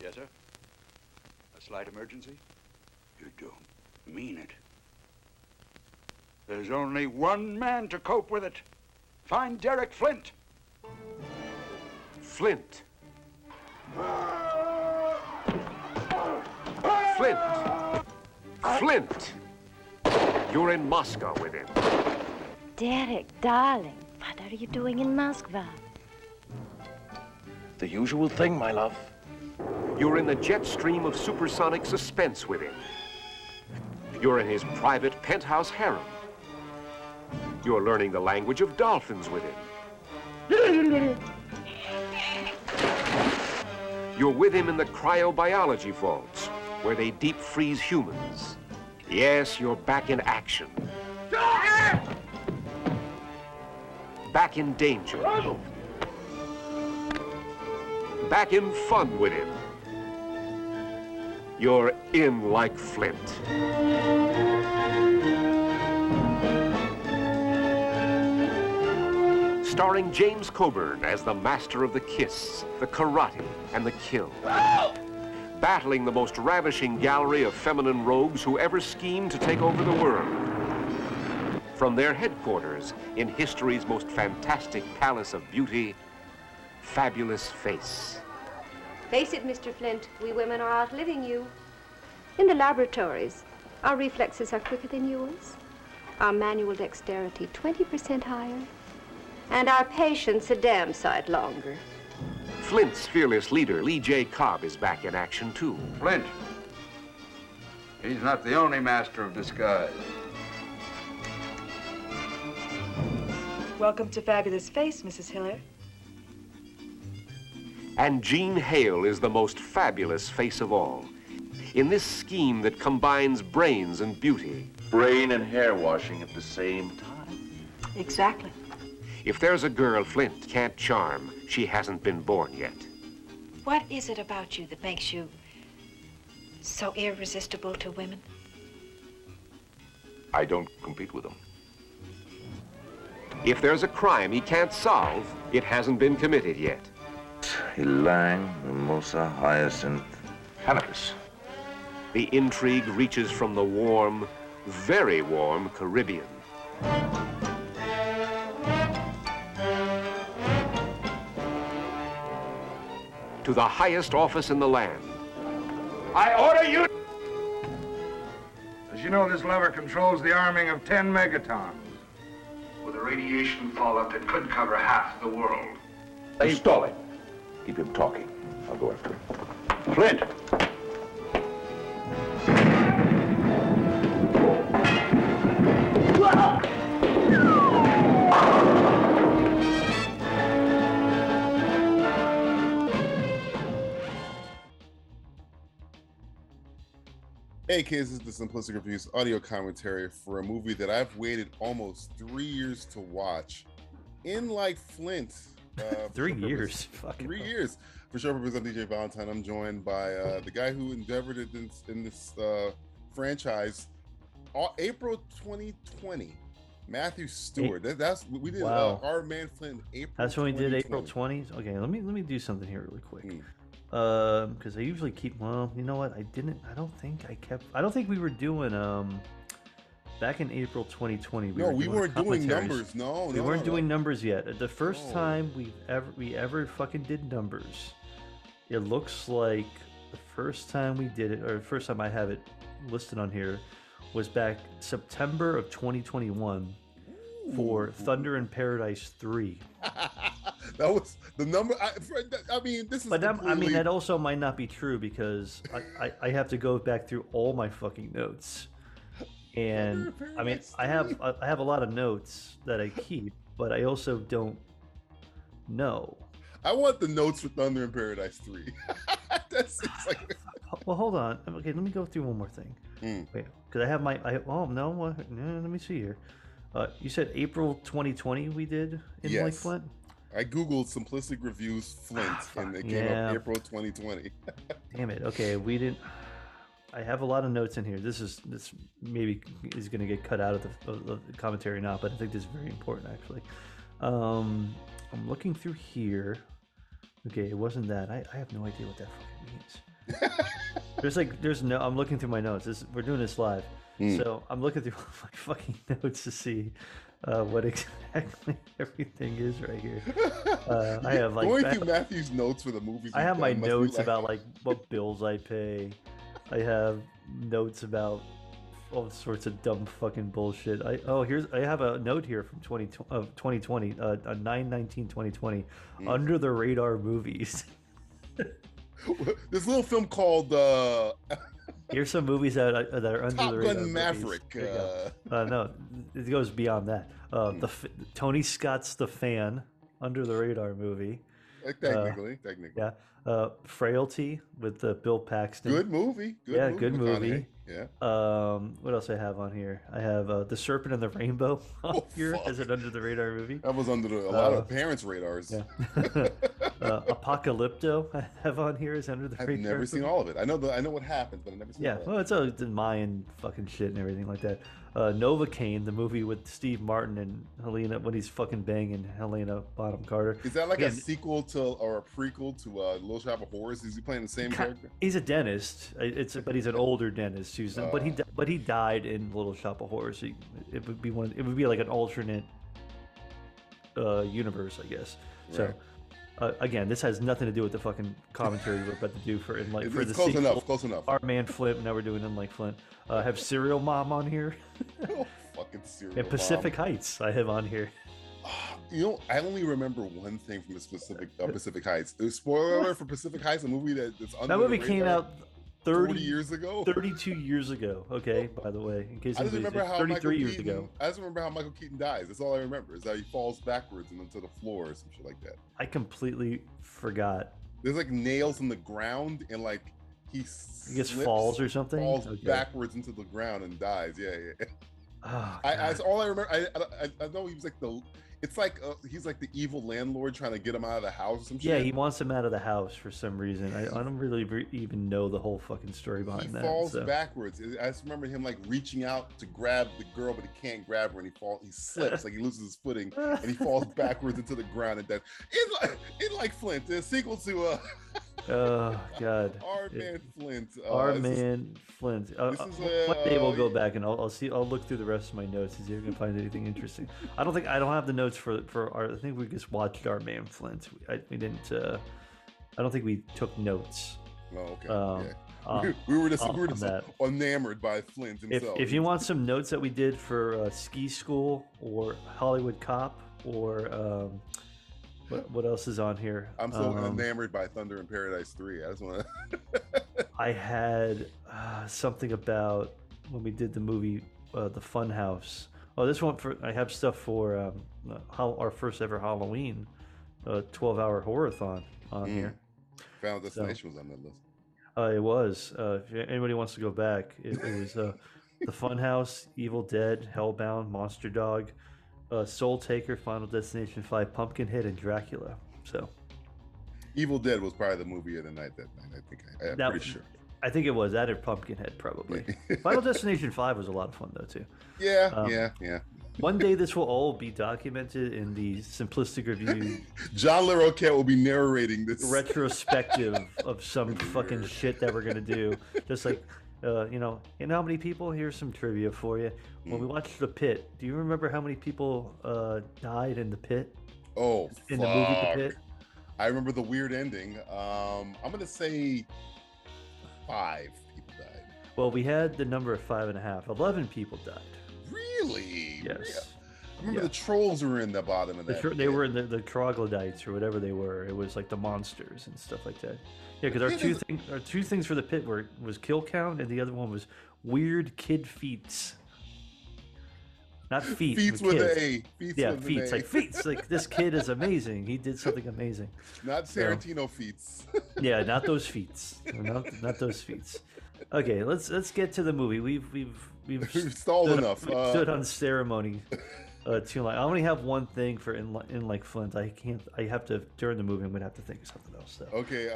Yes, sir? A slight emergency? You don't mean it. There's only one man to cope with it. Find Derek Flint. Flint. Flint. Flint. You're in Moscow with him. Derek, darling, what are you doing in Moscow? The usual thing, my love. You're in the jet stream of supersonic suspense with him. You're in his private penthouse harem. You're learning the language of dolphins with him. You're with him in the cryobiology vaults, where they deep freeze humans. Yes, you're back in action. Back in danger. Back in fun with him. You're in like Flint. starring James Coburn as the master of the kiss, the karate, and the kill. Battling the most ravishing gallery of feminine rogues who ever schemed to take over the world. From their headquarters in history's most fantastic palace of beauty, Fabulous Face. Face it, Mr. Flint, we women are outliving you. In the laboratories, our reflexes are quicker than yours, our manual dexterity 20% higher, and our patience a damn sight longer. Flint's fearless leader, Lee J. Cobb, is back in action too. Flint. He's not the only master of disguise. Welcome to Fabulous Face, Mrs. Hiller. And Jean Hale is the most fabulous face of all. In this scheme that combines brains and beauty, Brain and hair washing at the same time. Exactly. if there's a girl Flint can't charm, she hasn't been born yet. What is it about you that makes you so irresistible to women? I don't compete with them. If there's a crime he can't solve, it hasn't been committed yet. Ylang, mimosa, hyacinth, cannabis. The intrigue reaches from the warm, very warm Caribbean. To the highest office in the land, I order you. As you know, this lever controls the arming of 10 megatons. With a radiation fallout that could cover half the world. Stall it. Keep him talking. I'll go after him. Flint! Hey kids, this is the Simplistic Reviews audio commentary for a movie that I've waited almost three years to watch. In like Flint. Uh, Three for purpose- years. Fucking Three hell. years. For sure purpose, I'm DJ Valentine. I'm joined by uh, the guy who endeavored it in, in this uh, franchise. Au- April 2020, Matthew Stewart. That, that's we did uh, Wow. our man Flint. in April. That's when we did April 2020. 20th. Okay, let me let me do something here really quick. Hmm. Um, because I usually keep. Well, you know what? I didn't. I don't think I kept. I don't think we were doing. Um, back in April 2020. We no, were we doing weren't doing commentaries. numbers. No, we no, weren't no, no. doing numbers yet. The first No. time we ever we ever fucking did numbers. It looks like the first time we did it, or the first time I have it listed on here, was back September of 2021 for Thunder in Paradise 3. that was the number. I, Fred, that- I mean, this is. But that, I mean, completely- that also might not be true because I, I, I have to go back through all my fucking notes, and Thunder in I mean, Paradise I have I I have a lot of notes that I keep, but I also don't know. I want the notes for Thunder in Paradise Three. That's it's like Ho- Well, hold on. Okay, let me go through one more thing. Hmm. Wait, because I have my. I, oh no, what- no, Let me see here. Uh, you said April 2020 we did in Lake Yes. Flint. I googled simplistic reviews Flint, and it came yeah. up April 2020. Damn it. Okay, we didn't. I have a lot of notes in here. This is this maybe is going to get cut out of the, of the commentary now, but I think this is very important actually. Um, I'm looking through here. Okay, it wasn't that. I, I have no idea what that fucking means. there's like, there's no. I'm looking through my notes. This, we're doing this live, so I'm looking through all my fucking notes to see uh, what exactly everything is right here. Uh, I have like Going I through Matthew's notes for the movies. I he's have done my must be notes like- about like what bills I pay. I have notes about all sorts of dumb fucking bullshit. I oh here's I have a note here from 20 of 2020 uh, a 9 19 2020 under the radar movies. this little film called uh, Here's some movies that I- that are under Top the radar. Gun movies. Maverick. There you go. Uh, Hmm. Uh, no, it goes beyond that. Uh, the f- Tony Scott's The Fan, under the radar movie. technically, technically, Yeah, uh, Frailty with the Bill Paxton. good movie. Good Yeah, movie, good movie. McConaughey. Yeah. Um, what else I have on here? I have uh, the Serpent and the Rainbow on Oh, here as fuck. an under the radar movie. That was under the, a lot Uh, of parents' radars. Yeah. uh, Apocalypto I have on here as under the I've radar. never seen movie. all of it. I know the, I know what happened, but I've never seen Yeah, all of it. well, it's all it's Mayan fucking shit and everything like that. Uh, Novocaine, the movie with Steve Martin and Helena when he's fucking banging Helena Bottom Carter. Is that like a Again, sequel to or a prequel to uh, Little Shop of Horrors? Is he playing the same Ki- character? He's a dentist. I- It's but he's an older dentist who's but he Oh. di- but he died in Little Shop of Horrors. He, it would be one. It would be like an alternate uh, universe, I guess. So Right. uh, again, this has nothing to do with the fucking commentary we're about to do for in like It's, for it's the close sequel. enough. Close enough. Our man Flint. Now we're doing him like Flint. Uh, I have Serial Mom on here Oh, fucking serial. and bomb. Pacific Heights. I have on here. You know, I only remember one thing from the specific uh, Pacific Heights. Uh, Spoiler alert for Pacific Heights, a movie that, that's under That the movie came radar out 40 30 years ago. 32 years ago. Okay, by the way, in case I just anybody's remember how Michael 33 years Keaton, ago. I just remember how Michael Keaton dies. That's all I remember. Is how he falls backwards and onto the floor or some shit like that. I completely forgot There's like nails in the ground and like he I guess falls or something. falls Okay. backwards into the ground and dies. Yeah, yeah. Ah, I, I God. that's all I remember. I, I- I I know he was like the. It's like uh, he's like the evil landlord trying to get him out of the house or some shit. yeah, he wants him out of the house for some reason. I, I don't really re- even know the whole fucking story He behind that. falls so. backwards. I I just remember him like reaching out to grab the girl, but he can't grab her, and he falls. He slips, like he loses his footing, and he falls backwards into the ground. And then, in like, in like Flint, the sequel to uh, Oh God. Our It- Man Flint. Uh, Our this is- man Flint. Uh, this uh, is, one day uh, we'll go back and I'll, I'll see. I'll look through the rest of my notes and see if I can find anything interesting. I don't think I don't have the notes for for our. I think we just watched our man Flint. We, I, we didn't. Uh, I don't think we took notes. Oh, okay. Um, yeah. uh, We- we were just, we were on just that. enamored by Flint If, himself. if you want some notes that we did for uh, Ski School or Hollywood Cop or um, what, what else is on here? I'm so Um, enamored by Thunder in Paradise Three. I just want to. I had uh, something about when we did the movie uh, The Fun House. Oh, this one for I have stuff for um, uh, hol- our first ever Halloween, uh, 12 hour horrorthon on Mm. here. Final Destination was on that list. Uh, it was. Uh, if anybody wants to go back, it, it was uh, The Funhouse, Evil Dead, Hellbound, Monster Dog, uh, Soul Taker, Final Destination 5, Pumpkinhead, and Dracula. So Evil Dead was probably the movie of the night that night. I think I, I'm That- pretty sure. I think it was that or Pumpkinhead, probably. Final Destination 5 was a lot of fun, though, too. Yeah, Um, yeah, yeah. One day this will all be documented in the simplistic review John LaRoquette will be narrating this. retrospective of some fucking shit that we're gonna do. Just like, uh, you know, you know how many people? Here's some trivia for you. When we watched The Pit, do you remember how many people uh, died in The Pit oh, in the movie The fuck. Pit? I remember the weird ending. Um, I'm gonna say five people died. Well, we had the number of five and a half. Eleven people died. Really? Yes. I remember Yeah. the trolls were in the bottom of The that. tro- they pit. were in the, the troglodytes or whatever they were. It was like the monsters and stuff like that. Yeah, because our Pit two is- things our two things for the pit were was kill count and the other one was weird kid feats. Not feet. feats but with kids. an A. Feats Yeah, with feats an A. like feats like this kid is amazing. He did something amazing. Not so- Tarantino feats. Yeah, not those feats. Not, not those feats. Okay, let's let's get to the movie. We've we've we've We've stalled stood- enough. we've Uh, stood on ceremony uh, too long. I only have one thing for in Li- in like Flint. I can't. I have to during the movie. I'm gonna have to think of something else. So. okay,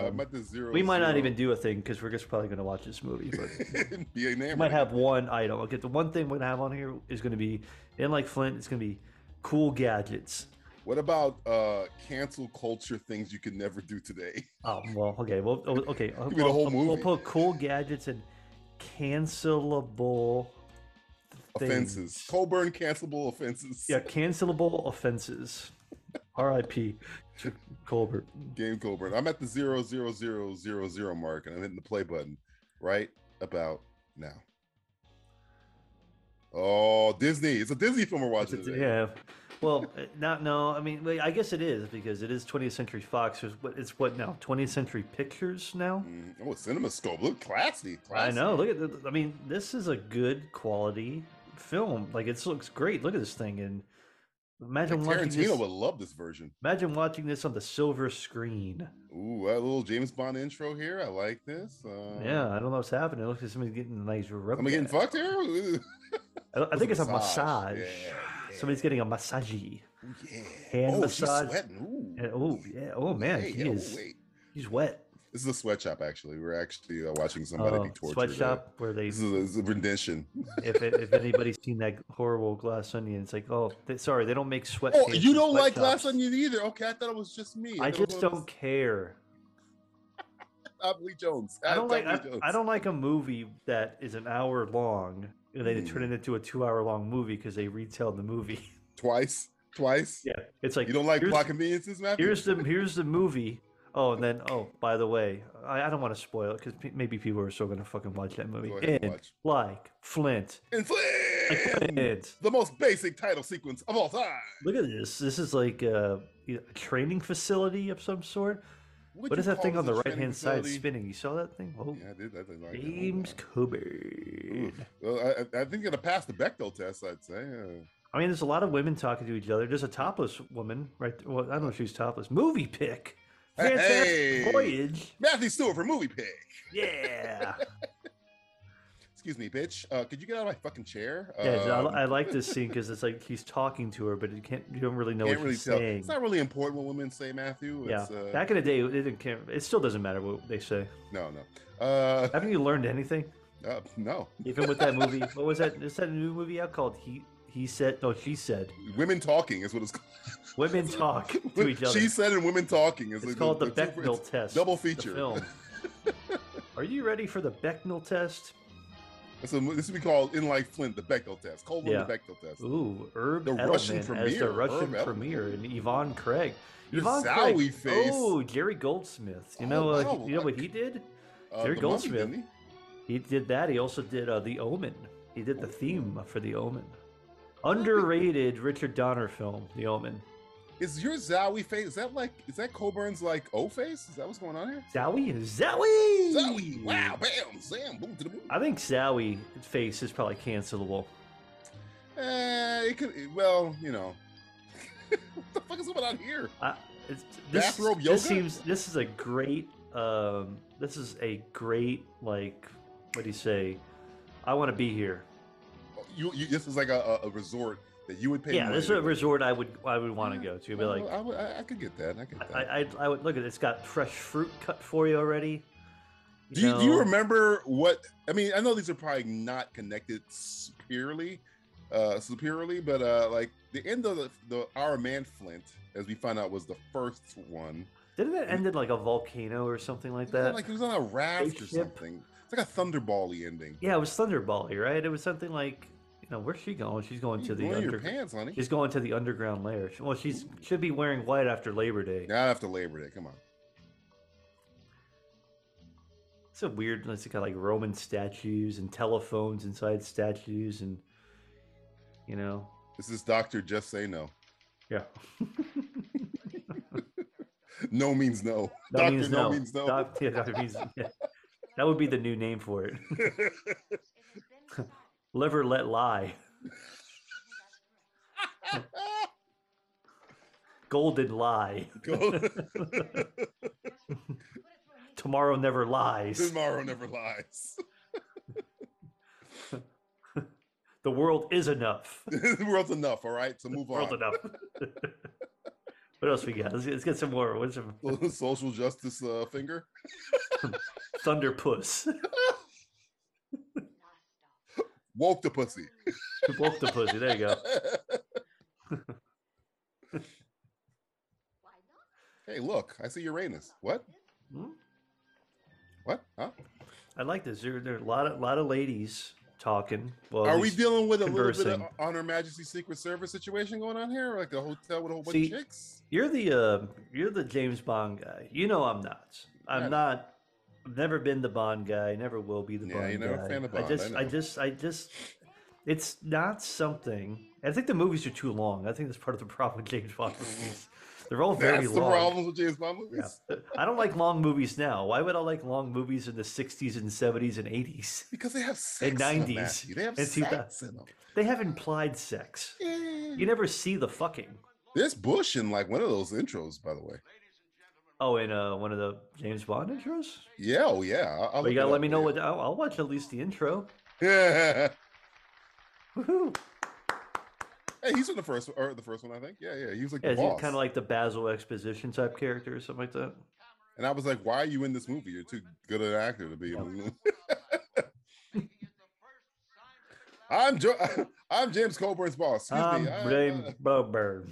uh, I'm at the zero. Uh-huh. we might not zero. even do a thing because we're just probably gonna watch this movie. But be we enamored. might have one item. Okay, the one thing we're gonna have on here is gonna be in like Flint. It's gonna be cool gadgets. What about uh cancel culture things you could never do today? Oh well, okay, well, oh, okay. Could be the whole we'll, we'll movie. put cool gadgets and cancelable things. Offenses. Colburn cancelable offenses. Yeah, cancelable offenses. R.I.P. to Colbert. Game Colburn. I'm at the zero zero zero zero zero mark and I'm hitting the play button right about now. Oh, Disney. It's a Disney film we're watching today. Yeah. Well, uh, not no. I mean, wait, I guess it is because it is 20th Century Fox. It's what, it's what now? 20th Century Pictures now. Mm, Oh, CinemaScope. Look classy. I classy. know. Look at. th- I mean, this is a good quality film. Like it looks great. Look at this thing and imagine Like, watching this. Tarantino would love this version. Imagine watching this on the silver screen. Ooh, that little James Bond intro here. I like this. Uh, Yeah, I don't know what's happening. It looks like somebody's getting a nice rub. Am I getting down. fucked here? Ooh, I, I think it's a massage. massage. Yeah, Somebody's getting a massage. yeah. Hand oh, massage. she's sweating. Ooh. Oh yeah. Oh man, Hey, he oh, is. wait. He's wet. This is a sweatshop, actually. We're actually uh, watching somebody Oh, be tortured. uh, sweatshop where they This is, a, this is a rendition. if it, if anybody's seen that horrible glass onion, it's like, oh, they, sorry, they don't make sweat. Oh, you don't like Glass Onion either. Okay, I thought it was just me. I thought it just was don't care. Tom Lee Jones. I don't like Tom Lee I, Jones. I don't like a movie that is an hour long and they Mm. turn it into a two hour long movie because they retell the movie. twice, twice. Yeah, it's like You don't like here's, plot conveniences, Matthew? here's the here's the movie. Oh, and then oh, by the way, I, I don't want to spoil it because pe- maybe people are still gonna fucking watch that movie. Go ahead and And watch. like Flint, And like Flynn! Flint. the most basic title sequence of all time. Look at this. This is like a, a training facility of some sort. What'd What you is that call thing on this the right training hand side facility? spinning? You saw that thing? Oh, Yeah, I did. I did like that. Hold James on. Coburn. Well, I- I, I think it'll pass the Bechdel test. I'd say. Uh, I mean, there's a lot of women talking to each other. There's a topless woman, right? th- Well, I don't know if she's topless. Movie pick. Fantastic Hey! voyage. Matthew Stewart for movie pick. Yeah. Excuse me, bitch. Uh, could you get out of my fucking chair? yeah I, li- Um, I like this scene because it's like he's talking to her, but you can't. You don't really know Can't what really she's tell. saying. It's not really important what women say, Matthew. yeah. It's, uh, Back in the day, it didn't. Care. It still doesn't matter what they say. no, no. Uh, Haven't you learned anything? uh, no. Even with that movie, what was that? Is that a new movie out called He? He said, no, she said. Women talking is what it's called. Women talk to each other. She said and women talking is It's called the two- Becknell it's test. Double the feature. film. Are you ready for the Becknell test? That's a- this would be called in like Flint, the Bechdel test. Coleman, Yeah. the Bechdel test. Ooh, Herb The Edelman Russian as the premiere, Russian Herb Edelman. premiere, and Yvonne Craig. Your Yvonne zowie Craig. face. Oh, Jerry Goldsmith. You Oh, know, uh, wow, he, you know what I- he did? Uh, Jerry the Goldsmith. Mummy, didn't He did that. He also did uh, The Omen. He did the theme for The Omen. Underrated Richard Donner film, The Omen. he? Is your Zowie face? Is that like? Is that Coburn's like O face? Is that what's going on here? Zowie? Zowie! Zowie! Wow! Bam! Sam! Boom! To the boom. I think Zowie face is probably cancelable. Eh, it could. it- Well, you know. what the fuck is going on here? I, it's, this, Bathrobe yoga? this seems this is a great um, this is a great like what do you say? I want to be here. You, you this is like a, a, a resort that you would pay. yeah, money this is to a go to. resort I would I would want to Yeah, go to. Be well, like I, would- I, I could get that. I could. Get that. I, I I would look at it, it's got fresh fruit cut for you already. Do you, do you know? remember what? I mean, I know these are probably not connected superiorly, uh, superiorly, but uh, like the end of the, the Our Man Flint, as we find out, was the first one. Didn't it end in like a volcano or something like It was on, that? like it was on a raft or Spaceship? something. It's like a thunderball-y ending. yeah, it was Thunderball, right? It was something like you know where's she going? She's going to You're the ruining your under. pants, honey. She's going to the underground layer. Well, she's should be wearing white after Labor Day. Not after Labor Day. Come on. It's a weird. It's got like Roman statues and telephones inside statues, and you know, This is Doctor. Just say no. yeah. No means no. That Doctor. means no. no. means no. Doc- yeah, that means- yeah. That would be the new name for it. Liver let lie. Golden lie. Go. Tomorrow never lies. Tomorrow never lies. The world is enough. the world's enough. All right. So move World on. enough. what else we got? Let's, let's get some more. What's some Social justice uh, finger. Thunder Puss? Woke the pussy. Wolf the pussy. There you go. Hey, look, I see Uranus. What? Hmm? What? Huh? I like this. There, there are a lot of lot of ladies talking. Well, at Are we least dealing with a little bit conversing. of Honor Majesty Secret Service situation going on here? Like a hotel with a whole bunch See, of chicks? You're the uh, you're the James Bond guy. You know I'm not. I'm Yeah. not. I've never been the Bond guy. Never will be the Yeah, Bond you're not a guy. fan of I Bond, I just, I, know. just, I just. It's not something. I think the movies are too long. I think that's part of the problem with James Bond movies. They're all very That's the long. problem with James Bond movies. Yeah. I don't like long movies now. Why would I like long movies in the '60s and '70s and '80s? Because they have sex And in them, 90s, Matthew. They have and 2000. sex in them. They have implied sex. You never see the fucking. There's Bush in like one of those intros, by the way. Oh, in uh, one of the James Bond intros. Yeah, oh yeah. I'll, I'll Well, you look gotta it let up me for know you. what. I'll, I'll watch at least the intro. Yeah. Woohoo! Hey, he's in the first or the first one, I think. Yeah, yeah. He was like Yeah, the is he boss. kind of like the Basil exposition type character or something like that? and I was like, "Why are you in this movie? You're too good an actor to be in this movie." I'm jo- I'm James Coburn's boss. Excuse I'm me. I- uh, James I- Bobber.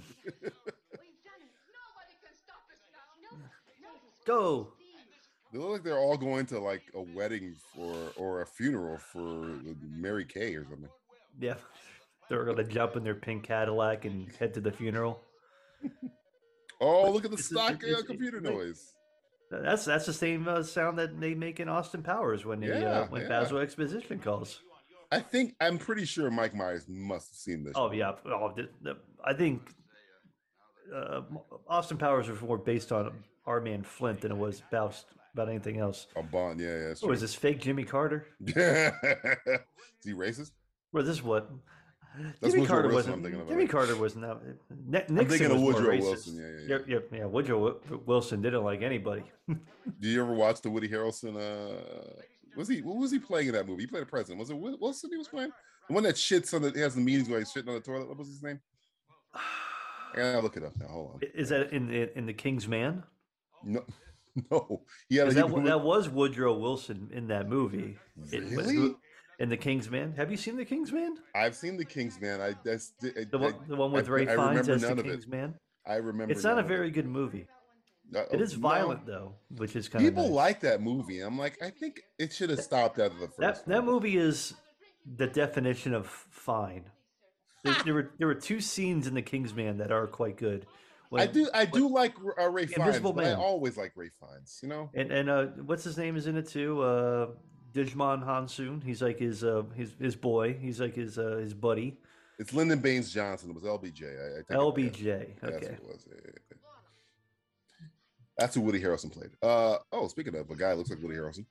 Go. they look like they're all going to like a wedding or or a funeral for Mary Kay or something. Yeah, they're gonna jump in their pink Cadillac and head to the funeral. Oh, look at the It's- stock it's- uh, it's- computer it's like- noise. Th- That's that's the same uh, sound that they make in Austin Powers when they uh, Yeah, when yeah. Basil exposition calls. I think I'm pretty sure Mike Myers must have seen this. Oh yeah, oh, th- th- I think uh, Austin Powers was more based on our man Flint than it was about about anything else. A Bond, yeah, yeah. that's Oh, is this fake Jimmy Carter? true. is he racist? Well, this what That's Jimmy Woodrow Carter Wilson I'm wasn't. thinking of, I Jimmy think. Carter was not. Ne- Nixon thinking was of more Woodrow racist. Wilson, yeah, yeah, yeah. yeah, yeah, Woodrow Wi- Wilson didn't like anybody. Do you ever watch the Woody Harrelson? Uh, was he? What was he playing in that movie? He played a president. Was it Wi- Wilson? He was playing the one that shits on the. He has the meetings where he's shitting on the toilet. What was his name? I gotta look it up now. Hold on. I- Is that in in, in the King's Man? No, no. Yeah, Uh, he, 'Cause that wa- that was Woodrow Wilson in that movie. It was Really? Wo- in the King's Man. Have you seen the King's Man? I've seen the King's Man. I that's I, The one, the one with I- Ray I Fiennes remember as the none of it. King's Man. I, I remember. It's not a none of very good movie. Uh, It is no. violent though, which is kind People of like that movie. I'm like, I think it should have stopped after the first. That that one. movie is the definition of fine. There, Ah. there were there were two scenes in The Kingsman that are quite good. I When- do. I do like uh, Ray Fiennes. Invisible But I Man. always like Ray Fiennes. You know. And and uh, what's his name is in it too? Uh, Digimon Hansoon. He's like his uh, his his boy. He's like his uh, his buddy. It's Lyndon Baines Johnson. It was LBJ. I, I take it back. LBJ. That's Okay. what it was. Yeah, yeah, yeah. That's who Woody Harrelson played. Uh oh, speaking of, a guy looks like Woody Harrelson.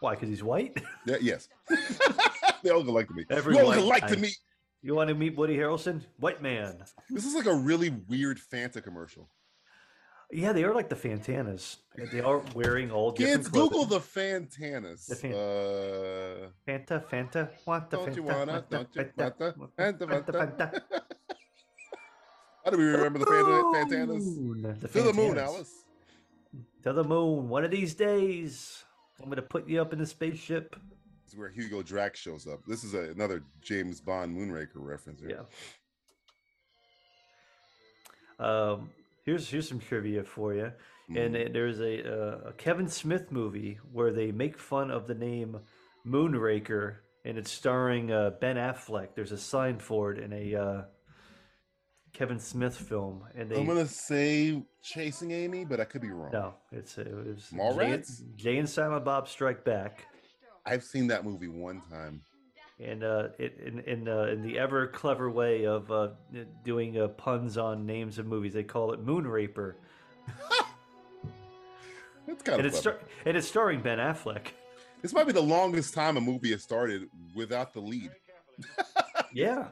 Why? Because he's white. Yeah, yes. they all look like to me. Every Everyone you all look white alike to guy. me. You want to meet Woody Harrelson? White man. This is like a really weird Fanta commercial. Yeah, they are like the Fantanas. They are wearing all different Kids, clothing. Google the Fantanas. The Fan- uh, Fanta, Fanta, want the don't Fanta, you wanna? want the Don't you Fanta, Fanta? want Fanta, the Fanta, Fanta. Fanta. How do we remember the Fanta- Fantanas? Moon, The To the moon, Fantanas. Alice. To the moon. One of these days, I'm gonna put you up in a spaceship. This is where Hugo Drax shows up. This is a, another James Bond Moonraker reference. here. Yeah. Um, here's here's some trivia for you. And Mm-hmm. uh, there's a, uh, a Kevin Smith movie where they make fun of the name Moonraker, and it's starring uh, Ben Affleck. There's a sign for it in a uh, Kevin Smith film, and they I'm gonna say Chasing Amy, but I could be wrong. no, it's it was Jay- Mallrats? Jay and Silent Bob Strike Back. I've seen that movie one time. and uh, it, in in, uh, in the ever clever way of uh, n- doing uh, puns on names of movies, they call it Moonraper, That's kind and of it's clever. star- and it's starring Ben Affleck. this might be the longest time a movie has started without the lead. Yeah,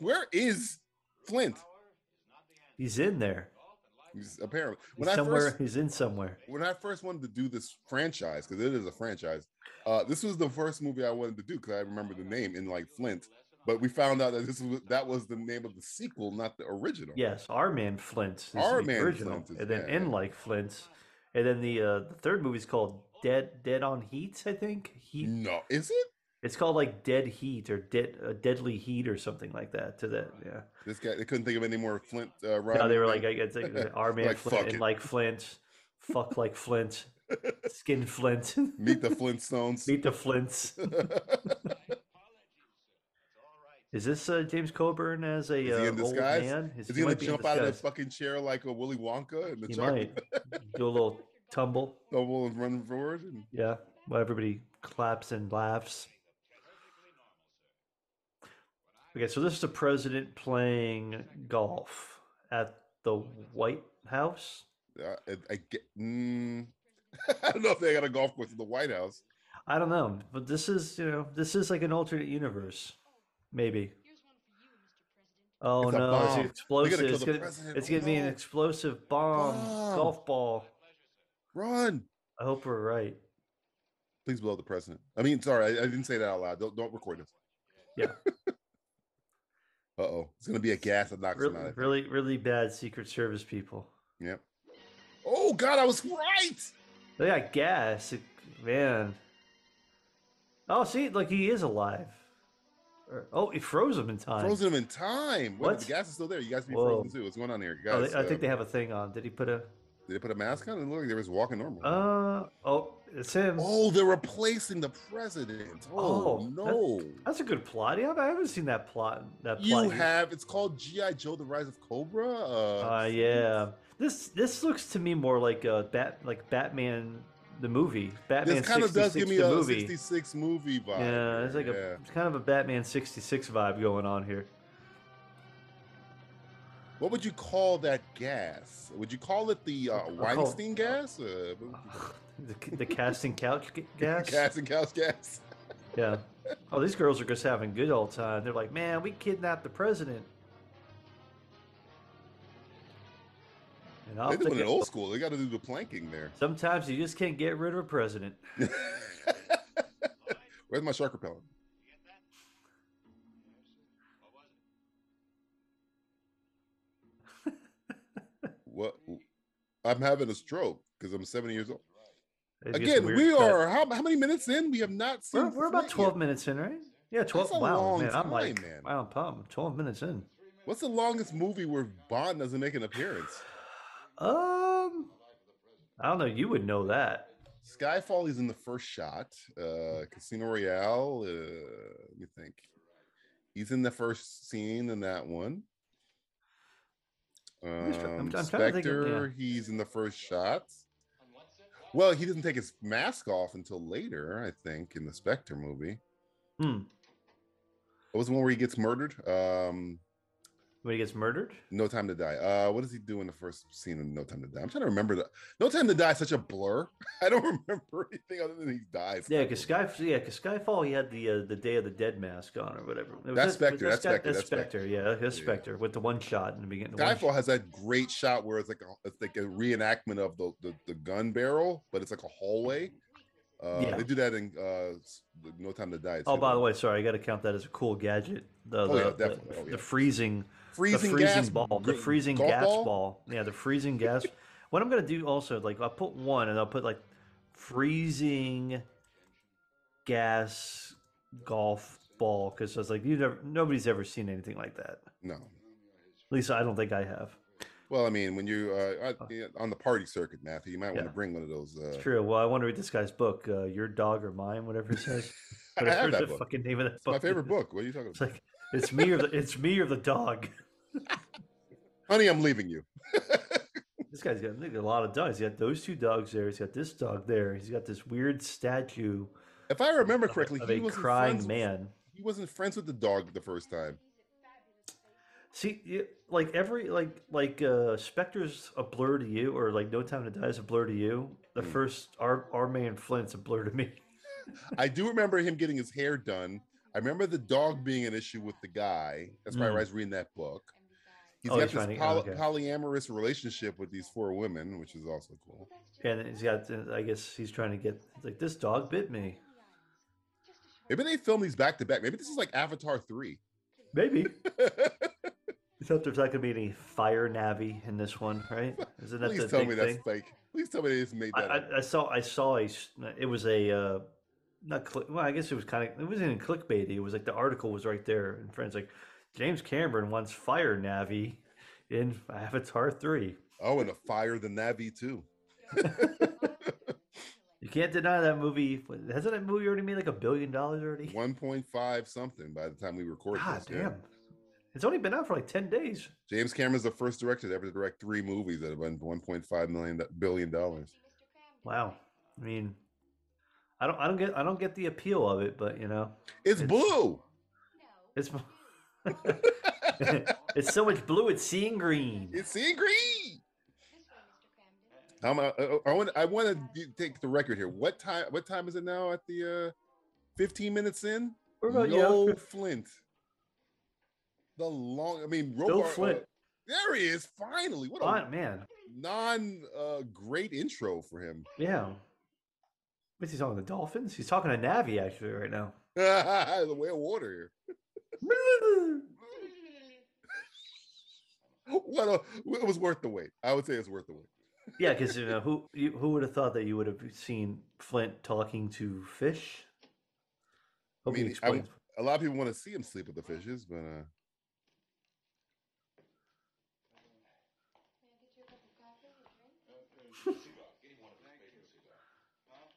Where is Flint? he's in there. He's apparently, He's when I somewhere first he's in somewhere. when I first wanted to do this franchise because it is a franchise, uh, this was the first movie I wanted to do because I remember the name in like Flint. But we found out that this was that was the name of the sequel, not the original. Yes, our man Flint. Is Our the Man original, Flint is- and then yeah, in yeah. like Flint, Mm. and then the uh, the third movie's called Dead Dead on Heat. I think Heat. No, is it? It's called like Dead Heat or Dead uh, Deadly Heat or something like that. To that, yeah. This guy, they couldn't think of any more Flint. Uh, No, rhyming they were thing. like, I got like, our man Like, fuck Flint and it. like Flint, fuck like Flint, skin Flint, meet the Flintstones. meet the Flints. Is this uh, James Coburn as a Is he uh, in old disguise? man? Is he he gonna might be in jump out of that disguise. fucking chair like a Willy Wonka in the He chocolate might do a little tumble. double and run forward? And Yeah, well, everybody claps and laughs. Okay, so this is the president playing golf at the White House. uh, I, I get. Mm, I don't know if they got a golf course at the White House. I don't know, but this is you know this is like an alternate universe, maybe. Oh It's a no! It's bomb. an They're gonna kill explosive. It's the gonna, president. it's Oh, gonna be an no. explosive bomb, Bomb. golf ball. Run! I hope we're right. Please blow up the president. I mean, sorry, I, I didn't say that out loud. Don't don't record this. Yeah. Uh oh, it's gonna be a gas that knocks him out. I Really, think. really, really bad Secret Service people. Yep. Oh God, I was right. They got gas, it- man. Oh, see, like he is alive. Or- Oh, he froze him in time. Frozen him in time. Wait, What? the gas is still there. You guys be Whoa. frozen too. What's going on here, Oh, guys? they- I uh, think they have a thing on. Did he put a? did they put a mask on. It looked like they were just walking normal. Uh oh, it's him. Oh, they're replacing the president. Oh, that- no. that's a good plot. Yeah, I haven't seen that plot. That plot. you yet. have it's called G.I. Joe the Rise of Cobra. Uh, Uh, yeah. This this looks to me more like a bat like Batman the movie. Batman this kind of does 66 give me the a movie. 66 movie vibe. yeah, it's here, like a it's kind of a Batman sixty six vibe going on here. What would you call that gas? Would you call it the uh, I'll call- Weinstein gas? Uh, the, the casting couch g- gas. Gas and cows gas. Yeah. Oh, these girls are just having good old time. They're like, man, we kidnapped the president. And I'll They're doing think it of- old school. They got to do the planking there. Sometimes you just can't get rid of a president. Where's my shark repellent? What? I'm having a stroke because I'm 70 years old. It's just a Again, weird we cut. are how, how many minutes in? We have not seen. We're, we're about Flint yet. 12 minutes in, right? Yeah, 12. a wow, long man, I'm like, time, man. wow, I'm pumped. 12 minutes in. What's the longest movie where Bond doesn't make an appearance? Um, I don't know. You would know that. Skyfall is in the first shot. Hmm. Uh, Casino Royale. Uh, let me think. He's in the first scene in that one. just try- I'm- Um, I'm trying to think of- yeah. Spectre. He's in the first shot. Well, he doesn't take his mask off until later, I think, in the Spectre movie. Hmm. What was the one where he gets murdered? Um, When he gets murdered? No Time to Die. Uh, what does he do in the first scene in No Time to Die? I'm trying to remember that. No Time to Die is such a blur. I don't remember anything other than he dies. Yeah, because Sky, yeah, 'cause Skyfall, he had the uh, the Day of the Dead mask on or whatever. It was That's that- was Spectre, that that's Sky- Spectre, that's Spectre. Spectre. Yeah, that's Yeah. Spectre with the one shot in the beginning. the one Skyfall has that great shot where it's like a, it's like a reenactment of the, the the gun barrel, but it's like a hallway. Uh, Yeah. They do that in uh, s- the No Time to Die. Oh, too. by the way, sorry, I got to count that as a cool gadget. The, Oh, yeah, the- the- definitely. Oh, the yeah. freezing, Freezing the freezing gas ball, the gr- freezing golf gas ball? ball? Yeah, the freezing gas. what I'm gonna do also, like, I'll put one, and I'll put like freezing gas golf ball because I was like, you never, nobody's ever seen anything like that. no. At least I don't think I have. Well, I mean, when you uh, uh, yeah, on the party circuit, Matthew, you might want Yeah. to bring one of those. Uh, It's true. Well, I want to read this guy's book, uh, Your Dog or Mine, whatever it says. I Whatever have the that book. fucking name of that It's my book favorite is. book. What are you talking It's about? like it's me or the it's me or the dog. Honey, I'm leaving you. This guy's got look, a lot of dogs. He's got those two dogs there. He's got this dog there. He's got this weird statue If I remember correctly, of he a was crying man. he wasn't friends with the dog the first time. See, you- like every like like uh Spectre's a blur to you, or like No Time to Die is a blur to you. The Hmm. first our our man Flint's a blur to me. I do remember him getting his hair done. I remember the dog being an issue with the guy. That's why I Mm. was reading that book. He's Oh, got he's this trying to- poly- oh, okay. polyamorous relationship with these four women, which is also cool. And he's got uh, I guess he's trying to get like this dog bit me. Maybe they film these back to back. Maybe this is like Avatar 3. Maybe. Except there's not gonna be any fire navi in this one, right? Isn't that Please the tell big me thing? that's fake. Please tell me they just made I, that up. I, I saw I saw a s- it was a uh, not click. Well, I guess it was kind of it wasn't even clickbaity. It was like the article was right there, and friends like James Cameron wants fire Navi in Avatar three. Oh, and a fire the Navi too. You can't deny that movie. what- Hasn't that movie already made like a billion dollars already? One point five something by the time we record God this. yeah. damn, it's only been out for like ten days. James Cameron's the first director to ever direct three movies that have won one point five million billion dollars. Wow. I mean, I don't, I don't get, I don't get the appeal of it, but you know, It's, It's- blue. it's it's so much blue, it's seeing green. It's seeing green. How mu- I, I want I want to take the record here. What time? What time is it now? At the uh, fifteen minutes in. What about you? Noel Flint. The long. I mean, Robar, uh, Flint. there he is. Finally, what a Oh, man, non uh, great intro for him. yeah. What's he talking to dolphins? He's talking to Navi actually right now. the way of water here. What a, it was worth the wait. I would say it's worth the wait. yeah, because you know who you, who would have thought that you would have seen Flint talking to fish. Hope he mean, I w- explains. A lot of people want to see him sleep with the fishes, but uh,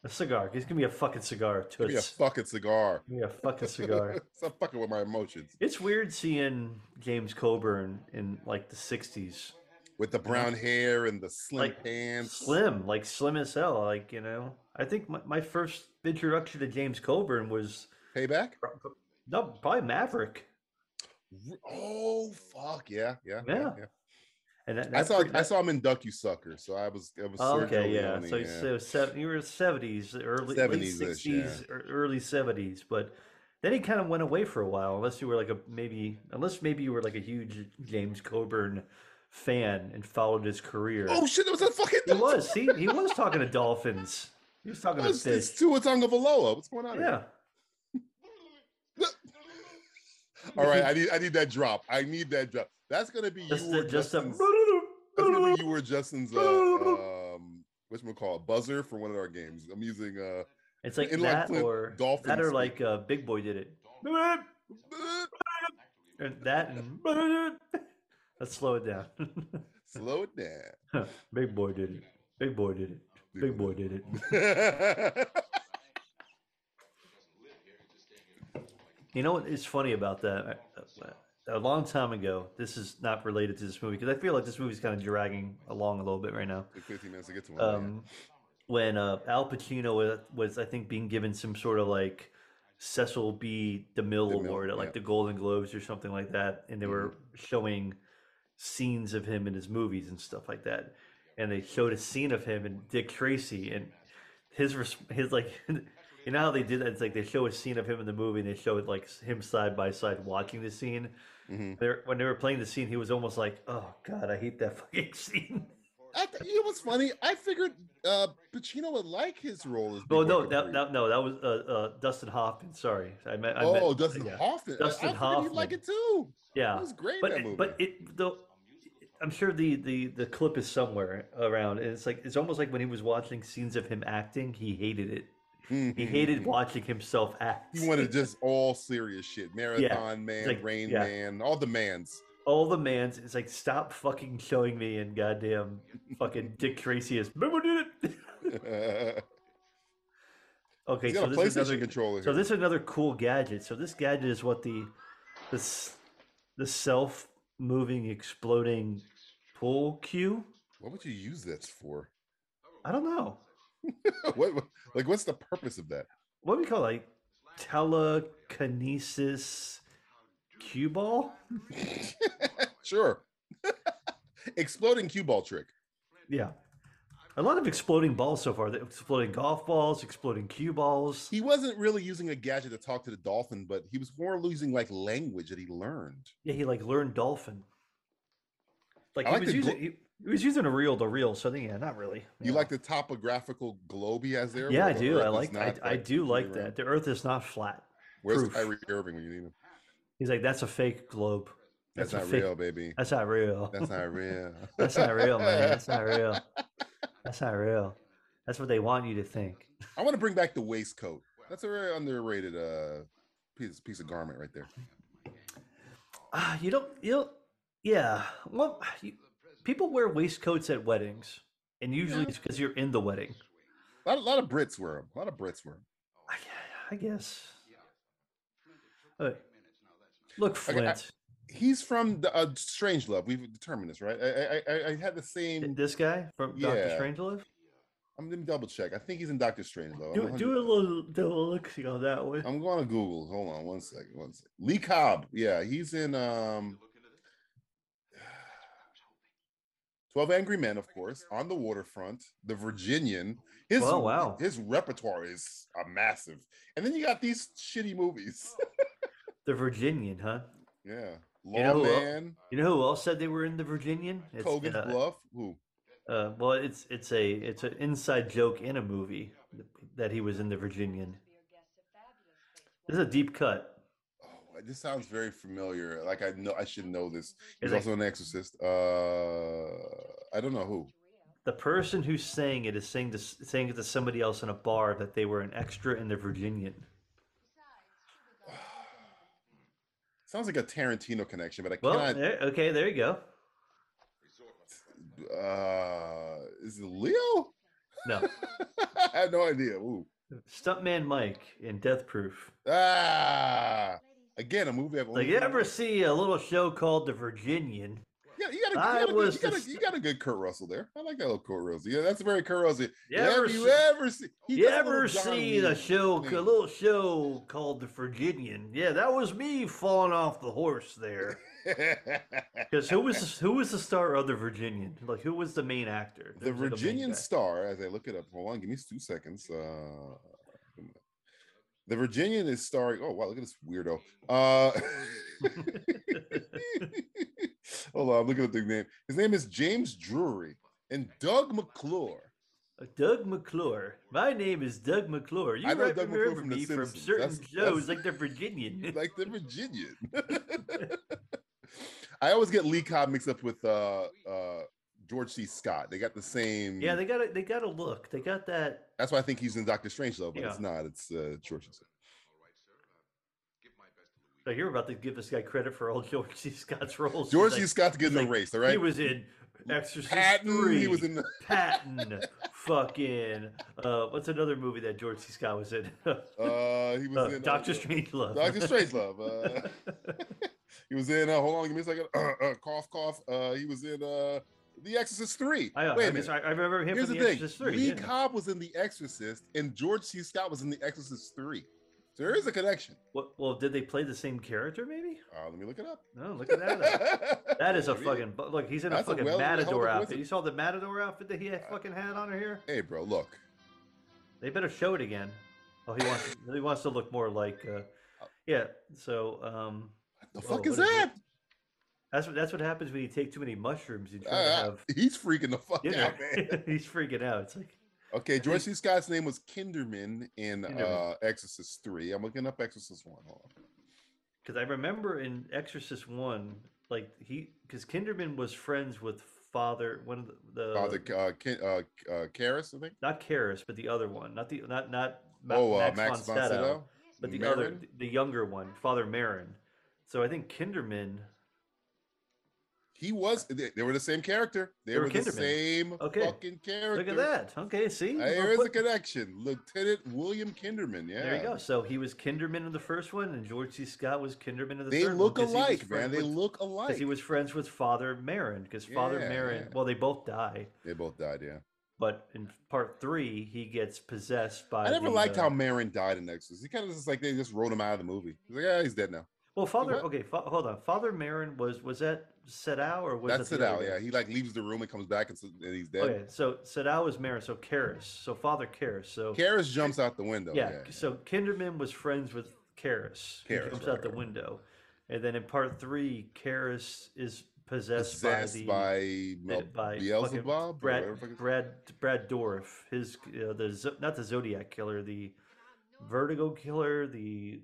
A cigar. He's gonna be a fucking cigar. give me a Toots. fucking cigar. Give me a fucking cigar. Stop fucking with my emotions. It's weird seeing James Coburn in like the '60s, With the brown hair and the slim Like, pants. slim, like slim as hell. Like you know, I think my, my first introduction to James Coburn was Payback? pro- pro- no, probably Maverick, R- Oh fuck yeah, yeah, Yeah. and that, I that saw pre- I that- saw him in Duck You Sucker, so I was I was Oh, Sergio okay, yeah. Leone, So you so seven, you were seventies, early late 70s-ish, yeah. sixties, early seventies, but then he kind of went away for a while, unless you were like a maybe, unless maybe you were like a huge James Coburn fan and followed his career. Oh shit, there was a fucking he was. He he was talking to dolphins. He was talking to It's, it's fish. Tua Tagovailoa. What's going on? here? Yeah. All right, I need I need that drop. I need that drop. That's gonna be Just you the, or just a Justin's. That's gonna be you or Justin's. Uh, um, which we call it buzzer for one of our games. I'm using uh. It's like in like that Flint, or dolphins that or speak. like uh, Big Boy did it. And that and let's slow it down. Slow it down. Big boy did it. Big boy did it. Big boy did it. You know what is funny about that? I- A long time ago, this is not related to this movie because I feel like this movie's kind of dragging along a little bit right now. Took 15 minutes to get to one. Oh, yeah. Um, when uh, Al Pacino was, was, I think, being given some sort of like Cecil B. DeMille DeMille, award at like yeah. Mm-hmm. the Golden Globes or something like that, and they were showing scenes of him in his movies and stuff like that, and they showed a scene of him and Dick Tracy and his res- his like. You know how they did that? It's like they show a scene of him in the movie and they show it like s- him side by side watching the scene. Mhm. They're, when they were playing the scene, he was almost like, "Oh God, I hate that fucking scene." I th- you know what's funny? I figured uh Pacino would like his role as. Oh Big no, Wicked that, Three. that, no, that was uh, uh, Dustin Hoffman. Sorry, I meant. I meant- oh, Dustin yeah. Hoffman. Dustin I figured he'd like Hoffman. it too. Yeah, It was great. but that it, movie. but it the, I'm sure the the the clip is somewhere around, and it's like it's almost like when he was watching scenes of him acting, he hated it. He hated watching himself act. You Mm-hmm. wanted just all serious shit. Marathon Man, like- Rain yeah. Man, all the mans. all the man's. It's like stop fucking showing me and goddamn fucking Dick Tracy is. Remember did it. Okay, He's so got a this is PlayStation another controller So here. this is another cool gadget. So this gadget is what the the s- the self moving exploding pool cue. What would you use this for? I don't know what, what- like what's the purpose of that? what do we call it, like telekinesis cue ball. Sure. Exploding cue ball trick. Yeah, a lot of exploding balls so far. The Exploding golf balls, exploding cue balls. He wasn't really using a gadget to talk to the dolphin, but he was more using like language that he learned. Yeah, he like learned dolphin. Like I he like was the glo- using. He, he was using a reel to reel, so yeah, not really. You yeah. like the topographical globe he has there? Yeah, I where the do. I Earth is like. I, not, I do like completely that. round? The Earth is not flat. Where's proof. Kyrie Irving when you need him? He's like, that's a fake globe. That's, a not fake- real, baby. That's not real. That's not real. That's not real, man. That's not real. That's not real. That's what they want you to think. I want to bring back the waistcoat. That's a very underrated uh piece piece of garment right there. Ah, you don't, you don't, yeah. Well, you, people wear waistcoats at weddings, and usually it's because you're in the wedding. A lot, a lot of Brits wear them. A lot of Brits wear them. I, I guess. All right. Look, Okay, I- Flint, He's from the, uh, Strange Love. We've determined this, right? I, I- I I had the same. this guy from Yeah. Doctor Strangelove. I'm gonna double check. I think he's in Doctor Strange Love. Do, do a little, do a look see on that one. I'm going to Google. Hold on one second. One second. Lee Cobb. Yeah, he's in um 12 Angry Men, of course, on the waterfront, the Virginian. His Oh, wow. his repertoire is uh, massive. And then you got these shitty movies. The Virginian, huh? yeah. You know who el- Lawman, You know who else said they were in the Virginian? It's, Kogan's uh, Bluff. Who? uh, well, it's it's a it's an inside joke in a movie that he was in the Virginian. This is a deep cut. Oh, this sounds very familiar. Like I know I should know this. He's It's like- also an exorcist. Uh I don't know who. The person who's saying it is saying to s- saying it to somebody else in a bar that they were an extra in the Virginian. Sounds like a Tarantino connection, but I Well, cannot there, okay, there you go. uh is it leo No, i had no idea Ooh. Stuntman Mike in Death Proof. ah again a movie i've only Like, you ever see a little show called The Virginian? yeah you got a, you I got a, good- was you, got just- a, you got a good kurt russell there i like that little kurt russell yeah that's very kurt russell You ever you see- ever see he You does a little ever John see the Wayne show, thing. a little show called The Virginian? Yeah, that was me falling off the horse there. Because who was the, who was the star of The Virginian? Like, who was the main actor? the There was, like, a main virginian guy. star as i look it up hold on give me two seconds uh the virginian is starring oh wow look at this weirdo uh Hold on, I'm looking at the name. His name is James Drury and Doug McClure. Uh, Doug McClure. My name is Doug McClure. You I know might Doug McClure remember from The me from Simpsons. certain That's- shows that's- like The Virginian. Like the Virginian. I always get Lee Cobb mixed up with uh uh George C. Scott. They got the same yeah, they got a, they got a look. They got that. that's why I think he's in Doctor Strange though, but Yeah. it's not, it's uh George C. Scott. So oh, you're about to give this guy credit for all George C. Scott's roles. He's George like- C. Scott's getting like, erased, all right? He was in Exorcist Patton, Three. he was in the- Patton. fucking. Uh, what's another movie that George C. Scott was in? uh he was in Doctor uh, Strangelove. Doctor Strangelove. Uh, he was in. Uh, hold on, give me a second. Uh, uh, cough, cough. Uh, he was in uh, The Exorcist Three. I, uh, Wait I, a minute. mis- I I remember him Here's from the The thing: Exorcist Three. Lee didn't I? Cobb was in The Exorcist, and George C. Scott was in The Exorcist Three. So there is a connection. What, well, did they play the same character? Maybe. Uh, let me look it up. No, look at that. up. That is a Maybe. fucking bu- look. He's in a That's a fucking well- hell of a matador outfit. coincidence. Uh, You saw the matador outfit that he had fucking had on here. Hey, bro, look. They better show it again. Oh, he wants he wants to look more like, uh, yeah. So um, What the Whoa, fuck is what is that? that's what that's what happens when you take too many mushrooms. You try to Uh, have he's freaking the fuck out, man. dinner. He's freaking out. It's like Okay, George C. Scott's name was Kinderman in Kinderman. Uh, Exorcist Three. I'm looking up Exorcist One. Hold on. because I remember in Exorcist One, like he because Kinderman was friends with Father one of the, the Father uh, Kin, uh, uh, Karras, I think. not Karras, but the other one, not the not not Ma- oh, uh, Max, Max von Sydow. Fonseca. But the other, Marin? th- the younger one, Father Marin. So I think Kinderman. He was. They, they were the same character. They, They were were, the Kinderman. same Okay. fucking character. Look at that. Okay, see, Hey, Well There is a put. connection. Lieutenant William Kinderman. Yeah. There you go. So he was Kinderman in the first one, and George C. Scott was Kinderman in the They third. look one 'cause he was alike, man. friends They with- look alike. Because he was friends with Father Marin, because Father Yeah, Marin, yeah. well, they both die, They both died. Yeah. but in part three, he gets possessed by. I never the, liked uh, how Marin died in Exodus. He kind of just like they just wrote him out of the movie. He's like, yeah, he's dead now. Well, Father, what? okay, fa- hold on. Father Marin was was that Sedao or was That's that it the other out. guy? Yeah. He like leaves the room and comes back and, s- and he's dead. Okay, so Sedao was Marin, so Karis, so Father Karis, so Karras jumps out the window. Oh, yeah, oh, Yeah. So Kinderman was friends with Karis. who Karras, jumps right, out the right. window, and then in part three, Karis is possessed, by Possessed the by, Mel- Bit by fucking Beelzebub. or whatever Brad, fucking- Brad, Brad Dorff, his uh, the Zo- not the Zodiac killer, the Vertigo killer, the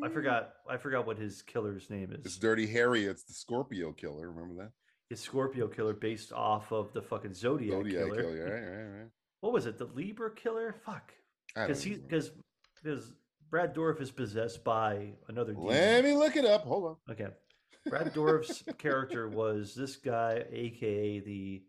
I forgot I forgot what his killer's name It's is. Dirty Harry. It's the Scorpio killer. Remember that? His Scorpio killer based off of the fucking Zodiac, Zodiac killer. killer. Right, right, right. What was it? The Libra killer? Fuck. I don't Because he know. because because Brad Dorff is possessed by another demon. Let me look it up. Hold on. Okay. Brad Dorff's character was this guy, aka the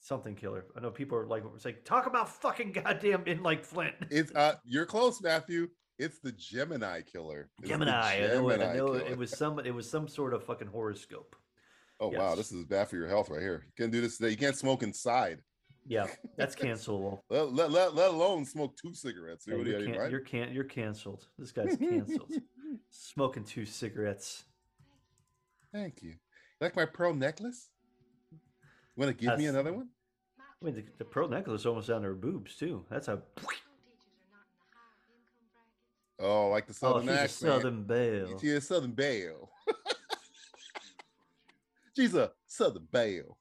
something killer. I know people are like, it's like, talk about fucking goddamn in like Flint. It's uh, you're close, Matthew. It's the Gemini killer. It's the Gemini. I know, it, I Gemini know killer. it was some it was some sort of fucking horoscope. Oh wow, yes. this is bad for your health right here. You can't do this today. You can't smoke inside. Yeah, that's cancelable. Let, let, let, let alone smoke two cigarettes. Yeah, What do you're, you- can- right? you're can you're canceled. This guy's canceled. Smoking two cigarettes. Thank you. Like my pearl necklace? Want to give me That's- another one? I mean, the, the pearl necklace almost down to her boobs too. That's a Oh, like the oh, Southern she's a accent. Southern belle. She's a Southern Belle. she's a Southern Belle.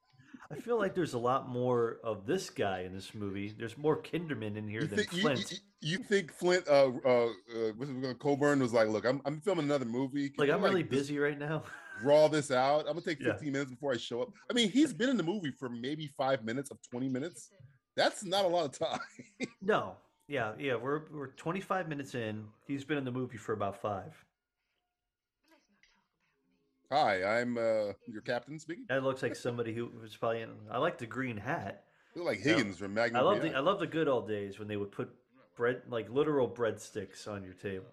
I feel like there's a lot more of this guy in this movie. There's more Kinderman in here You than think, you, you, Flint. you think Flint, uh, uh, uh, what's it called? Coburn was like, look, I'm, I'm filming another movie. Can like you, I'm really just busy right now. Raw this out. I'm gonna take Yeah. 15 minutes before I show up. I mean, he's been in the movie for maybe five minutes of 20 minutes. That's not a lot of time. no, yeah, yeah. We're we're 25 minutes in. He's been in the movie for about five. Hi, I'm uh, your captain speaking. That looks like somebody who was probably. In, I like the green hat. Look like Higgins from Magnum. I love PI. the I love the good old days when they would put bread like literal breadsticks on your table.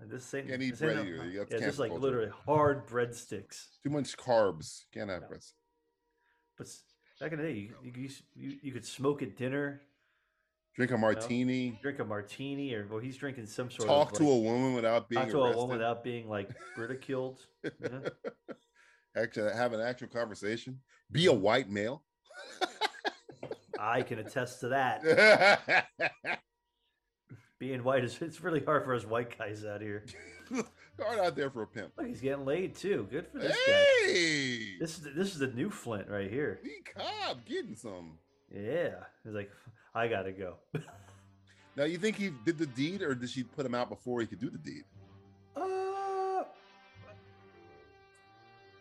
And this ain't, Can't eat this ain't bread no- either. You got yeah, just cancel like culture. literally hard breadsticks. Too much carbs. Can't have Yeah. breasts. But s- back in the day, you you, could use- you, you could smoke at dinner, Drink a martini. drink a martini, or well, he's drinking some sort Talk of to like, a woman without being talk to a arrested. woman without being like ridiculed. you know? Actually, have an actual conversation. Be a white male. I can attest to that. Hard Being white is it's really hard for us white guys out here. out there for a pimp. Look, he's getting laid too. Good for this guy. Hey, This is the- this is the new Flint right here. B Cobb getting some. Yeah, he's like, I gotta go. Now, you think he did the deed, or did she put him out before he could do the deed? Uh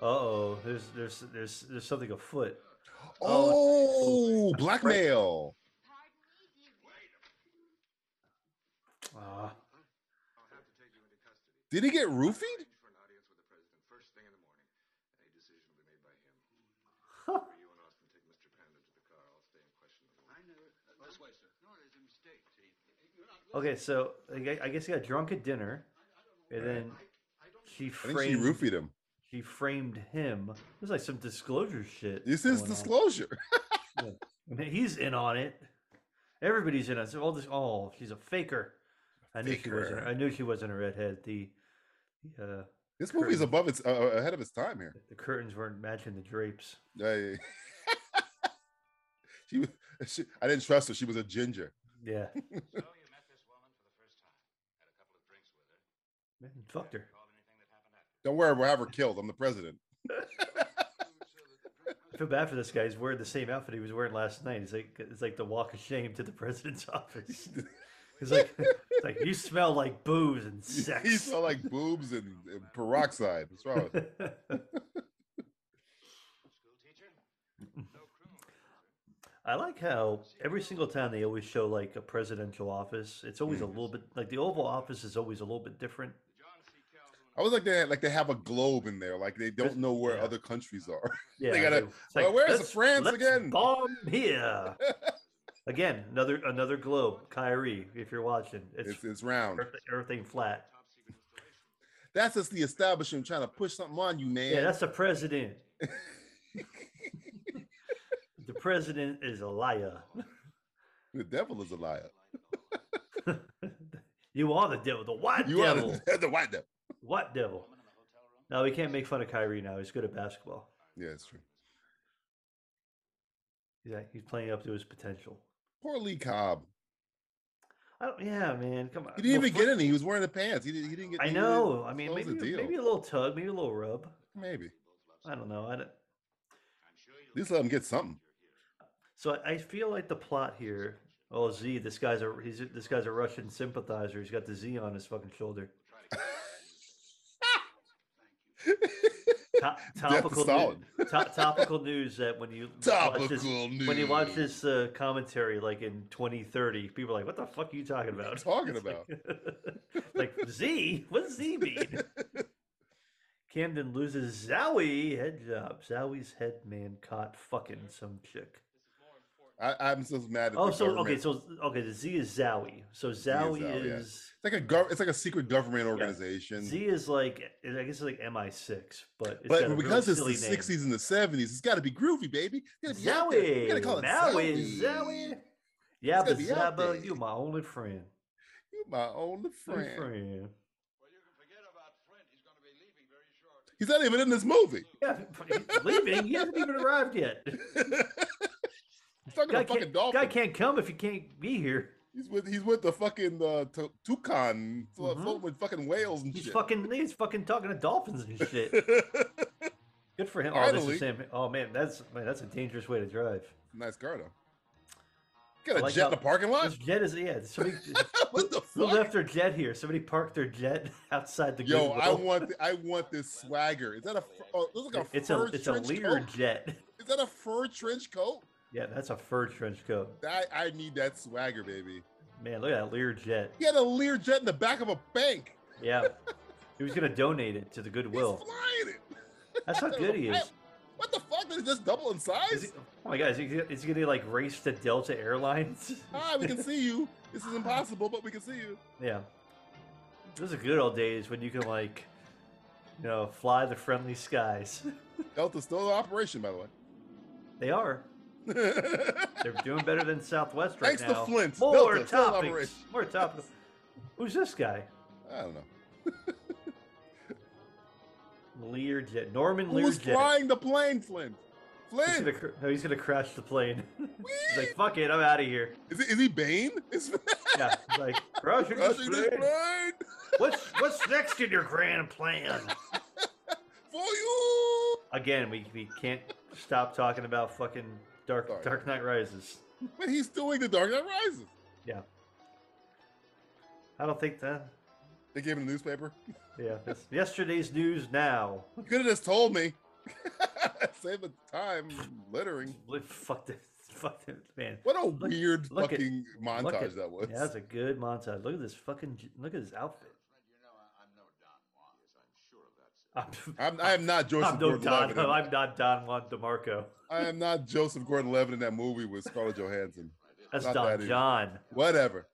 oh, there's there's there's there's something afoot. Oh, blackmail. Ah, Did he get roofied? okay, so I gue- I guess he got drunk at dinner, and then she I think she framed roofied him. she framed him. There's like some disclosure shit. This is going on. disclosure. I mean, he's in on it. Everybody's in on it. So all this. Oh, she's a faker. I knew she wasn't. Faker. I knew she wasn't a redhead. The the, uh, This movie's Curtain. above its uh, ahead of its time here. the curtains weren't matching the drapes. I, she, was- she, I didn't trust her. She was a ginger. Yeah, So you met this woman for the first time, had a couple of drinks with her. man, fucked her. Recall anything that happened after? Don't worry, we'll have her killed. I'm the president. I feel bad for this guy. He's wearing the same outfit he was wearing last night. It's like it's like the walk of shame to the president's office. It's like it's like you smell like booze and sex. He smelled like boobs and, and peroxide. What's wrong with I like how every single time they always show like a presidential office, it's Mm. always a little bit like the Oval Office is always a little bit different. I was like they like they have a globe in there, like they don't know where Yeah. other countries are. Yeah, gotta- it's "Well, where's the "Let's- France let's again?" Bomb here again. Another another globe, Kyrie. If you're watching, it's, It's it's round. earth, everything flat. That's just the establishment trying to push something on you, man. Yeah, that's the president. the president is a liar. the devil is a liar. You are the devil. The white You devil. are the, the white devil. What devil? No, we can't make fun of Kyrie now. He's good at basketball. Yeah, it's true. He's, act- he's playing up to his potential. Poor Lee Cobb. I don't, yeah, man, come on. He didn't Well, even Flint- get any. He was wearing the pants. He didn't. He didn't get. I he know. didn't I mean, close maybe the deal. maybe a little tug, maybe a little rub. Maybe. I don't know. I don't, At least let him get something. so I, I feel like the plot here. Oh, Z, this guy's a he's a- this guy's a Russian sympathizer. He's got the Z on his fucking shoulder. To- topical, solid. new- to- topical news that when you watch this, Topical when you watch this uh, commentary like in 2030, people are like, "What the fuck are you talking about?" talking It's like, like, Z? What does Z mean? Camden loses Zowie head job. Zowie's head man caught fucking some chick. I, I'm so mad. At Oh, the so okay, government. so okay, the Z is Zowie. So Zowie Zowie, yeah. is it's like a gov- it's like a secret government organization. Z is like I guess it's like MI6, but it's got but a really because it's the silly name. '60s and the '70s, it's got to be groovy, baby. It's gotta be out there. Zowie, You gotta call it Zowie, Zowie. Zowie. Yeah, It's but gotta be out Zaba, there. you my only friend. You my only Only friend. friend. He's not even in this movie. Yeah, leaving. He hasn't even arrived yet. He's talking Guy to fucking can't, dolphin. guy can't come if he can't be here. He's with he's with the fucking uh, t- toucan, flo- Mhm. floating with fucking whales and He's shit. fucking he's fucking talking to dolphins and shit. Good for him. Oh, this Finally. is Sam. Oh man, that's man, that's a dangerous way to drive. nice car though. Got a I like jet in how- the parking lot. This jet is yeah. Somebody what the who fuck? left their jet here? Somebody parked their jet outside the. Yo, I Goodwill. want th- I want this swagger. Is that a? fur- Oh, it looks like a It's a fur it's a trench Lear coat. jet. Is that a fur trench coat? Yeah, that's a fur trench coat. I I need that swagger, baby. Man, look at that Lear jet. He had a Lear jet in the back of a bank. Yeah. He was gonna donate it to the He's Goodwill. flying it. That's how good he is. What the fuck? Did it just double in Is size? he- oh my god, is he, is he gonna like race to Delta Airlines? Ah, we can see you. This is impossible, but we can see you. yeah. Those are good old days when you can like, you know, fly the friendly skies. Delta's still in operation, by the way. They are. They're doing better than Southwest right Thanks to now. Flint, More Delta, still in topics. operation. More topics. Who's this guy? I don't know. Learjet. Norman Who was Learjet. flying the plane, Flynn? He's Flynn! gonna, cr- oh, he's gonna crash the plane. he's like, fuck it, I'm out of here. Is he, is he Bane? Is Yeah, he's like, crashing this rushing this plane. plane What's what's next in your grand plan? for you! Again, we, we can't stop talking about fucking Dark Sorry. Dark Knight Rises. But he's doing the Dark Knight Rises. Yeah, I don't think that. They gave him the newspaper. Yeah, it's yesterday's news now. You could have just told me. Save the time littering. Look, Fuck this, fuck this man. What a weird look at- fucking Look montage at- that was. Yeah, that's a good montage. Look at this fucking. j- Look at his outfit. I'm, I'm, I am not Joseph I'm no Don. Gordon-Levitt. in- I'm not Don Juan DeMarco. I am not Joseph Gordon-Levitt in that movie with Scarlett Johansson. That's Not that Don either. John. Whatever.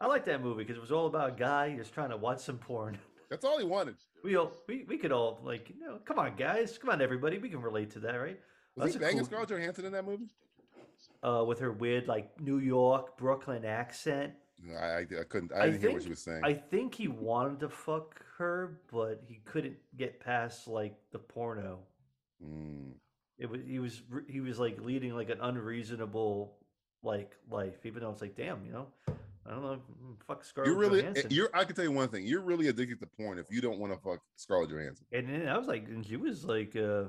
I like that movie because it was all about a guy just trying to watch some porn. That's all he wanted. We all we, we could all like you know come on guys come on everybody we can relate to that right? Was he a banging cool- Scarlett Johansson in that movie? uh, with her weird like New York Brooklyn accent. No, I, I, I couldn't. I, didn't hear what she was saying. I think he wanted to fuck her, but he couldn't get past like the porno. Mm. It was he was re- he was like leading like an unreasonable like life, even though it's like damn you know I don't know mm, fuck Scarlett You're really. Johansson. You're. I can tell you one thing. You're really addicted to porn if you don't want to fuck Scarlett Johansson. and then I was like, and she was like, uh,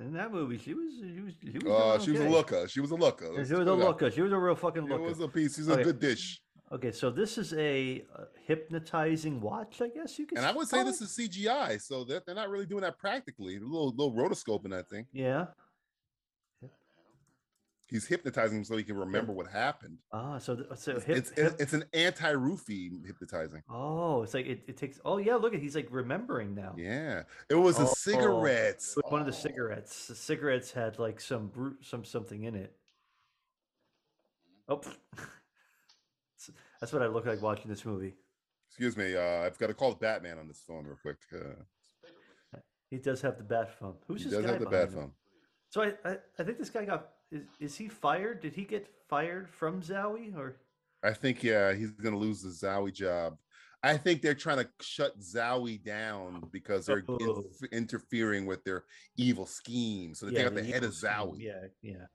in that movie, she was, she was, she was. doing Uh, she was a okay. looker. She was a looker. Yeah, Let's She was put a it out. looker. She was a real fucking It was looker. a piece. She's Okay. a good dish. Okay, so this is a uh, hypnotizing watch, I guess you could. And I would say call this it? is CGI, so that they're not really doing that practically. A little little rotoscope in that thing. Yeah. He's hypnotizing him so he can remember what happened. Ah, so th- so hip, It's hip- it's an anti-roofie hypnotizing. Oh, it's like it, it takes. Oh yeah, look at he's like remembering now. Yeah, it was the Oh. cigarettes. With one of the Oh. cigarettes. The cigarettes had like some brute, some something in it. Oh, S- that's what I look like watching this movie. Excuse me, uh, I've got to call Batman on this phone real quick. Uh, He does have the bat phone. Who's he this does guy have the behind bat him? phone. So I, I, I think this guy got is, is he fired? Did he get fired from Zowie or I think yeah, he's gonna lose the Zowie job. I think they're trying to shut Zowie down because they're Oh. inf- interfering with their evil scheme. So they take out the, head of evil scheme. Zowie. Yeah, yeah.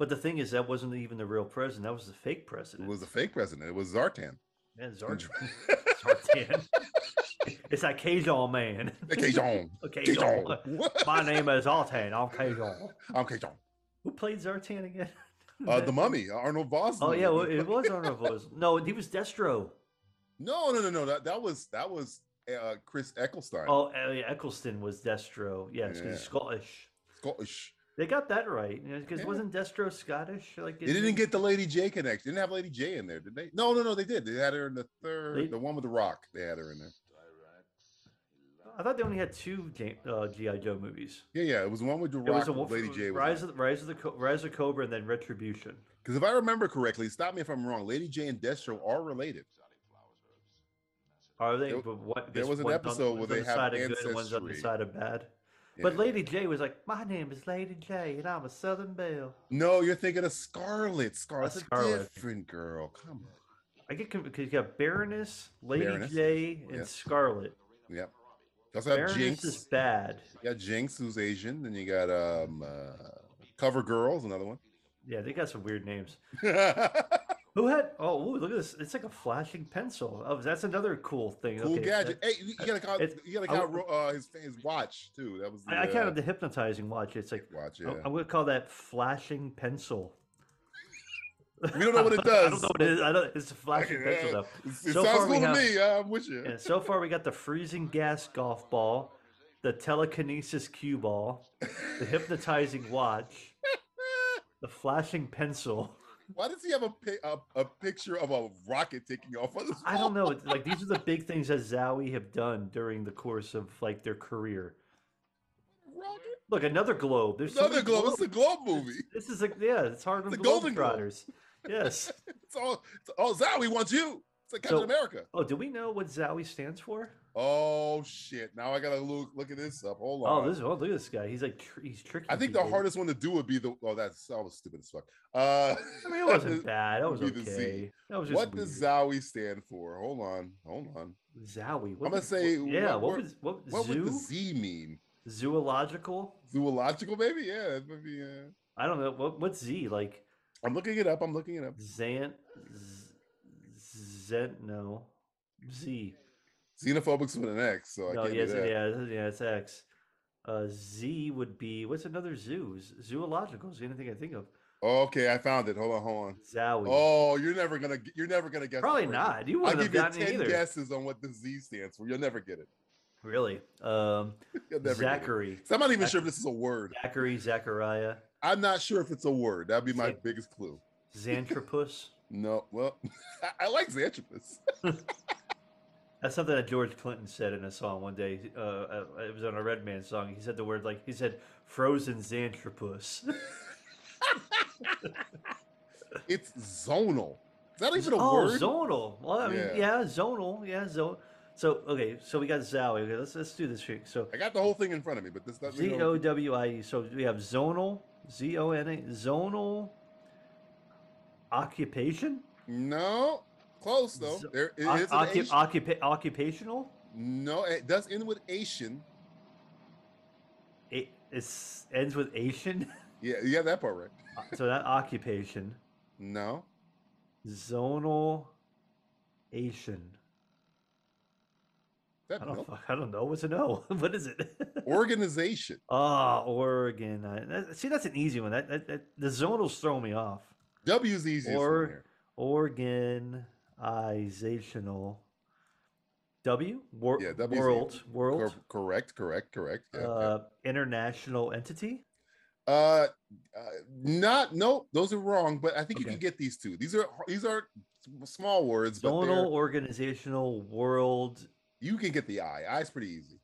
But the thing is, that wasn't even the real president. That was the fake It president. was a fake president. It was Zartan. Man, Zartan. Zartan. it's like Cajun man. Cajun. Cajun. Cajun. My name is Zartan. I'm Cajun. I'm Cajun. Who played Zartan again? Uh, the Mummy, Arnold Vosloo. Oh yeah, well, it was Arnold Vosloo. No, he was Destro. No, no, no, no. That that was that was uh, Chris Eccleston. Oh, uh, yeah, Eccleston was Destro. Yes, because Yeah. he's Scottish. Scottish. They got that right because Yeah. wasn't Destro Scottish? Like They didn't get the Lady J connection. They didn't have Lady J in there, did they? No, no, no. They did. They had her in the third, They- the one with the rock. They had her in there. I thought they only had two J- uh, GI Joe movies. Yeah, yeah. It was the one with the It rock. a with Lady J. Rise of the, Rise of the Co- Rise of Cobra and then Retribution. Because if I remember correctly, stop me if I'm wrong. Lady J and Destro are related. Are they? There- but what, there this was an one's on- episode where one's they on the have side of good, one's on the ancestry. side of bad. But Yeah. Lady J was like, "My name is Lady J, and I'm a Southern Belle." No, you're thinking of Scarlet. Scarlet's a Scarlet. different girl. Come I get because you got Baroness, Lady Baroness, J, and yes. Scarlet. on. Yep. You also have Baroness Jinx. is bad. You got Jinx, who's Asian. Then you got um uh, Cover Girls, another one. Yeah, they got some weird names. cool Who had? Oh, ooh, look at this! It's like a flashing pencil. Oh, that's another cool thing. okay, gadget. that- Hey, you gotta count, It's- you gotta I- count Ro- uh, his his watch too. That was the, I, I uh, counted the hypnotizing watch. It's like watch. I- Yeah. I'm gonna call that flashing pencil. we don't know what it does. I don't know what Oh, it is. I don't, it's a flashing pencil Yeah, though. it's- It So sounds far we cool to have- me. I'm with you. And so far, we got the freezing gas golf ball, the telekinesis cue ball, the hypnotizing watch, the flashing pencil. Why does he have a, pi- a a picture of a rocket taking off? On his I don't wall? know. it's Like these are the big things that Zowie have done during the course of like their career. Rocket? Look, another globe. There's so Another many globe. It's globes. the globe movie. This is like yeah, it's Harlem It's a Golden Globe. Globetrotters. Yes. It's all. It's all Zowie wants you. It's like Captain So- America. Oh, do we know what Zowie stands for? Oh shit! Now I gotta look look at this up. Hold on. Oh, this is, oh, look at this guy. He's like tr- he's tricky. I think the hardest one to do would be the. Oh, that's that was stupid as fuck. Uh, I mean, it wasn't bad. That would was be the Z. okay. That was just what weird. does Zowie stand for? Hold on, hold on. Zowie. What I'm gonna the- say, what- yeah. what- What what- was what, What zoo would the Z mean? zoological? Zoological, maybe? Yeah, that would be. Uh... I don't know what what's Z like. I'm looking it up. I'm looking it up. Zan Z, Zen no Z. Xenophobics with an X, so Oh, I no, can't yes, do that. Oh, yeah, it's- yeah, it's X. Uh, Z would be what's another zoo? Z- Zoological is the only thing I think of. okay, I found it. Hold on, hold on. Zowie. Oh, you're never gonna get- you're never gonna guess. the Probably word. not. You I'll wouldn't have give you gotten it ten either. guesses on what the Z stands for. You'll never get it. Really? Um, You'll never get it. Zachary. So I'm not even sure if this is a word. Zachary, Zachariah, I'm not sure if it's a word. That'd be my Zach- biggest clue. Xanthropus. No, well, I- I like Xanthropus. That's something that George Clinton said in a song one day. Uh, uh, it was on a Red Man song. He said the word like he said frozen Xanthropus. It's zonal. Is that even a oh, word? zonal. Well, I mean, Yeah. yeah, zonal. Yeah, zonal. So okay, so we got Zowie. Okay, let's let's do this here. So I got the whole thing in front of me, but this doesn't. Z mean O W I E. So we have zonal, Z O N A, zonal occupation, No, close though. Z- There it O- is an occu- Asian- occupa- occupational. No, it does end with Asian. It it's, ends with Asian. Yeah, you got that part right. so that occupation. No, Zonal Asian. Is that I don't, milk? fuck, I don't know. What's an O? what is it? organization. Ah, Oregon. I, that, see, that's an easy one. That, that, that the zonal's throw me off. W's easiest Or- one here. Organizational. W. Wor- Yeah, W's easy. world. World. Cor- correct, correct, correct. Yeah, yeah. uh, international entity. uh, uh, not no, those are wrong. But I think you Okay. can get these two. These are these are s- small words, but Zonal they're- organizational world you can get the I. I's pretty easy.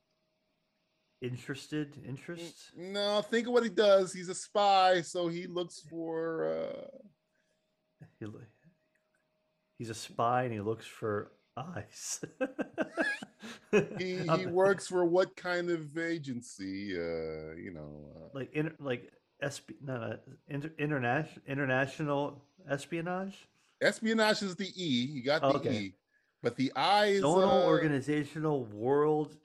interested interests. No, think of what he does. He's a spy, so he looks for. uh He lo- he's a spy and he looks for eyes. He, I'm- he works for what kind of agency? Uh, you know, uh, like in like esp no, no inter- international international espionage uh, espionage is the E. You got the Okay. E, but the I is zonal uh, organizational world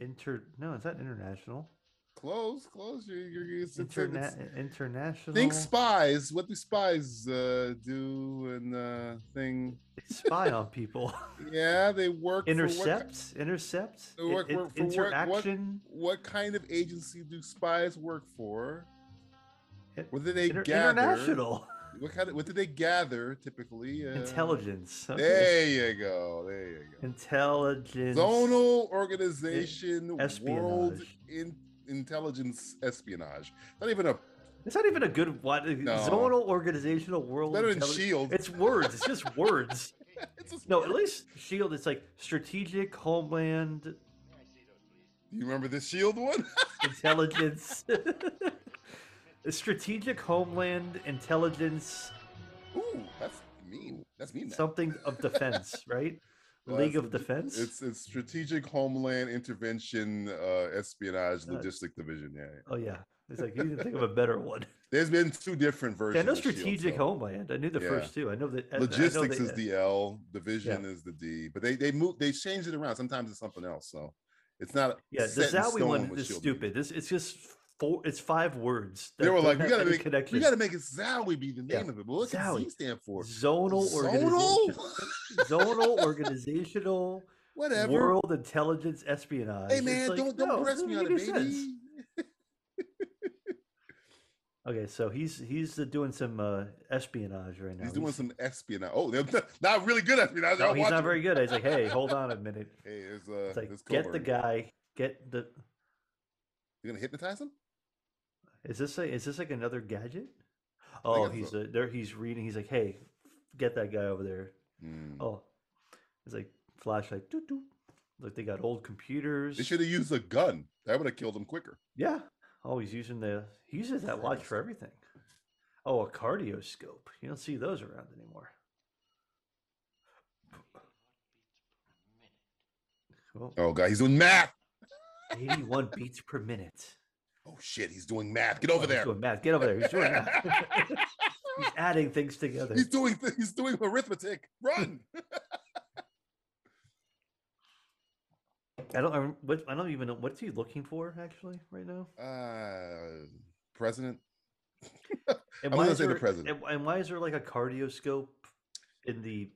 inter no it's not international Close, close. You're, you're, it's, it's, it's, Interna- international think spies. What do spies uh, do and uh, thing? They spy on people Yeah, they work. for what ki- intercept intercept They in- work in- for what- what- interaction what kind of agency do spies work for? In- Whether they inter- gather international what kind of what did they gather typically? Uh, Intelligence. okay. There you go. There you go. Intelligence. Zonal organization, world E, espionage. in, intelligence espionage. Not even a It's not even a good what No. zonal organizational world. Better than intelli- Shield. It's words. It's just words. it's a, No, at least Shield. E It's like strategic homeland Do you remember the shield E one? intelligence. strategic homeland intelligence. Ooh, that's mean. That's mean. now. Something of defense, right? Well, League that's of the- Defense. It's it's strategic homeland intervention uh espionage logistic division. Yeah. yeah. oh yeah. It's like you didn't think of a better one. There's been two different Yeah, I versions. know of Shield, strategic E so- homeland. I knew the Yeah. first two. I know that I- I know Logistics they- uh, is the L, division is the D, but they they move they change it around. Sometimes it's something else, so it's not Yeah, the set in Zowie stone one what is Shield means. stupid. This it's just four. It's five words. They that were don't like, we have gotta any make connection. we gotta make it Zowie be the name Yeah, of it. But what does Zowie. Z stand for? zonal organization. Zonal? zonal organizational Whatever. world intelligence espionage. hey It's man, like, don't don't no, press doesn't me on it, make baby. any sense. Okay, so he's he's uh, doing some uh, espionage right now. He's doing some espionage. Oh, they're not, not really good espionage. No, I'll he's watch not it. very good. He's like, hey, hold on a minute. Hey, there's uh, It's like, there's get the Coburn. guy. Get the. You're gonna hypnotize him? Is this a, is this like another gadget? think Oh, it's he's a- uh there. He's reading. He's like, hey, get that guy over there. Hmm. Oh, it's like flashlight. Doo doo. Like they got old computers. They should have used a gun. That would have killed him quicker. Yeah. Oh, he's using the he uses that watch for everything. Oh, a cardio scope. You don't see those around anymore. Well, Oh god, he's doing math. 81 beats per minute. Oh shit, he's doing math. Get Oh, over he's there. doing math. Get over there. He's doing math. he's adding things together. He's doing he's doing arithmetic. Run. I don't. I, rem- what, I don't even know what's he looking for actually right now. uh, president. And I was gonna is say the there- president. And, and why is there like a cardio scope in the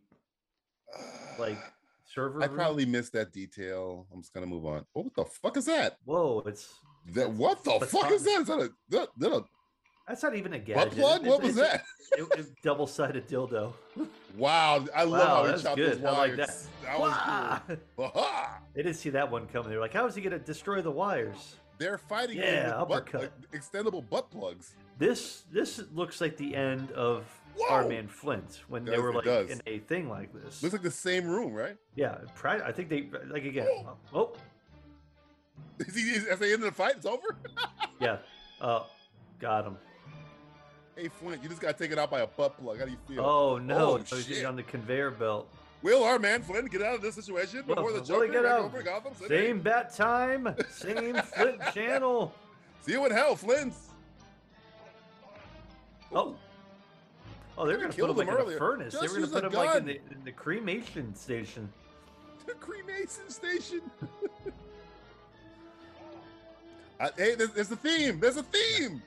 like server? I room? probably missed that detail. I'm just gonna move on. Oh, what the fuck is that? Whoa! It's That what the But fuck Tom- is that? Is that a, is that, is that a That's not even a gadget. butt plug? It's- What was it's a- that? it, it double-sided dildo. Wow, I love Wow, how he that's chopped good. those I like wires. that. that was Wah! cool. Aha! They didn't see that one coming. They were like, "How is he gonna destroy the wires?" They're fighting him Yeah, with butt- uppercut. like, extendable butt plugs. This this looks like the end of Our Whoa! Man Flint when they Does- were it like does. in a thing like this. Looks like the same room, right? yeah, pri- I think they like again. Whoa! Oh, Is he, is, at the end of the fight, it's over. yeah. Uh, got him. hey Flint, you just got taken out by a butt plug. How do you feel? Oh no! Oh, no, he's shit. on the conveyor belt. Will our man Flint get out of this situation Well, before the well, Joker they get back out. over to Gotham City? Same bat time, same Flint channel. See you in hell, Flint. Oh. Oh, they Could've were gonna put killed him like him in a earlier. furnace. Just they were use gonna put a him like in gun. the, in the cremation station. The cremation station. I, hey, there's, there's a theme. There's a theme.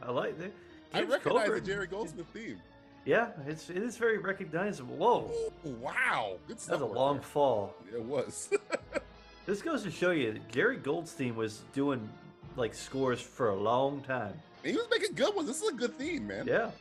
I like that. I James recognize the Coburn. Jerry Goldsmith theme. Yeah, it's it is very recognizable. Whoa, Ooh, wow, good that stuff. was a right long there. fall. Yeah, it was. This goes to show you, that Gary Goldstein was doing like scores for a long time. And he was making good ones. This is a good theme, man. Yeah,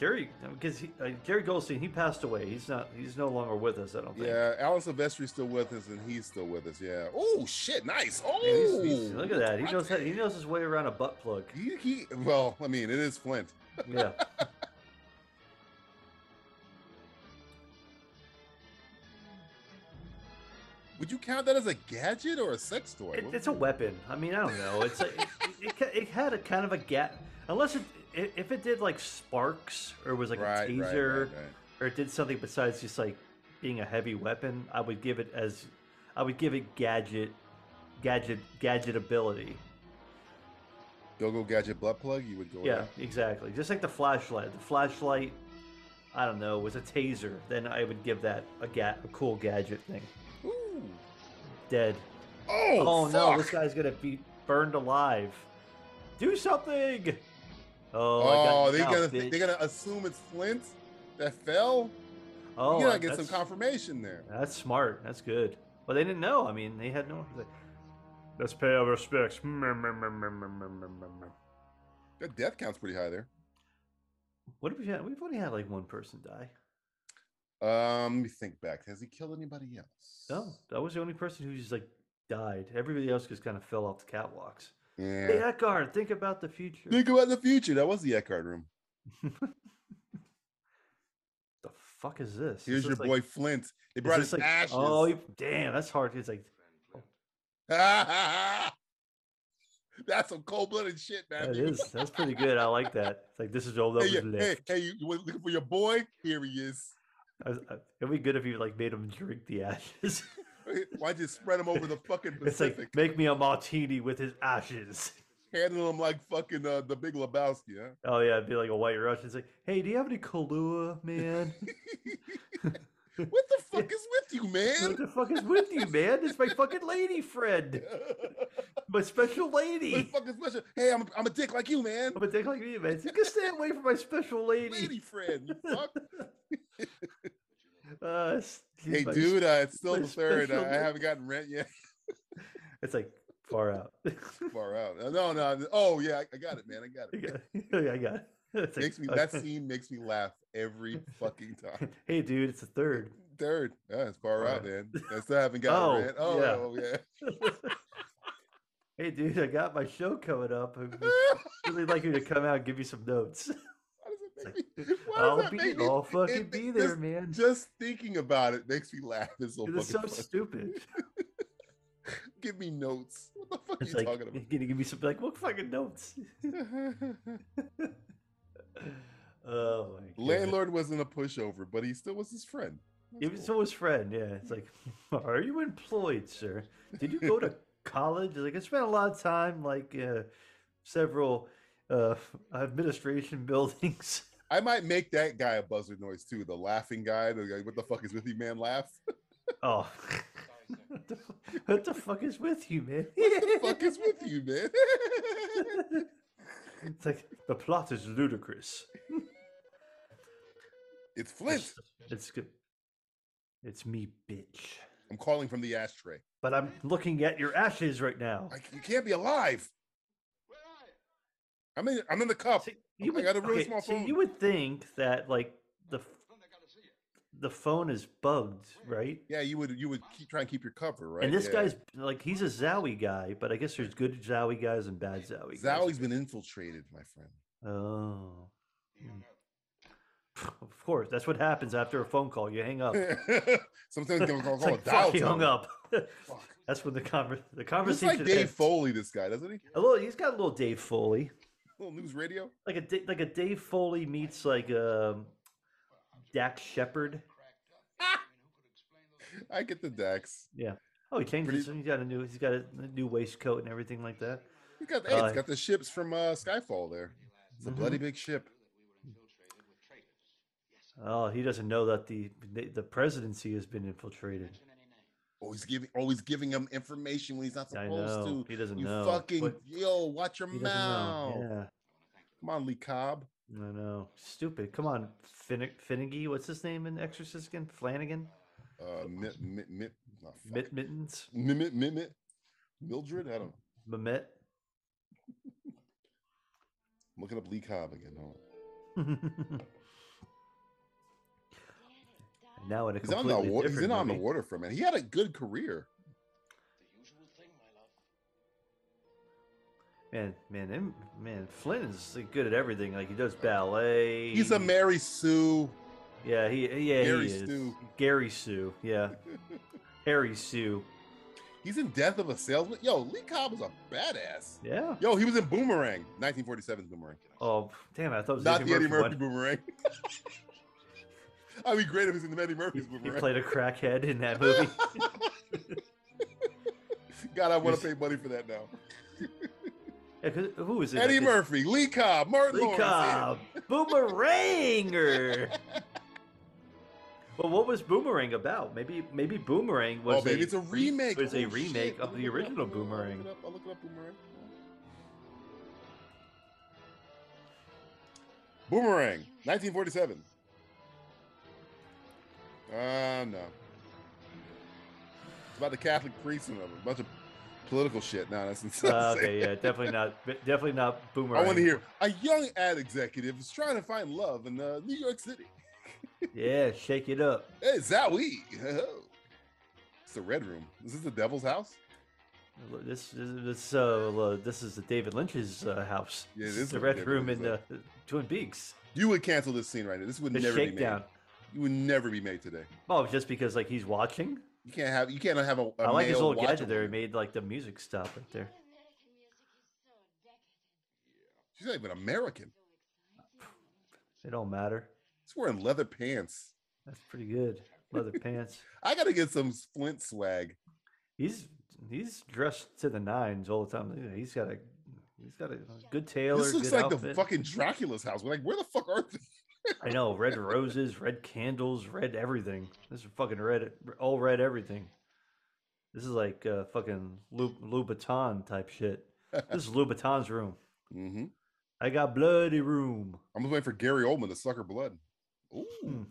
Gary, because uh, Gary Goldstein he passed away. He's not. He's no longer with us. I don't think. Yeah, Alan Silvestri's still with us, and he's still with us. Yeah. Oh shit, nice. Oh, Man, he's- he's- look at that. He knows. how- He knows his way around a butt plug. He, he, well, I mean, it is Flint. Yeah. Would you count that as a gadget or a sex toy? It, What- it's a weapon. I mean, I don't know. It's a, it, it, ca- it had a kind of a gap. Unless it, i if it did like sparks or was like right, a right, right, taser right. or it did something besides just like being a heavy weapon, I would give it as, I would give it gadget, gadget, gadget ability. Go go gadget butt plug. You would go. with Yeah, that? exactly. Just like the flashlight. The flashlight, I don't know, was a taser. Then I would give that a ga- a cool gadget thing. Ooh. Dead. Oh. Oh, no, this fuck. guy's gonna be burned alive. Do something! Oh, I got Oh, they knocked, gotta they bitch. gotta assume it's Flint that fell. Oh, you gotta I- get some that's- confirmation there. That's smart. That's good. But they didn't know. I mean, they had no. One. Like, Let's pay our respects. Mm, mm, mm, mm, mm, mm, mm, mm, mm. That death count's pretty high there. What have we had? We've only had like one person die. Um, let me think back. Has he killed anybody else? No, that was the only person who just like died. Everybody else just kind of fell off the catwalks. Hey, Yeah. Eckhart, think about the future. Think about the future. That was the Eckhart room. the fuck is this? Is Here's your this, like- boy Flint. They is brought this, his like- ashes. Oh, he- damn, that's hard. It's like That's some cold blooded shit, man. that is that's pretty good. I like that. It's like this is all that Hey, was yeah, hey, left. hey, you you was looking for your boy? Here he is. I was- I- It'd be good if you like made him drink the ashes. Why just spread him over the fucking it's Pacific? like make me a martini with his ashes. handling him like fucking uh, the Big Lebowski, huh? Oh yeah, it'd be like a white Russian. It's like, hey, do you have any Kahlua, man? What the fuck is with you, what man? the fuck is with you, man? It's my fucking lady friend, my special What the lady. fuck is with you? Hey, I'm, I'm a dick like you, man. I'm gonna take like me, man. It's like, Just stay away from my special lady. Lady friend, you fuck. Uh, s- she's Hey, my s- dude, uh, it's still my the third. special I, I lady. haven't gotten rent yet. It's like far out. Far out. Uh, No, no. Oh, yeah, I, I got it, man. I got I it. got it. I got it. It's like, Makes me uh, that scene makes me laugh every fucking time. hey, dude, it's the third. Third, yeah, it's far out, Alright. man. I still haven't gotten Oh, rent. Oh, yeah. oh, yeah. Hey, dude, I got my show coming up. I would Why really like you to come out and give me some notes. does it make me? Why does I'll that be, make me? I'll it- fucking it- be it- there, just- man. Just thinking about it makes me laugh. It's so Dude, fucking it's so funny. stupid. Give me notes. What the fuck are It's you like talking you're gonna give me some like what fucking notes? about? oh my god. Landlord wasn't a pushover, but he still was his friend. That's If it's cool. someone's friend, yeah. It's like, are you employed, sir? Did you go to college? It's Like, I spent a lot of time, like, uh, several uh, administration buildings. I might make that guy a buzzer noise too. The laughing guy. The guy, what the fuck is with you, man? Laugh. Oh, what, the, fu- what the fuck is with you, man? fuck is with you, man? It's like the plot is ludicrous. it's Flint. It's good. It's me, bitch. I'm calling from the ashtray. But I'm looking at your ashes right now. I, you can't be alive. I'm in. I'm in the cup. See, I'm you like, I got a really okay, small see, phone. you would think that like the f- the phone is bugged, right? yeah, you would. You would keep, try and keep your cover, right? and this yeah. guy's like he's a Zowie guy, but I guess there's good Zowie guys and bad Zowie. Zowie's been infiltrated, my friend. Guys. Oh. Hmm. Of course, that's what happens after a phone call. You hang up. It's Sometimes they'll call, call like, a dial fuck, he hung tone. up. that's when the conver- the He's conversation. like Dave ends. Foley, this guy, doesn't he? A little, he's got a little Dave Foley, Little news radio. like a Da- like a Dave Foley meets like um, Dax Shepard. I get the Dax. Yeah. Oh, he changed Pretty- his. He's got a new. He's got a new waistcoat and everything like that. He got, hey, Uh, it's got the ships from uh, Skyfall there. It's a Mm-hmm. bloody big ship. Oh, he doesn't know that the the the presidency has been infiltrated. Always giving, always giving him information when he's not I supposed know. to. He doesn't you know. fucking What- yo, watch your He doesn't mouth. know. Come on, Lee Cobb. Yeah. I know. Stupid. Come on, Fin- Finnegy. What's his name in Exorcist again? Flanagan. Uh, mit, mit, mit, oh, fuck. Mitt Mittens. Mimit, Mimit, Mildred. I don't know. Mamet. I'm looking up Lee Cobb again. Hold on. now in a He's on completely the water. different He's in on the movie. water for a minute. He had a good career. Man, man, him, man. Flynn is like, good at everything. Like he does ballet. He's a Mary Sue. Yeah, he yeah Gary he is. Stu. Gary Sue, yeah. Harry Sue, He's in Death of a Salesman. Yo, Lee Cobb is a badass. yeah. Yo, he was in Boomerang, 1947's Boomerang. Oh damn, I thought it was Not the Eddie Murphy Murphy Boomerang. I'd be great if he's in the Eddie Murphy's one. He, he Boomerang. played a crackhead in that movie. God, I want to pay money for that now. Yeah, 'cause- who was it? I Eddie think- Murphy, Lee Cobb, Martin Lee Lawrence. yeah. Cobb, Boomeranger. well, what was Boomerang about? Maybe maybe Boomerang was oh, baby, a, it's a re- remake. Was a Oh, remake shit. of I'll the look it up. original I'll look it up. Boomerang. I'll look it up, Boomerang. Boomerang, 1947. Ah, no. It's about the Catholic priest and a bunch of political shit. No, that's insane. Uh, okay, yeah, definitely not, definitely not boomer. I want to hear a young ad executive is trying to find love in uh, New York City. Yeah, shake it up. Hey, Zowie. It's the Red Room. Is this the Devil's House? This this uh, uh, this is the David Lynch's uh, house. Yeah, it This is the what Red David Room Lynch in uh, Twin Peaks. You would cancel this scene right now. This would The never shakedown. be made. You would never be made today. Oh, just because like he's watching. You can't have. You can't have a. a I like his male little watch gadget there. He along. made like the music stop right there. She's not even American. It don't matter. She's wearing leather pants. That's pretty good. Leather pants. I gotta get some Flint swag. He's he's dressed to the nines all the time. Yeah, He's got a he's got a good tailor. This looks good like the outfit. fucking Dracula's house. We're like, where the fuck are they? I know. Red roses, red candles, red everything. This is fucking red, all red everything. This is like uh, fucking Lou, Louboutin type shit. This is Louboutin's room. Mm-hmm. I got bloody room. I'm just waiting for Gary Oldman to suck her blood. Ooh.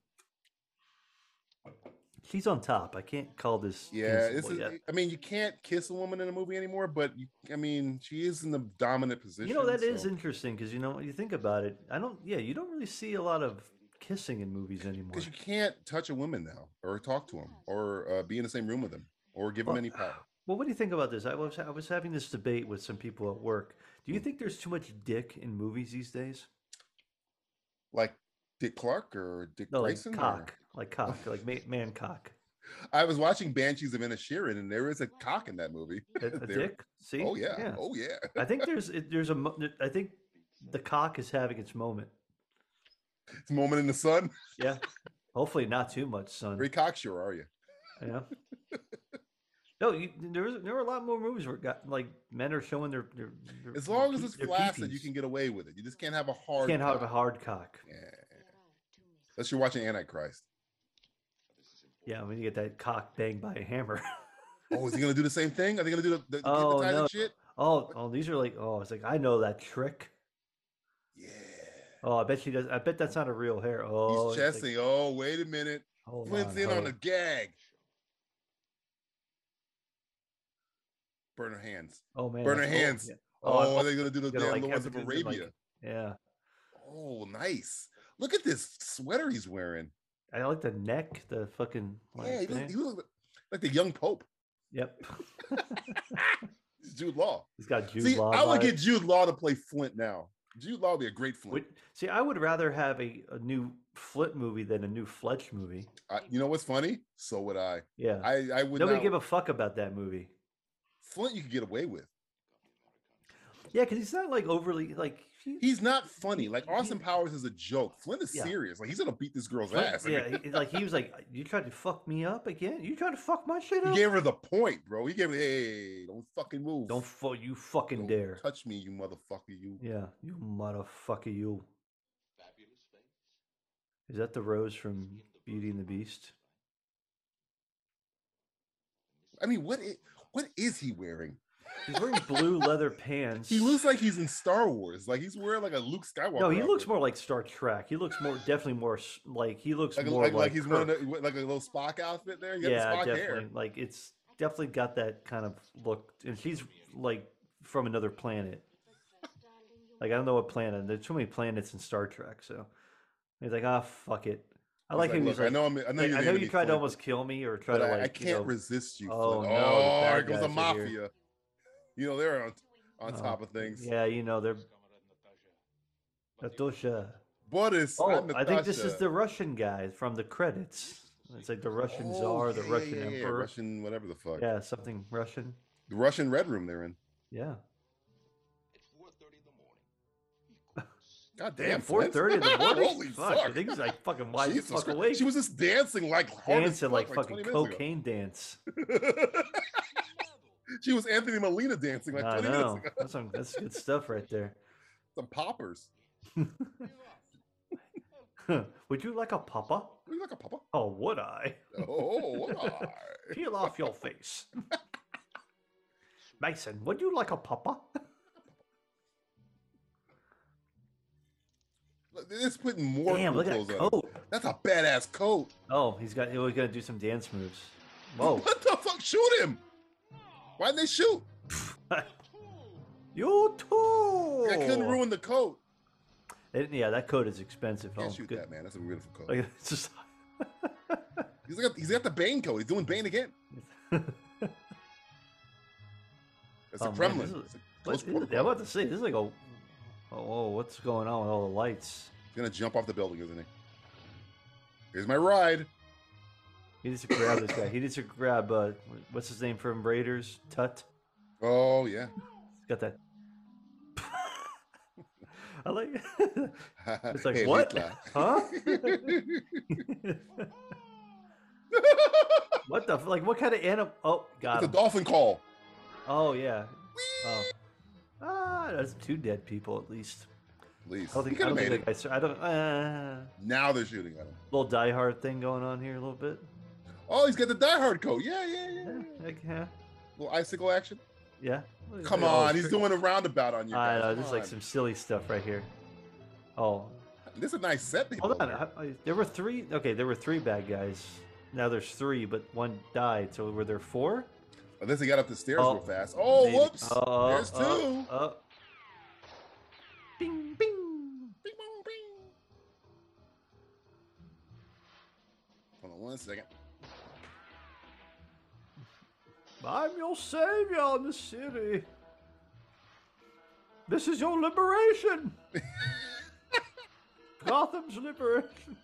She's on top. I can't call this. Yeah, cancelable this is, yet. I mean, you can't kiss a woman in a movie anymore, but you, I mean, she is in the dominant position. You know that is so- interesting because you know when you think about it, I don't. Yeah, you don't really see a lot of kissing in movies anymore. because you can't touch a woman now, or talk to them, or uh, be in the same room with them, or give them Well, any power. Well, what do you think about this? I was I was having this debate with some people at work. Do Hmm. you think there's too much dick in movies these days? Like Dick Clark or Dick No, like Grayson. or- cock, like cock, like ma- man cock. I was watching Banshees of Inisherin, and there is a cock in that movie. A, a There- dick. See? Oh yeah. Oh yeah. I think there's it- there's a mo- th- I think the cock is having its moment. It's moment in the sun. Yeah. Hopefully not too much, son. Very cocksure, are you? Yeah. No, you, there was there were a lot more movies where got like men are showing their, their, their As their long as pee- it's their flaccid, you peepees. can get away with it. You just can't have a hard. can't have a cock. hard cock. Yeah. Unless you're watching Antichrist. Yeah, when you get that cock banged by a hammer. Oh, is he gonna do the same thing? Are they gonna do the, the, the Oh, hypnotizing no. shit? oh, oh, these are like oh, it's like I know that trick. Yeah. Oh, I bet she does. I bet that's not a real hair. Oh, He's it's like, chessing. oh, wait a minute. hold Flint's in on hold the gag. Burn her hands. Oh man, burn her that's- oh, hands. yeah. Oh, I are thought they gonna do the you were gonna, damn like, Lawrence have of it just in, like- Arabia? yeah, Oh, nice. Look at this sweater he's wearing. I like the neck, the fucking. yeah, Like, he thing. looks, he looks like, like the young pope. Yep, It's Jude Law. he's got Jude See, Law. I would vibes. get Jude Law to play Flint now. Jude Law would be a great Flint. Would, see, I would rather have a, a new Flint movie than a new Fletch movie. I, you know what's funny? So would I. Yeah, I, I would nobody not. give a fuck about that movie. Flint you could get away with. Yeah, because he's not like overly like. he- He's not funny. Like He- Austin Powers is a joke. Flint is Yeah. serious. Like he's gonna beat this girl's Flint- ass. I mean, yeah, he- like he was like, "You tried to fuck me up again. You tried to fuck my shit he up. gave her the point, bro. He gave her, hey, don't fucking move. Don't fu- you fucking Don't dare." touch me, you motherfucker. You. Yeah, you motherfucker, you. Is that the rose from Beauty and the Beast? I mean, what? Is, what is he wearing? He's wearing blue leather pants. He looks like he's in Star Wars. Like he's wearing like a Luke Skywalker. No, he looks outfit. more like Star Trek. He looks more, definitely more s- like he looks like, a- more like, like he's Kirk. wearing a, like a little Spock outfit there. He got the yeah, Spock definitely. hair. Like it's definitely got that kind of look, and she's like from another planet. Like I don't know what planet. There's too many planets in Star Trek, so he's like, ah, fuck it. I He's like, him. look, he's like, I know. I'm, I know, you're like, I the know enemy, you tried to Flint, almost kill me or try but to I, like. I you can't know, resist you. Flint. Oh, Oh, no, the bad there goes the guys are here. mafia. You know they're on on Oh, top of things. Yeah, you know they're. Natasha. Boris, Oh, I'm I think this is Natasha. the Russian guy from the credits. It's like the Russian Oh, czar, the yeah, yeah, Russian yeah, yeah, emperor. Russian whatever the fuck. Yeah, something Russian. The Russian Red Room they're in. Yeah. God Damn, damn, four Flint. thirty in the morning. Holy fuck, fuck. The thing's like fucking wide the Jesus fuck Christ. awake. She was just dancing like hard as dancing fuck, like, fucking 20 minutes ago. cocaine dance. she was Anthony Molina dancing like I 20 minutes know. ago. That's some that's good stuff right there. Some poppers. Would you like a papa? Are you like a papa? Oh, would I? Oh, what are- Peel off your face. Mason, would you like a papa? Look, It's putting more Damn, look at clothes that on. coat. That's a badass coat. Oh, he's got. He's gonna do some dance moves. Whoa! What the fuck? Shoot him. Why'd they shoot? You too. I couldn't ruin the coat. They didn't- yeah, that coat is expensive. Can't Oh, shoot good- that, man. That's a beautiful coat. Like, it's just He's got, he's got the Bane coat. He's doing Bane again. It's a oh, man, Kremlin. this It's is- a what close is- quarter. I'm about to say this is like a. Oh, whoa, what's going on with all the lights? He's gonna jump off the building, isn't he? Here's my ride. He needs to grab this guy. He needs to grab uh, what's his name from Raiders? Tut. Oh yeah. He's got that. I like. it's like Hey, what? Mitla. Huh? what the f- like? What kind of animal? Oh, got It's a him. dolphin call. Oh yeah. Oh. Ah, that's two dead people at least. At least I don't He think, could I have don't made think it. that guy. sur- I don't. Uh, Now they're shooting at him. little Die Hard thing going on here a little bit. Oh, he's got the Die Hard coat. Yeah, yeah, yeah. Yeah. like, yeah. Little icicle action. yeah. Come Oh, on, it's he's cr- doing a roundabout on you. I Guys. know. Come This is like on. some silly stuff right here. Oh, This is a nice set. They hold built on. here. I- I- there were three. Okay, there were three bad guys. Now there's three, but one died. So were there four? Unless he got up the stairs Oh, real fast. Oh, Maybe- whoops! Oh, oh, There's two. oh, oh. Bing, bing. Bing, bong, bing. Hold on one second. I'm your savior in the city. This is your liberation. Gotham's liberation.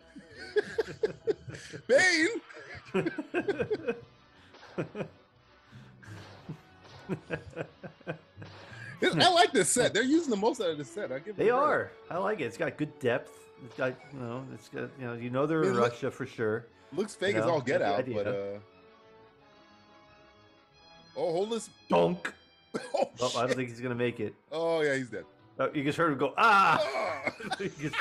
Bane. This- I like this set. They're using the most out of this set. I give. them They credit. are. I like it. It's got good depth. It's got you know. It's got you know. You know they're It in look- Russia for sure. Looks fake as know, all get that's the out, idea. but uh. Oh, hold this. Donk. Oh, Oh, I shit. don't think he's gonna make it. oh yeah, he's dead. Oh, you just heard him go ah. Ah! You just-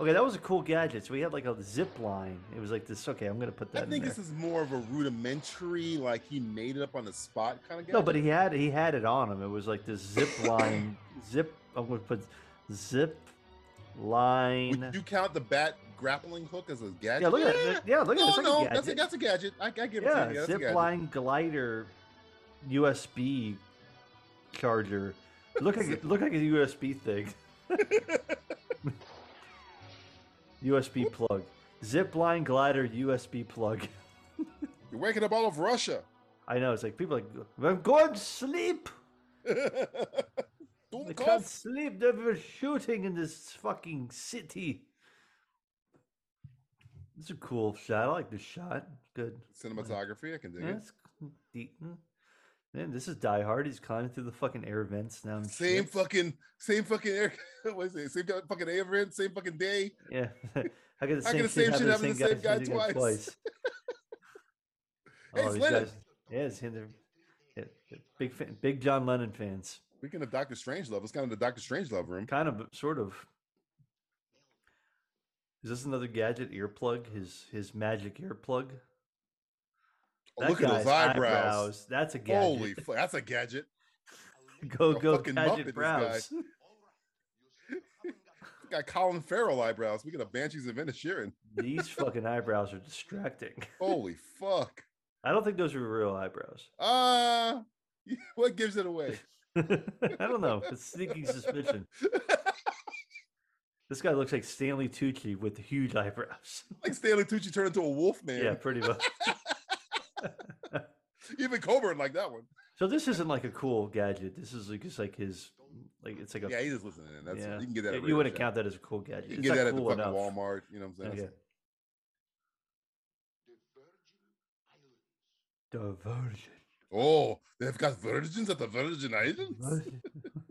okay, that was a cool gadget. So we had like a zip line. It was like this. Okay, I'm gonna put I that. think in there. this is more of a rudimentary, like he made it up on the spot kind of guy. No, but he had he had it on him. It was like this zip line, zip. I'm gonna put zip line. Would you count the bat grappling hook as a gadget? yeah, look at that. Yeah, look at no, this. no, like a that's a gadget. that's a gadget. I, I give it to yeah, you. That's a zip gadget. line glider, USB charger. Look like it look like a USB thing. USB plug, zip line glider, USB plug. You're waking up all of Russia. I know it's like people are like I'm going to sleep. I Don't can't cough. sleep. They were shooting in this fucking city. It's a cool shot. I like this shot. Good. Cinematography, I can dig it. Yes. Deaton. Man, this is Die Hard. He's climbing through the fucking air vents now. and Same shit. fucking, same fucking air. What is it? Same kind of fucking air event, same fucking day. Yeah. How could the How same, shit happen to the same guy, guy same twice? guy twice? Oh, Hey, it's these Lennon. guys- Yeah, it's him. They're- yeah, yeah, Big fan, big John Lennon fans. Speaking of Doctor Strangelove, it's kind of the Doctor Strangelove room. Kind of, sort of. Is this another gadget earplug? His his magic earplug. Oh, look at those guy's eyebrows. That's a gadget. Holy, fu- that's a gadget. go a go fucking Muppet, this guy. gadget brows. Got Colin Farrell eyebrows. Speaking of Banshees of Inisherin. These fucking eyebrows are distracting. Holy fuck. I don't think those are real eyebrows. Uh what gives it away? I don't know. It's sneaking suspicion. This guy looks like Stanley Tucci with huge eyebrows. like Stanley Tucci turned into a wolf man. yeah, pretty much. Even Coburn like that one. So this isn't like a cool gadget. This is like just like his, like it's like a Yeah, he's just listening in. That's yeah. you can get that. Yeah, at you Radio wouldn't Shack. count that as a cool gadget. You can It's get not that at cool the fucking enough. Walmart. You know what I'm saying? Okay. The Virgin. Oh, they've got virgins at the Virgin Islands. Virgin.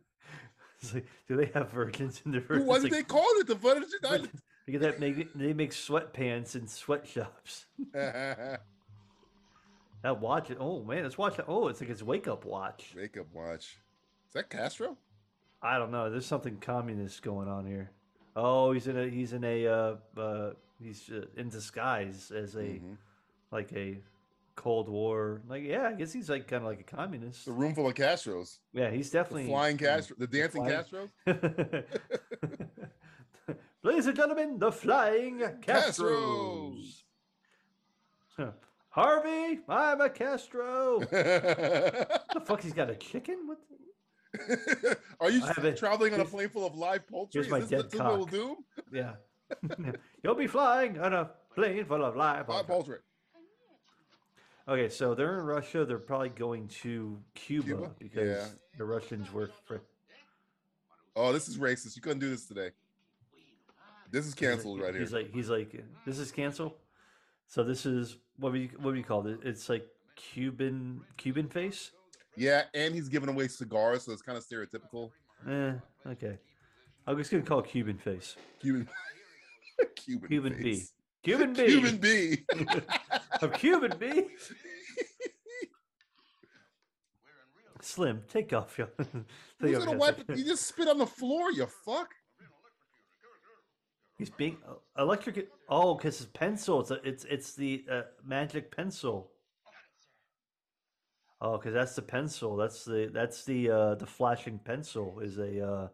it's like, do they have virgins in the Who- Virgin? Why did they call it the Virgin Islands? Because that make, they make sweatpants in sweatshops. That watch it. Oh man, it's watch. Oh, it's like his wake up watch. Makeup watch. Is that Castro? I don't know. There's something communist going on here. Oh, he's in a he's in a uh, uh he's uh, in disguise as a Mhm. like a Cold War. Like yeah, I guess he's like kind of like a communist. The room full of Castros. Yeah, he's The definitely flying yeah. Castro. The dancing flying- Castros. Ladies and gentlemen, the flying Castros. Castros. Huh. Harvey, I'm a Castro. the fuck, he's got a chicken? What? the- Are you I have a- traveling on a here's- plane full of live poultry? here's my Is this dead the Tuba will cock. do? Yeah. You'll be flying on a plane full of live. Live poultry. Okay, so they're in Russia. They're probably going to Cuba, Cuba? because Yeah. the Russians work for. Oh, this is racist. You couldn't do this today. This is canceled right here. He's like, he's like, this is cancel. So this is what do you what do you call it? It's like Cuban Cuban face. Yeah, and he's giving away cigars, so it's kind of stereotypical. Eh, okay. I'm just gonna call it Cuban face. Cuban, Cuban, Cuban B. face. Cuban B. Cuban B. of Cuban B. Slim, take off your. take Who's off gonna your- wipe? You just spit on the floor. You fuck. He's being uh, electric. Oh, because his pencil. It's a, it's it's the uh, magic pencil. Oh, because that's the pencil. That's the that's the uh, the flashing pencil is a uh,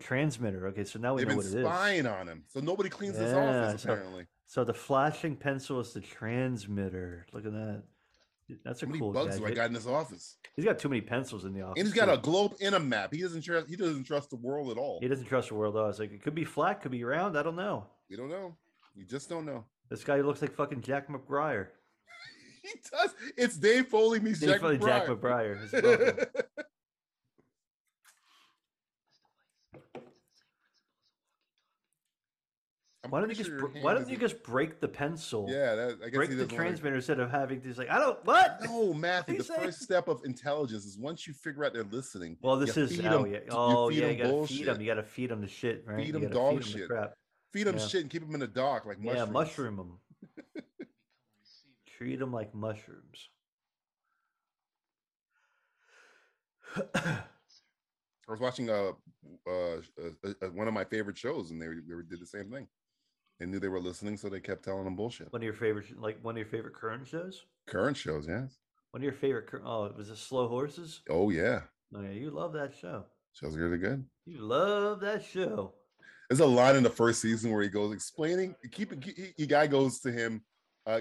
transmitter. Okay, so now we They've know been what it is. spying on him, so nobody cleans this Yeah, office so- apparently. So the flashing pencil is the transmitter. Look at that. That's a How Oh, many cool bugs do I gadget. got in this office? He's got too many pencils in the office. And he's got too. a globe and a map. He doesn't trust. He doesn't trust the world at all. He doesn't trust the world. though. I was like, it could be flat, could be round. I don't know. We don't know. We just don't know. This guy looks like fucking Jack McBriar. He does. It's Dave Foley meets Jack, Fucking Jack McBride. McBriar. is welcome. I'm Why don't you pretty just sure br- your hand why don't is you in- just break the pencil? Yeah, that, I guess break he the doesn't like- transmitter instead of having to just like I don't what. No, Matthew. you The say? first step of intelligence is once you figure out they're listening. Well, this you is feed oh 'em- yeah you oh feed yeah 'em you gotta feed bullshit. them you gotta feed them the shit right Feed you 'em gotta dog feed 'em the shit. crap Feed them yeah. shit and keep them in the dark like mushrooms. yeah mushroom them treat them like mushrooms. I was watching uh, uh, uh, uh, one of my favorite shows, and they were- they were- did the same thing. They knew they were listening, so they kept telling them bullshit. One of your favorite sh- like one of your favorite current shows. Current shows, yes. One of your favorite cur- oh it was it Slow Horses. Oh yeah, Oh yeah, you love that show. shows are really good. You love that show. There's a line in the first season where he goes explaining. Keep he, he guy goes to him, uh,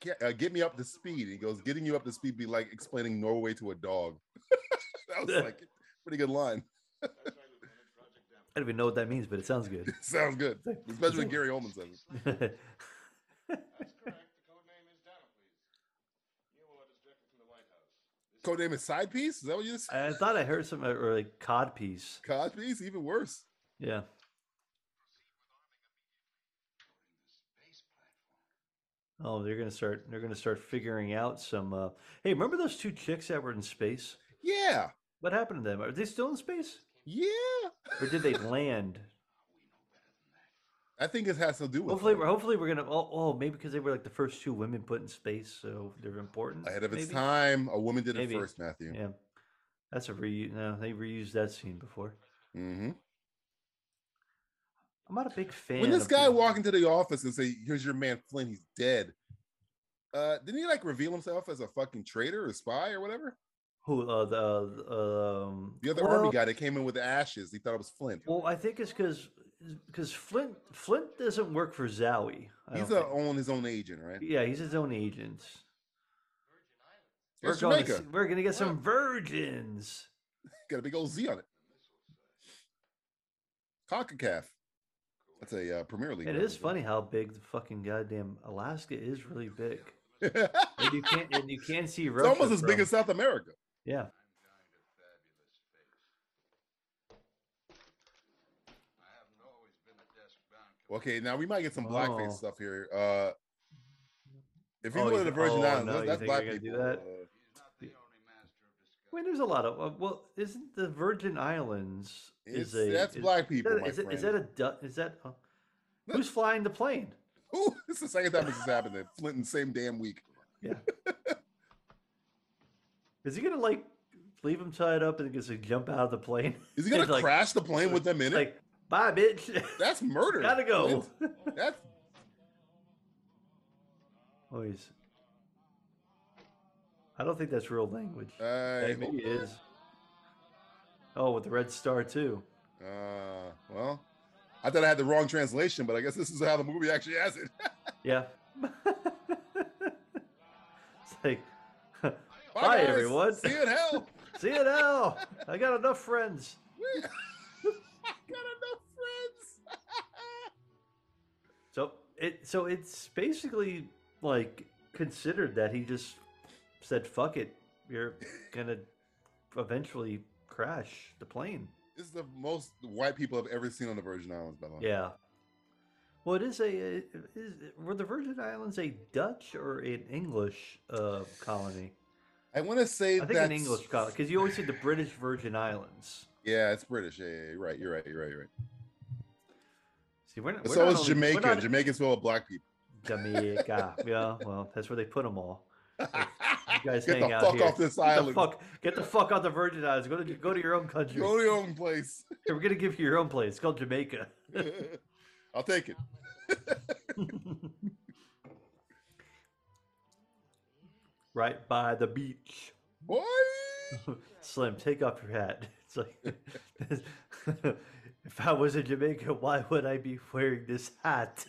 get, uh, get me up to speed. He goes, getting you up to speed be like explaining Norway to a dog. that was like pretty good line. I don't even know what that means, but it sounds good. Sounds good, especially when Gary Oldman says it. Codename is side piece. Is that what you just I thought I heard something or like cod piece. cod piece? Even worse. Yeah. Oh, they're gonna start. They're gonna start figuring out some. Uh, hey, remember those two chicks that were in space? Yeah, What happened to them? Are they still in space, yeah. or did they land? I think it has to do with Hopefully, that. we're hopefully we're gonna. Oh, oh maybe because they were like the first two women put in space, so they're important. ahead of its maybe? time. A woman did it Maybe. first, Matthew. Yeah, that's a reuse. No, they reused that scene before. hmm I'm not a big fan. When this of guy the- walked into the office and say, "Here's your man Flynn. He's dead." Uh, didn't he like reveal himself as a fucking traitor or spy or whatever? who uh, the uh, um, The other well- army guy that came in with the ashes, he thought it was Flint. Well, I think it's because because Flint Flint doesn't work for Zowie. I He's don't a, think. own his own agent, right? yeah, he's his own agent. It's we're Jamaica. going to, we're gonna get some virgins. Got a big old Z on it. Concacaf. That's a uh, Premier League. It reference, is right? funny how big the fucking goddamn Alaska is. Really big. And you can't and you can't see it's Russia. almost as big from- as South America. yeah. Okay, now we might get some Oh. blackface stuff here. Uh, if you go Oh, you to the th- Virgin oh, Islands, no, that- you that's think they're black gonna do people. that? uh, Wait, there's a lot of uh, well, isn't the Virgin Islands It's- is a that's is- black is people, that- my is, it- is that friend. a du- is that uh, No. who's flying the plane? Ooh, this is the second time this has happened at Flint in the same damn week. Yeah. Is he gonna like leave him tied up and just like, jump out of the plane? Is he gonna It's like- crash the plane with them in it? Like, bye, bitch. that's murder. Gotta go. Flint. That's oh, he's. I don't think that's real language. I Hey, maybe it is. Oh, with the red star too. hope- uh, well, I thought I had the wrong translation, but I guess this is how the movie actually has it. Yeah. like, bye, bye guys. everyone. See you in hell. See you now. I got enough friends. I got enough friends. So it so it's basically like considered that he just said fuck it, you're gonna eventually crash the plane. This is the most white people I've ever seen on the Virgin Islands, by the way. Yeah. Well, it is a it is were the Virgin Islands a Dutch or an English uh, colony? I want to say I think that's an English colony because you always see the British Virgin Islands. Yeah, it's British. Yeah, yeah, you're right. You're right. You're right. You're right. See, we're, not- It's we're not always only- we're Jamaican. not- Jamaicans full of black people. Jamaica. yeah, well, that's where they put them all. Like, you guys Get hang the out fuck here. off this Get the island. fuck- get the fuck out the Virgin Islands. Go to go to your own country. Go to your own place. Hey, We're gonna give you your own place. It's called Jamaica. I'll take it. right by the beach. Boy. Slim, take off your hat. It's like if I was in Jamaica, why would I be wearing this hat?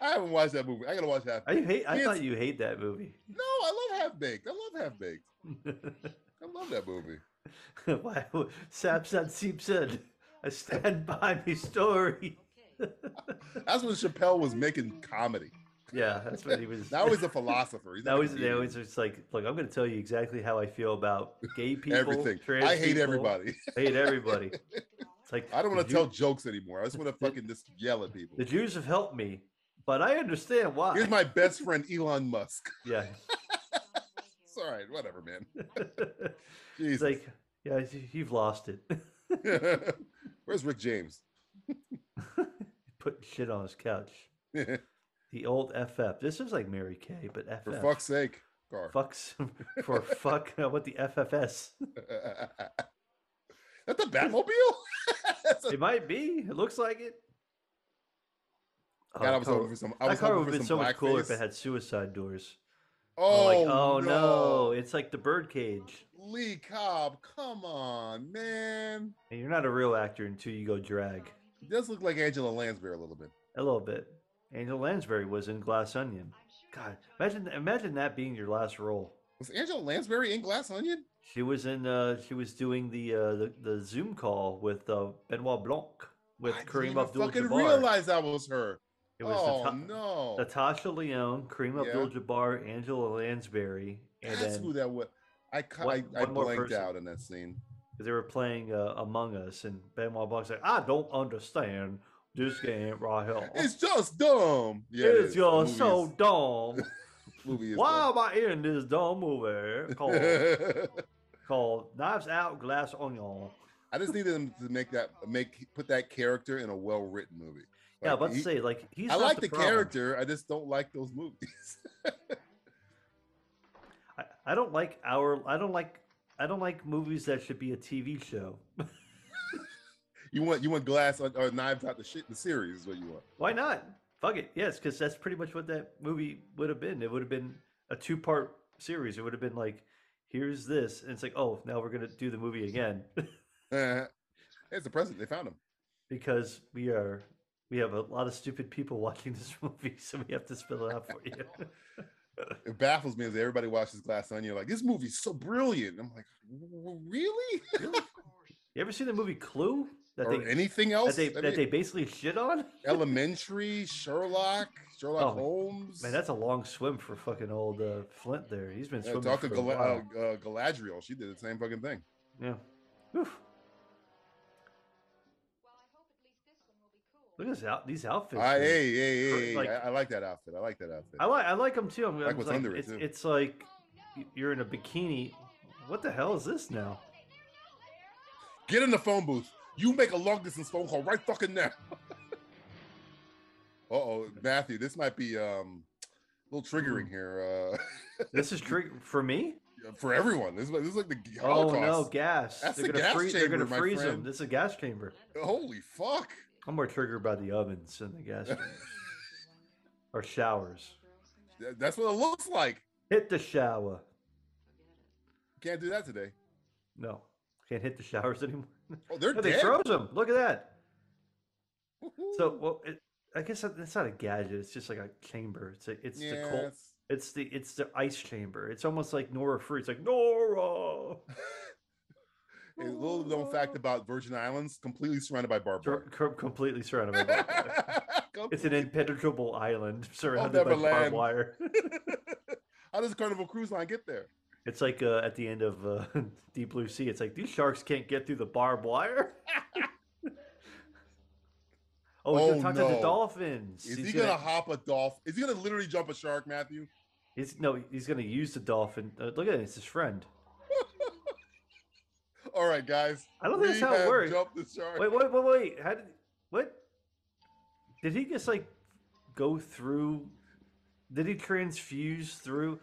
I haven't watched that movie. I gotta watch Half. I Baked. hate I Yes. thought you hate that movie. No, I love Half Baked. I love Half Baked. I love that movie. why would- Sapsan Seep said, I stand by me story. That's when Chappelle was making comedy. Yeah, that's what he was Now he's a philosopher. He's That not was a they comedian. always just like, look, I'm going to tell you exactly how I feel about gay people. Everything. trans I hate people. everybody. I hate everybody. It's like I don't want "The to Jew- tell jokes anymore. I just want to fucking just yell at people. the Jews have helped me, but I understand why. Here's my best friend Elon Musk. yeah, It's all right, whatever, man. it's Jesus. like yeah, you- you've lost it. Where's Rick James? Putting shit on his couch. For The old FF. This is like Mary Kay, but FF. fuck's sake, Gar. fucks for fuck. I want the FFS. That's a Oh, Batmobile? That's a- It might be. It looks like it. Oh, God, I was car- hoping for some. I that was car hoping would for have been some so much cooler if blackface. it had suicide doors. Oh, Oh, like, oh no. no. it's like the birdcage. Lee Cobb, come on, man. And you're not a real actor until you go drag. It does look like Angela Lansbury a little bit. A little bit. Angela Lansbury was in Glass Onion. God, imagine imagine that being your last role. Was Angela Lansbury in Glass Onion? She was in. Uh, she was doing the, uh, the the Zoom call with uh, Benoit Blanc with I didn't Kareem even fucking Abdul-Jabbar. realize that was her. It was oh Nata- no, Natasha Leone, Kareem Yeah. Abdul-Jabbar, Angela Lansbury, and that's then who that was. I ca- One- I, I one more blanked person. out in that scene. they were playing uh, Among Us, and Benoit Blanc's like, "I don't understand this game right here." It's just dumb. Yeah, it it's is. you're The so dumb. movie is- Why am I in this dumb movie movie called, is dumb. called Knives Out, Glass Onion? I just needed them to make that make put that character in a well written movie. Yeah, Like, about to he- say like he's. I not like the, problem. character. I just don't like those movies. I, I don't like our. I don't like. I don't like movies that should be a TV show. you want you want glass or, or knives out the shit. The series is what you want. Why not? Fuck it. Yes, because that's pretty much what that movie would have been. It would have been a two part series. It would have been like, here's this, and it's like, oh, now we're gonna do the movie again Uh, it's the president. They found him. because we are. We have a lot of stupid people watching this movie, so we have to spell it out for you. It baffles me as everybody watches Glass Onion. Like this movie's so brilliant. I'm like, "W- really? You ever seen the movie Clue? That or they anything that else? they I that they mean, basically shit on? Elementary, Sherlock, Sherlock Oh, man. Holmes. Man, that's a long swim for fucking old uh, Flint. There, he's been Yeah, swimming talk for to a Gal- uh, while. uh, Galadriel. She did the same fucking thing. Yeah. Oof. Look at this out, these outfits. I, man. hey, hey, Cr- hey, hey, like- I, I like that outfit. I like that outfit. I like I like them too. I'm, Like I'm what's like, under it, it's, too. it's like y- you're in a bikini. What the hell is this now? Get in the phone booth. You make a long distance phone call right fucking now. uh oh, Matthew, this might be um a little Hmm. triggering here uh This is trigger for me. for everyone. This is, like- this is like the Oh Holocaust. no, gas! That's they're the gonna gas freeze. they're chamber, gonna my freeze them. friend. This is a gas chamber. Holy fuck! I'm more triggered by the ovens than the gas chamber or showers. Th- That's what it looks like. Hit the shower. Can't do that today. No, can't hit the showers anymore. Oh, they're No, they dead. froze them. Look at that. Woo-hoo. So well, it, I guess that- that's not a gadget. It's just like a chamber. It's a, it's yeah, the cold. it's- It's the it's the ice chamber. It's almost like Nora Free. It's like Nora. A little known fact about Virgin Islands, completely surrounded by Sur- barbed com- completely surrounded by barbed wire. wire. It's an impenetrable island surrounded never by barbed land. wire. How does Carnival Cruise Line get there? It's like uh, at the end of uh, Deep Blue Sea. It's like these sharks can't get through the barbed wire. oh, he's Oh, gonna talk to no. the dolphins. Is He's he gonna, hop a dolphin? Is he gonna literally jump a shark, Matthew? he's- no, he's gonna use the dolphin. Uh, look at it. It's his friend. All right, guys. I don't think we that's how it have works. Jumped the shark. Wait, wait, wait, wait. How did what? Did he just like go through? Did he transfuse through?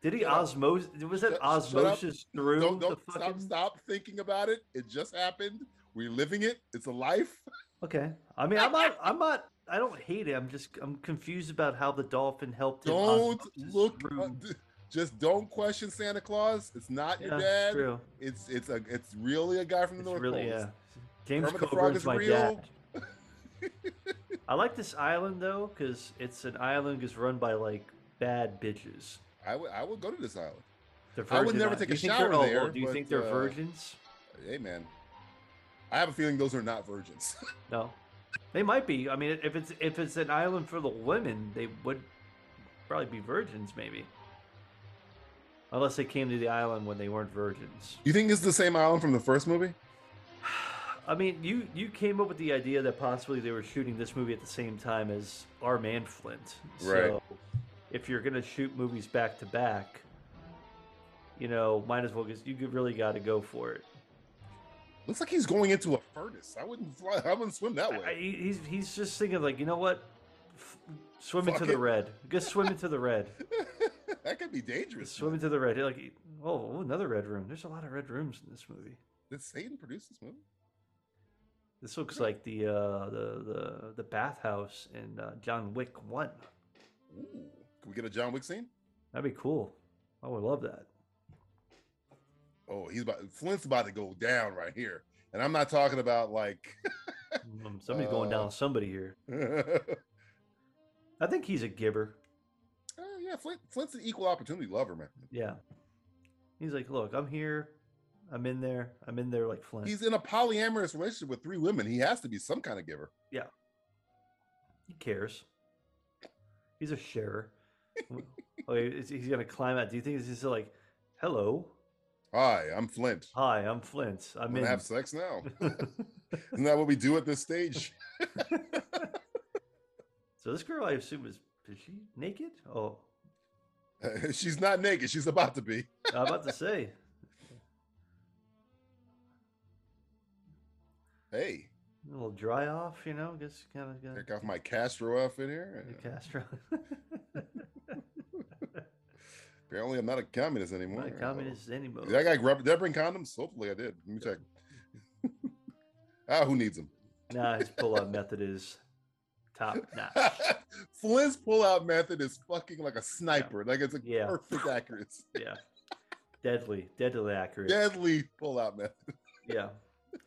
Did he Shut up. osmos? Was that Shut- shut up. osmosis through Don't, the don't stop, fucking? stop thinking about it. It just happened. We're living it. It's a life. Okay. I mean, I'm not. I'm not. I don't hate it. I'm just. I'm confused about how the dolphin helped him. Don't osmosis look. uh, through. Just don't question Santa Claus. It's not Yeah, your dad. true. It's it's a it's really a guy from the It's North Pole. really yeah. James Kermit the Frog Coburn's is my real. dad. I like this island though, because it's an island that's run by like bad bitches. I would I would go to this island. They're I would virgin never islands. take Do a you think they're- shower oh, there, well, Do you but, think they're uh, virgins? Hey man, I have a feeling those are not virgins. No, they might be. I mean, if it's if it's an island for the women, they would probably be virgins, maybe. Unless they came to the island when they weren't virgins. you think it's the same island from the first movie? I mean, you you came up with the idea that possibly they were shooting this movie at the same time as Our Man Flint. So if you're gonna shoot movies back to back, you know, might as well because you really got to go for it. Looks like he's going into a furnace. I wouldn't fly. I wouldn't swim that I, I- way. he's he's just thinking like, you know what? F- swim into Fuck the it. red. Just swim into the red. that could be Just dangerous. swim into the red. You're Like, oh, oh, another red room. There's a lot of red rooms in this movie. Did Satan produce this movie? This looks like the uh, the the the bathhouse in uh, John Wick One. Ooh, can we get a John Wick scene? That'd be cool. I would love that. Oh, he's about Flint's about to go down right here, and I'm not talking about like. Mm, Somebody's going down. Uh, with Somebody here. oh, I think he's a giver. yeah, Flint, Flint's an equal opportunity lover, man. Yeah. He's like, look, I'm here. I'm in there. I'm in there like Flint. He's in a polyamorous relationship with three women. He has to be some kind of giver. He cares. He's a sharer. oh, he's, he's gonna climb out. Do you think he's just like, "Hello, Hi, I'm Flint. hi, I'm Flint. I'm I'm in." gonna have sex now. Isn't that what we do at this stage? so this girl, I assume, is is she naked? Oh, She's not naked. She's about to be. I'm about to say. Hey, A little dry off, you know. Guess kind of got take off my Castro outfit here. the Castro. Apparently, I'm not a communist anymore. Not Oh. communist anymore. Did I, got, grub- did I bring condoms? Hopefully, I did. Let me check. ah, who needs them? Nah, his pull-out method is top notch. Flint's pullout method is fucking like a sniper. Like it's a Yeah. perfect accuracy. Yeah, deadly, deadly accurate. Deadly pullout method. Yeah,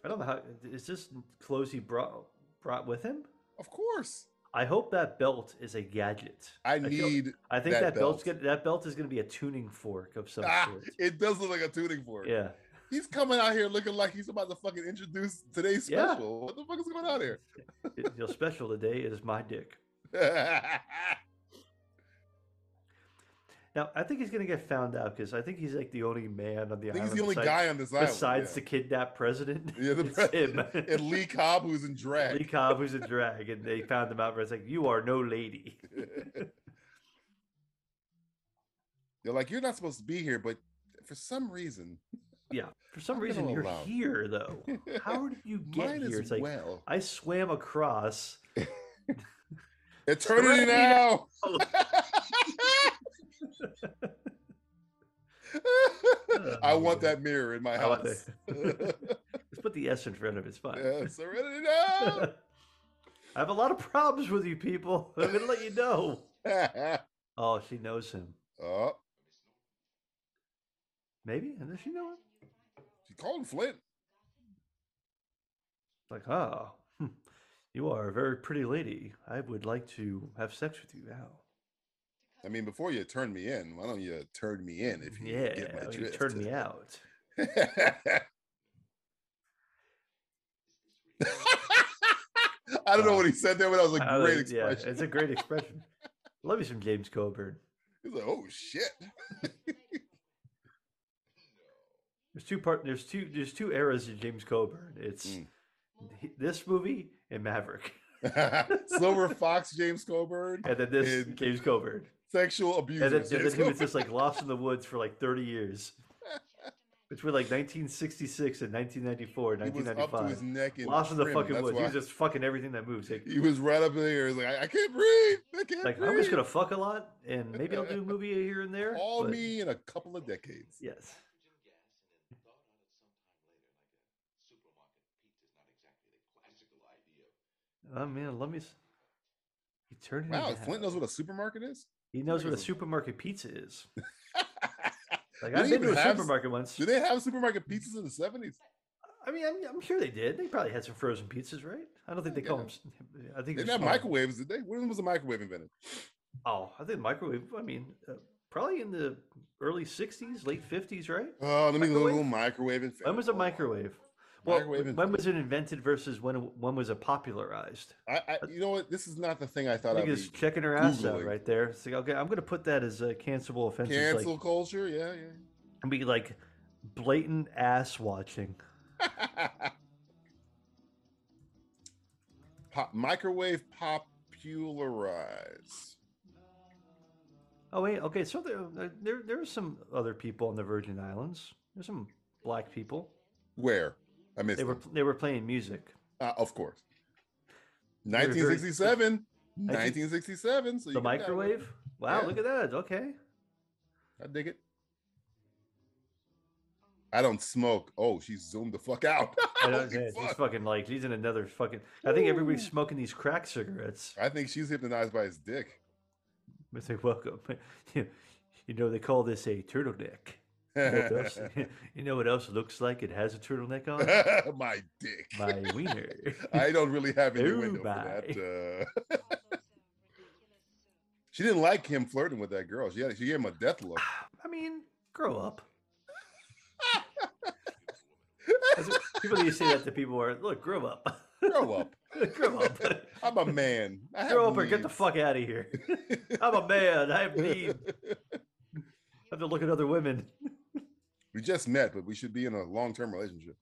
I don't know how. Is this clothes he brought brought with him? Of course. I hope that belt is a gadget. I feel- need. I think that that, belt's belt. gonna, that belt is going to be a tuning fork of some Ah, sort. it does look like a tuning fork. Yeah, He's coming out here looking like he's about to fucking introduce today's Yeah. special. What the fuck is going on here? It- your special today is my dick. Now I think he's going to get found out because I think he's like the only man on the I think island. he's the only besides, guy on this island. besides yeah. the kidnapped president. Yeah, the it's president. him. and Lee Cobb, who's in drag. Lee Cobb, who's a drag, and they found him out. Where it's like, you are no lady. They're like, you're not supposed to be here, but for some reason, Yeah, for some I'm reason gonna you're allow it. here though. How did you get mine here? as It's like uh, well. I swam across. Eternity Eternity now. I want that mirror in my Oh, I want house. Let's put the S in front of it. It's fine. Yeah, Serenity now. I have a lot of problems with you people. I'm gonna let you know. Oh, she knows him. oh, Maybe? And does she know him? she called him Flint. Like, oh, hmm, you are a very pretty lady. I would like to have sex with you now. I mean, before you turn me in, why don't you turn me in if you Yeah, get my you drift? turned me out. I don't know Uh, what he said there, but that was a I great was- yeah, expression. it's a great expression. Love you some James Coburn. He's like, "Oh shit!" There's two part. There's two. There's two eras of James Coburn. It's he- this movie and Maverick, Silver Fox, James Coburn, and then this And- James Coburn, sexual abuse. and then, and then he was just like lost in the woods for like 30 years between like 1966 and 1994, he was up to his 1995. neck in Lost in the trim, fucking that's woods. He why. was just fucking everything that moves. Like, He was right up in there. He was like, I, I can't breathe. I can't like breathe. I'm just gonna fuck a lot, and maybe I'll do a movie here and there. Call but- me in a couple of decades. Yes. Oh man, let me. s- He turned it Wow, into Flint half. knows what a supermarket is. He knows what a supermarket's a- supermarket pizza is. Like Do I've they been even to a have s- supermarket once. Do they have supermarket pizzas in the seventies? I mean, I'm, I'm sure they did. They probably had some frozen pizzas, right? I don't think they call Yeah. them. I They think they're didn't have small. microwaves, did they? When was the microwave invented? Oh, I think microwave. I mean, uh, probably in the early '60s, late '50s, right? Oh, let me go Microwave? Google microwave invented. When was a microwave? Well, Microwave when was it invented versus when it- when was it popularized? I, I, you know what? This is not the thing I thought I'd Niggas be. checking her ass out Googling. right there. It's like, okay, I'm gonna put that as a cancelable offense. It's Cancel culture, yeah, Like, be like blatant ass watching. yeah. Pop, microwave popularize. Oh wait, okay. So there, uh, there, there are some other people on the Virgin Islands. There's some black people. Where? I missed. They were it. they were playing music. Uh, of course. very- 1967. 1967. So you The can dial it. microwave. Wow, Yeah. look at that. Okay. I dig it. I don't smoke. Oh, she zoomed the fuck out. I don't, Holy yeah, she's fuck. fucking like she's in another fucking. I think everybody's smoking these crack cigarettes. I think she's hypnotized by his dick. It's like welcome. you you know they call this a turtleneck. You know, what else, you know what else looks like? It has a turtleneck on. My dick. My wiener. I don't really have any Oh window for my. that. Uh... she didn't like him flirting with that girl. She had, she gave him a death look. I mean, grow up. That's what- people used to say that to people where look, grow up. Grow up. grow up. I'm a man. I Grow have up or get the needs. fuck out of here. I'm a man. I have need. I have to look at other women. we just met, but we should be in a long term relationship.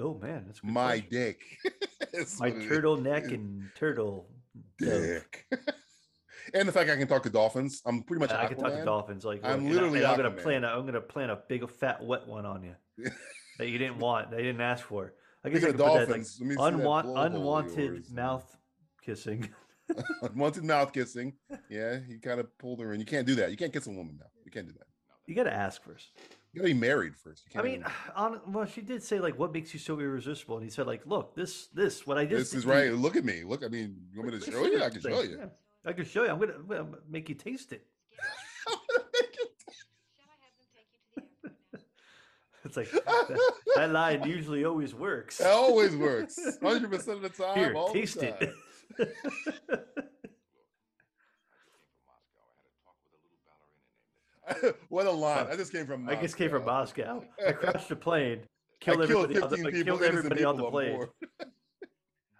Oh man, that's a good My question. dick. That's my what it is. turtleneck and turtle. dove. dick. and the fact I can talk to dolphins. I'm pretty much. Uh, I can talk to Aquaman. dolphins. Like I'm look, and literally I, am gonna Aquaman. plan. A, I'm gonna plan a big fat wet one on you that you didn't want. That you didn't ask for. I guess Speaking I of could put that like dolphins, let me see that unwa- blowhole of yours, unwanted man. mouth kissing. Unwanted mouth kissing. Yeah, he kind of pulled her in. You can't do that. You can't kiss a woman now. You can't do that. You gotta ask first. You gotta be married first. You can't I mean, even- on, well, she did say like, "What makes you so irresistible?" And he said like, "Look, this, this, what I just this is did to right. you- Look at me. Look, I mean, you want me to listen show you? this I can thing. show you. Yeah, I can show you. I'm gonna, I'm gonna make you taste it." It's like that, that line usually always works. That always works. 100% of the time. Here, all the taste time. it. what a line. I just came from I just came from Moscow. Moscow. I crashed a plane, killed I everybody, on the, 15 I people, killed innocent everybody on the people plane, board.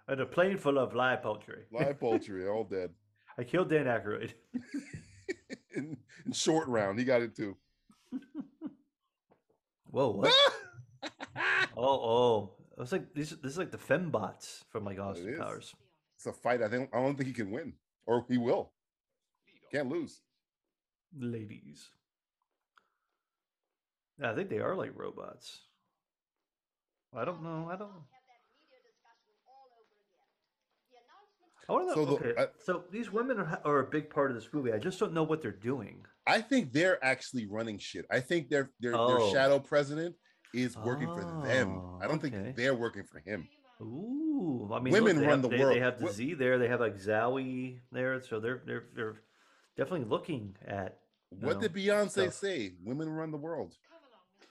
and a plane full of live poultry. Live poultry, all dead. I killed Dan Aykroyd. In, in short round, he got it too. Whoa, what? oh, oh, I was like, this, this is like the fembots from like Austin is. Powers. It's a fight. I think I don't think he can win, or he will. Can't lose. ladies. I think they are like robots. I don't know. I don't. I wanna know. So the- okay, I- so these women are, are a big part of this movie. I just don't know what they're doing. I think they're actually running shit. I think their their their Oh. shadow president is working for them. Oh, I don't okay. think they're working for him. Ooh, I mean, Women they run have, the they, world. They have the Wo- Z there. They have like Zowie there, so they're they're they're definitely looking at What No, did Beyonce so- say? Women run the world.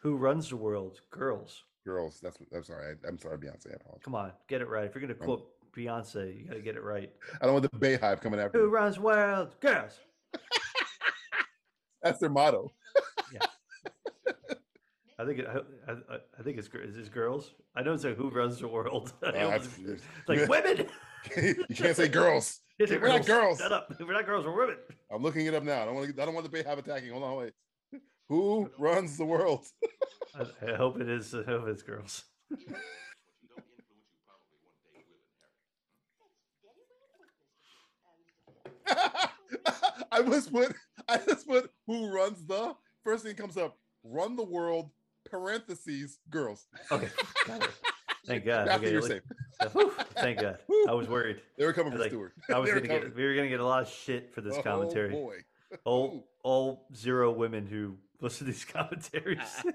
who runs the world. Girls, Girls. That's what I'm sorry. I, I'm sorry, Beyonce. I apologize. come on, get it right. If you're gonna quote Beyonce. You got to get it right. I don't want the Bayhive coming after Who me. runs wild? Girls. That's their motto. I think it, I, I, I think it's gir- is this girls. I don't say who runs the world. I Uh, almost- I- it's like women. you can't say girls. It's We're not girls. Shut up. We're not girls. We're women. I'm looking it up now. I don't want to. I don't want the Bayhive attacking. Hold on, wait. Who runs the world? I, I hope it is. I hope it's girls. I just put. I just put. Who runs the first thing comes up? Run the world. Parentheses girls. Okay. got it. Thank God. Matthew, okay, you're look- safe. Whew, Thank God. I was worried. They were coming I for was like- Stewart. I was They were gonna get. coming. We were gonna get a lot of shit for this Oh, commentary. boy. all all zero women who listen to these commentaries. Ah.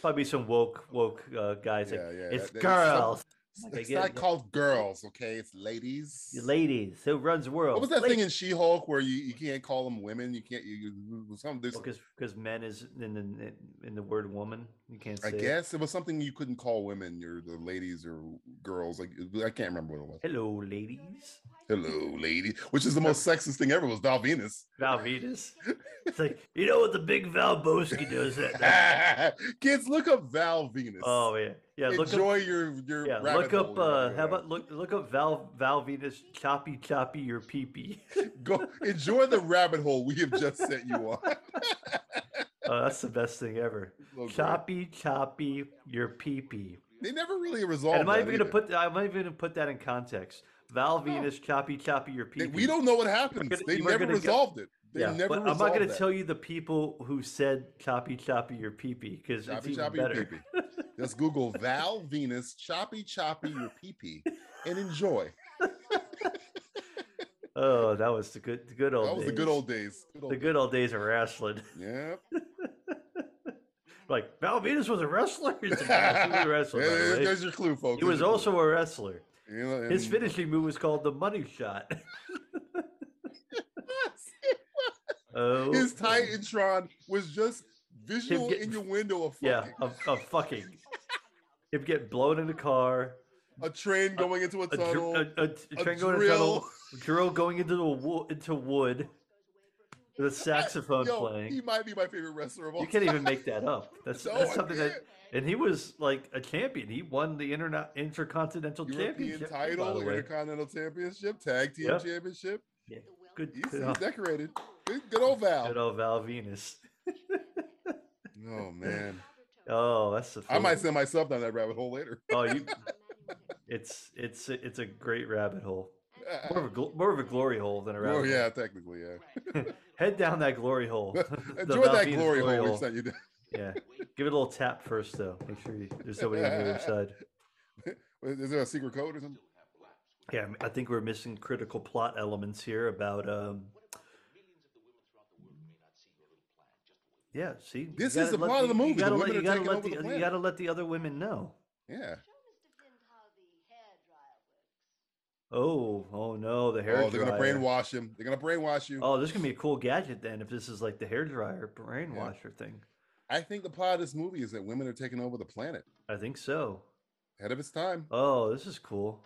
Probably some woke woke uh, guys. like, Yeah, yeah, it's that- that- some- girls, Okay, it's get not it. called girls, okay? It's ladies. you ladies. Who runs the world? What was that thing in She-Hulk where you, you can't call them women? You can't. You, you something. There's, Because because men is in the in the word woman. You can't say. I it. guess it was something you couldn't call women. You're the ladies or girls. Like I can't remember what it was. Hello, ladies. Hello, lady, which is the most sexist thing ever. Was Val Venus? Val Venus. It's like you know what the big Val Bosky does that. night? Kids, look up Val Venus. Oh yeah, yeah. Look up, Enjoy your your. yeah, rabbit look up. hole you're Uh, going how down. about look look up Val Val Venus choppy choppy your pee pee. go enjoy the rabbit hole we have just set you on? Oh, that's the best thing ever. So great. choppy, choppy, your pee pee. They never really And resolved. I'm not that even gonna either. put. I'm not even gonna put that in context. Val Venus, choppy, choppy, your pee They- pee. we don't know what happens. gonna- they you are never gonna go- resolved it. They Yeah, never but I'm resolved not gonna that. tell you the people who said choppy, choppy, your pee pee because it's Choppy even choppy better. your pee pee. Just Google Val Venus choppy choppy your pee pee and enjoy. Oh, that was the good, the good old. That was days. the good old days. Good old The good old days of wrestling. Yep. like Val Venus was a wrestler. He's a massive wrestler. by Yeah, the there- way. there's your clue, folks. He was There's your also a wrestler. clue. You know, His and- finishing move was called the money shot. oh, His Titantron was just visual getting- innuendo of fucking Yeah, of, of fucking. Him getting blown in a car, a train going into a a, dr- tunnel. a- a t- a train going in a tunnel, drill going into the wo- into wood, with a saxophone Yo, playing. he might be my favorite wrestler of all. You can't even make that up. That's, No, that's I something that. And he was like a champion. He won the interna- intercontinental European championship. too, by title, the way. Intercontinental Championship, Tag Team Yep. Championship. Yeah, Good, He's, good, he's old, decorated. Good, good old Val. good old Val Venus. Oh man, Oh, that's the. I might favorite. send myself down that rabbit hole later. Oh, you. It's it's it's a great rabbit hole. More of a gl- more of a glory hole than a rabbit. Oh hole. yeah, technically, yeah. Head down that glory hole. The Enjoy that Valvina's glory hole we sent you. down. Yeah. Give it a little tap first, though. Make sure you, there's nobody on the other side. Is there a secret code or something? Yeah, I'm- I think we're missing critical plot elements here about. um Yeah, see, you This is gotta the let plot of the you- movie. You The gotta, women let, are you, gotta taking let over the, the you planet. gotta let the other women know. Yeah. Oh, oh no, the hair oh, they're gonna brainwash him. They're gonna brainwash you. Oh, this is gonna be a cool gadget then if this is like the hair dryer brainwasher thing. I think the plot of this movie is that women are taking over the planet. I think so. Ahead of its time. Oh, this is cool.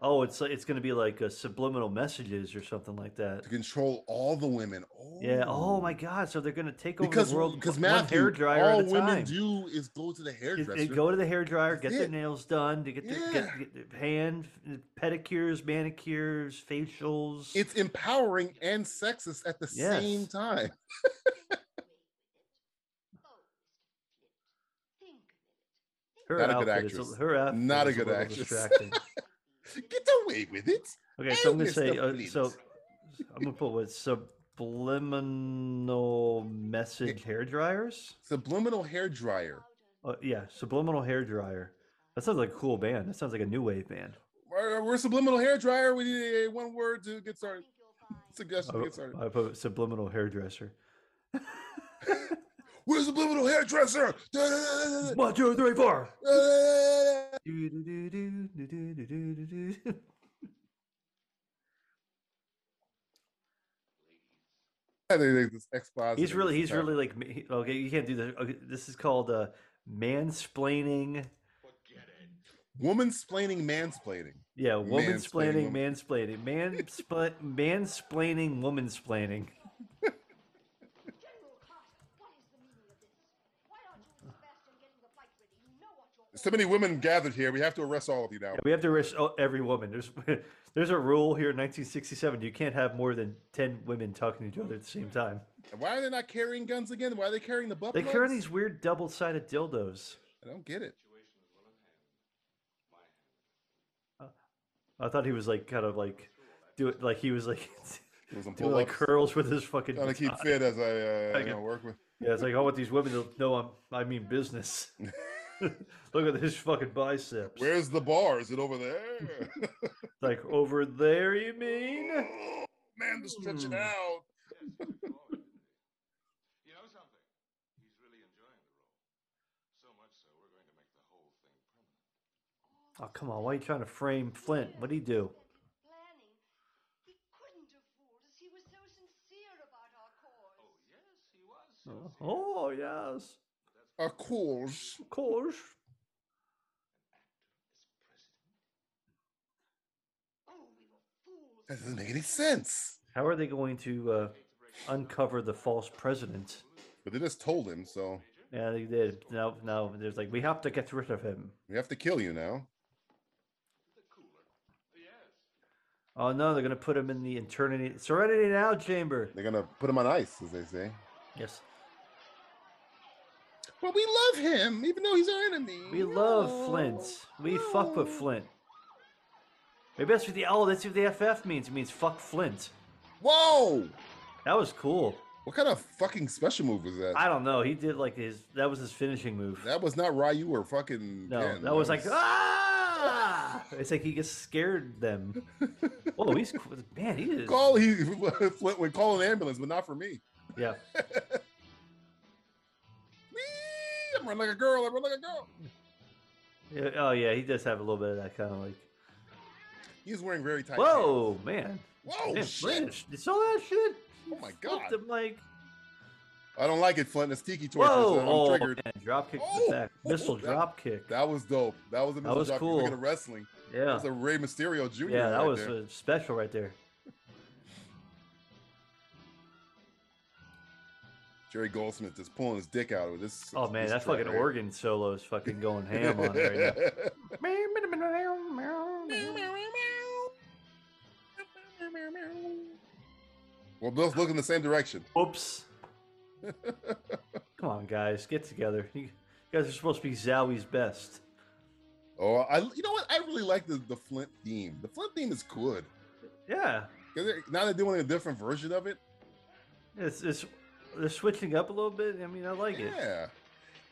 Oh, it's like it's gonna be like uh subliminal messages or something like that. To control all the women. Oh. Yeah. Oh my God. So they're gonna take over Because the world because w- one Matthew, hair dryer all at a women time. do is go to the They- hairdresser. they go to the hair dryer, get their it. nails done, to get their, Yeah. get, get their hand f- pedicures, manicures, facials. it's empowering and sexist at the Yes. same time. her not a good outfit is actress. her outfit Not a is good little actress. distracting. Get away with it. Okay, so I'm Hey, gonna say Mr. uh, so. Flint. I'm gonna put what subliminal message hair dryers. Subliminal hair dryer. Uh, yeah, subliminal hair dryer. That sounds like a cool band. That sounds like a new wave band. We're we're a subliminal hair dryer. We need a one word to get started. Suggestion to I, get started. I put subliminal hairdresser. We're a subliminal hairdresser. Da, da, da, da, da, One, two, three, four. da, da, da, da. That's I think they just expositing He's really, this he's entire- really like, me- he- okay, you can't do this. Okay, this is called uh, mansplaining Woman's splaining, mansplaining. Yeah, woman splaining, Mansplaining, mansplaining, man spl- mansplaining, woman splaining. So many women gathered here. We have to arrest all of you now. We have to arrest o- every woman. There's there's a rule here in 1967. You can't have more than ten women talking to each other at the same time. And Why are they not carrying guns again? Why are they carrying the butt They plugs? carry these weird double-sided dildos. I don't get it. I thought he was like kind of like do it like he was like Doing some doing like pull-ups. curls with his fucking. Trying to keep baton. fit as I uh, I you get- know, work with. Yeah, it's like I want these women to know I'm I mean business. Look at his fucking biceps. Where's the bar? Is it over there? Like over there, you mean? Man, to stretch Hmm. it out. You know something? He's really enjoying the role. So much so, we're going to make the whole thing permanent. Oh come on! Why are you trying to frame Flint? What would he do? planning. He couldn't have fooled us. He was so sincere about our cause. Oh, yes, he was. Oh yes, Of course. of course. That doesn't make any sense. How are they going to uh, uncover the false president? But they just told him, so Yeah, they did. Now, now there's like we have to get rid of him. we have to kill you now. Oh no, they're gonna put him in the eternity serenity now chamber. They're gonna put him on ice, as they say. Yes, But we love him, even though he's our enemy. we love Flint. We fuck with Flint. Maybe that's what the oh, that's what the FF means. It means fuck Flint. Whoa! That was cool. What kind of fucking special move was that? I don't know. He did like his that was his finishing move. That was not Ryu or fucking. No, Ken. that was like ah! It's like he gets scared them. Oh, he's cool. man. He is call he Flint would call an ambulance, but not for me. yeah. Whee! I'm running like a girl. I run like a girl. Yeah, Oh yeah, he does have a little bit of that kind of like. He's wearing very tight. Whoa, man! pants. Whoa! man shit! Flinch, you saw that shit? Oh my Flipped god! him like I don't like it, Flint. It's tiki torches. whoa! I'm Oh triggered. man, drop kick to Oh, the back, oh, missile that- drop kick. That was dope. That was a missile was drop kick. cool. Look at the wrestling. That Yeah, was a Rey Mysterio Jr. yeah, that right was there. uh, special right there. Jerry Goldsmith just pulling his dick out of this. Oh man, this that track fucking right organ solo is fucking going ham on it right here. now. Well, both look in the same direction. Oops. Come on, guys, get together. You guys are supposed to be Zowie's best. Oh, I. You know what? I really like the, the Flint theme. The Flint theme is good. Yeah, 'Cause they're- now they're doing a different version of it. it's it's they're switching up a little bit. I mean, I like it. Yeah,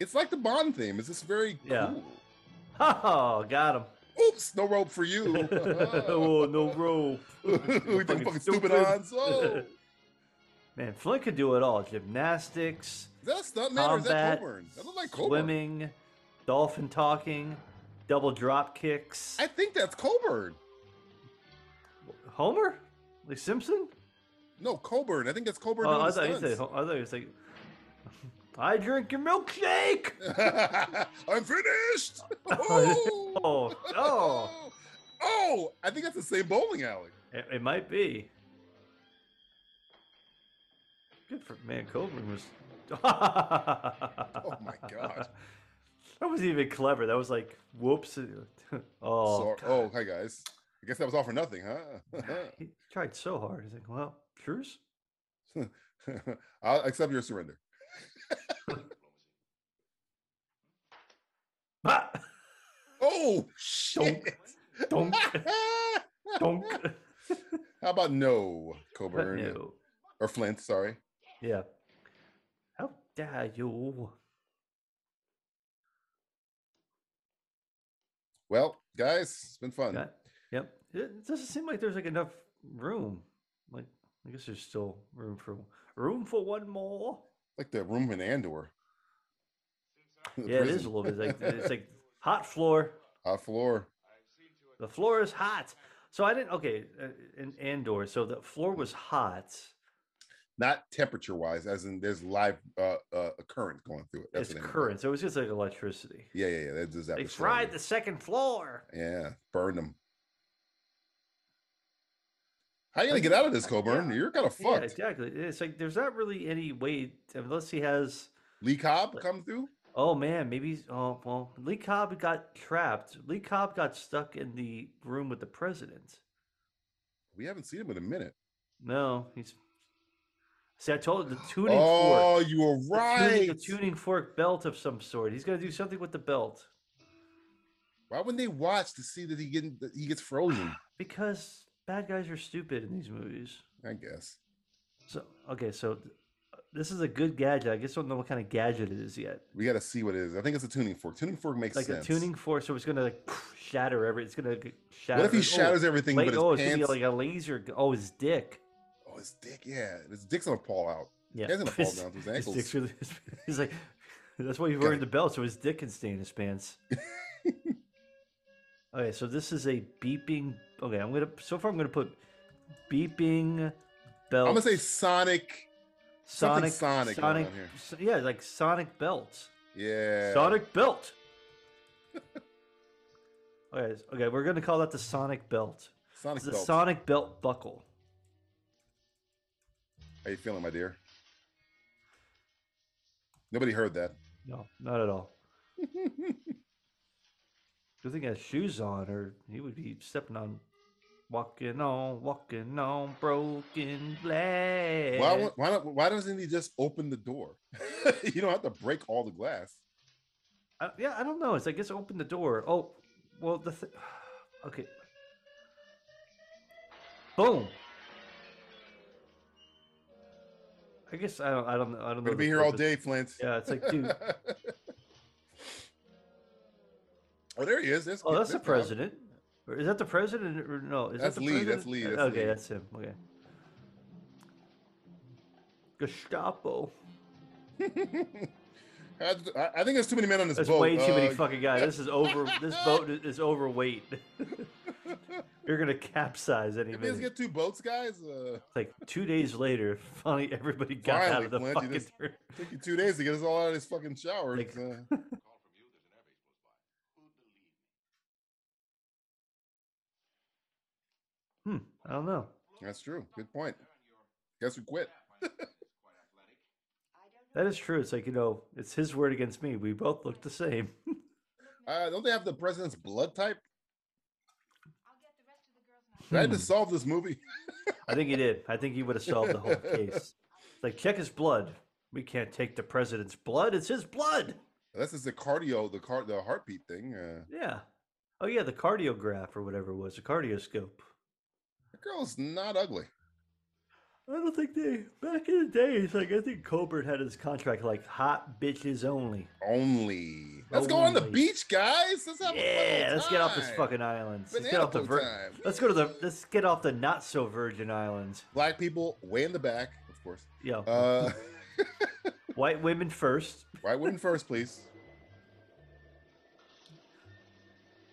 it's like the Bond theme. It's just very Yeah. cool. Oh, got him. Oops, no rope for you. oh, no rope. we think fucking, stupid Hans. Oh, Man, Flint could do it all. Gymnastics, that's not matter. Is that Combat, Coburn? That looks like Coburn. swimming, dolphin talking, double drop kicks. I think that's Coburn. Homer? Like Simpson? No, Coburn. I think that's Coburn. Oh, doing I the thought you said stunts. Ho- I thought you said I drink your milkshake. I'm finished. Oh, Oh, oh. Oh, I think that's the same bowling alley. It, it might be. Good for man. Coburn was. oh my God. That was even clever. That was like, whoops. oh, Sor- God. oh, hi guys. I guess that was all for nothing, huh? he tried so hard. He's like, well, truce. I'll accept your surrender. Bah! Oh, shit. Donk, donk. How about no, But Coburn no. or Flint? Sorry. Yeah. How dare you? Well, guys, it's been fun. Got- Yep. It- It doesn't seem like there's like enough room. Like, I guess there's still room for room for one more. Like the room in Andor. The Yeah, it is a prison. little bit like it's like hot floor. Hot floor. The floor is hot. So I didn't. Okay, uh, in Andor. So the floor was hot. not temperature wise, as in there's live uh, uh, a current going through it. That's it's what I mean. current, so it's just like electricity. Yeah, yeah, yeah. That does that. They for sure. fried the second floor. Yeah, burn them. How you gonna get out of this, Coburn? You're kind of Yeah, fucked. exactly. It's like there's not really any way unless he has Lee Cobb come through. Oh man, maybe he's- oh well. Lee Cobb got trapped. Lee Cobb got stuck in the room with the president. We haven't seen him in a minute. No, he's. See, I told the tuning fork. Oh, you were the tuning, the right. tuning fork belt of some sort. He's gonna do something with the belt Why wouldn't they watch to see that he getting that he gets frozen? because bad guys are stupid in these movies. I guess. So okay, so th- this is a good gadget. I guess don't know what kind of gadget it is yet. We got to see what it is. I think it's a tuning fork. Tuning fork makes Like a sense. tuning fork, so it's gonna like shatter every. It's gonna g- shatter. oh, he shatters everything la- but his oh, it's gonna be pants? like a laser. g- Oh, his dick. Oh, his dick. Yeah, his dick's gonna fall out. Yeah, he's gonna fall His- down to his his ankles. dick's really- he's like, that's why he's wearing the belt so his dick can stay in his pants. okay, so this is a beeping. Okay, I'm gonna. So far, I'm gonna put beeping I'm belt. gonna say Sonic. something Sonic. Sonic going Sonic. on here. so- yeah, like Sonic belts. Yeah. Sonic belt. okay, s- okay, we're gonna call that the Sonic belt. Sonic the belt. Sonic belt buckle. How you feeling, my dear? Nobody heard that. No, not at all. Do you think he has shoes on, or he would be stepping on, walking on, walking on broken glass? Why? won't- Why not? Why doesn't he just open the door? you don't have to break all the glass. I, yeah, I don't know. It's like it's open the door. Oh, well, the th- okay. Boom. I guess I don't. I don't. know- I don't know. Gonna the be here all purpose. day, Flint. Yeah, it's like, dude. Oh, there he is. There's, Oh, that's the there's Bob. president. Or Is that the president? Or no, is That's that the Lee, president? that's Lee, that's okay, Lee. that's him. Okay. Gestapo. I, I- I think there's too many men on this There's boat. way too many Uh, fucking guys. This is over. this boat i- is overweight. You're gonna capsize any Did they just minute. get two boats, guys? Uh, It's like two days later, finally everybody got out finally, of the Flint, you fucking. just- dirt. took you two days to get us all out of this fucking shower. It's, uh, Hmm. I don't know. that's true. Good point. Guess we quit. That is true. It's like you know, it's his word against me. We both look the same. Uh, don't they have the president's blood type? Did I had Hmm. to solve this movie. I think he did. I think he would have solved the whole case. It's Like, check his blood. We can't take the president's blood. It's his blood. Unless it's the cardio, the car, the heartbeat thing. Uh, Yeah. Oh yeah, the cardiograph or whatever it was, the cardioscope. that girl's not ugly. I don't think they back in the day. It's like I think Colbert had his contract like hot bitches only. Only. Let's go on the Only. beach, guys. Let's have a Yeah, fun let's get off this time. fucking island. Let's get Banana off the boat vir- time. Let's go to the let's get off the not so virgin islands. Black people way in the back, of course. Yeah. Uh, White women first. white women first, please.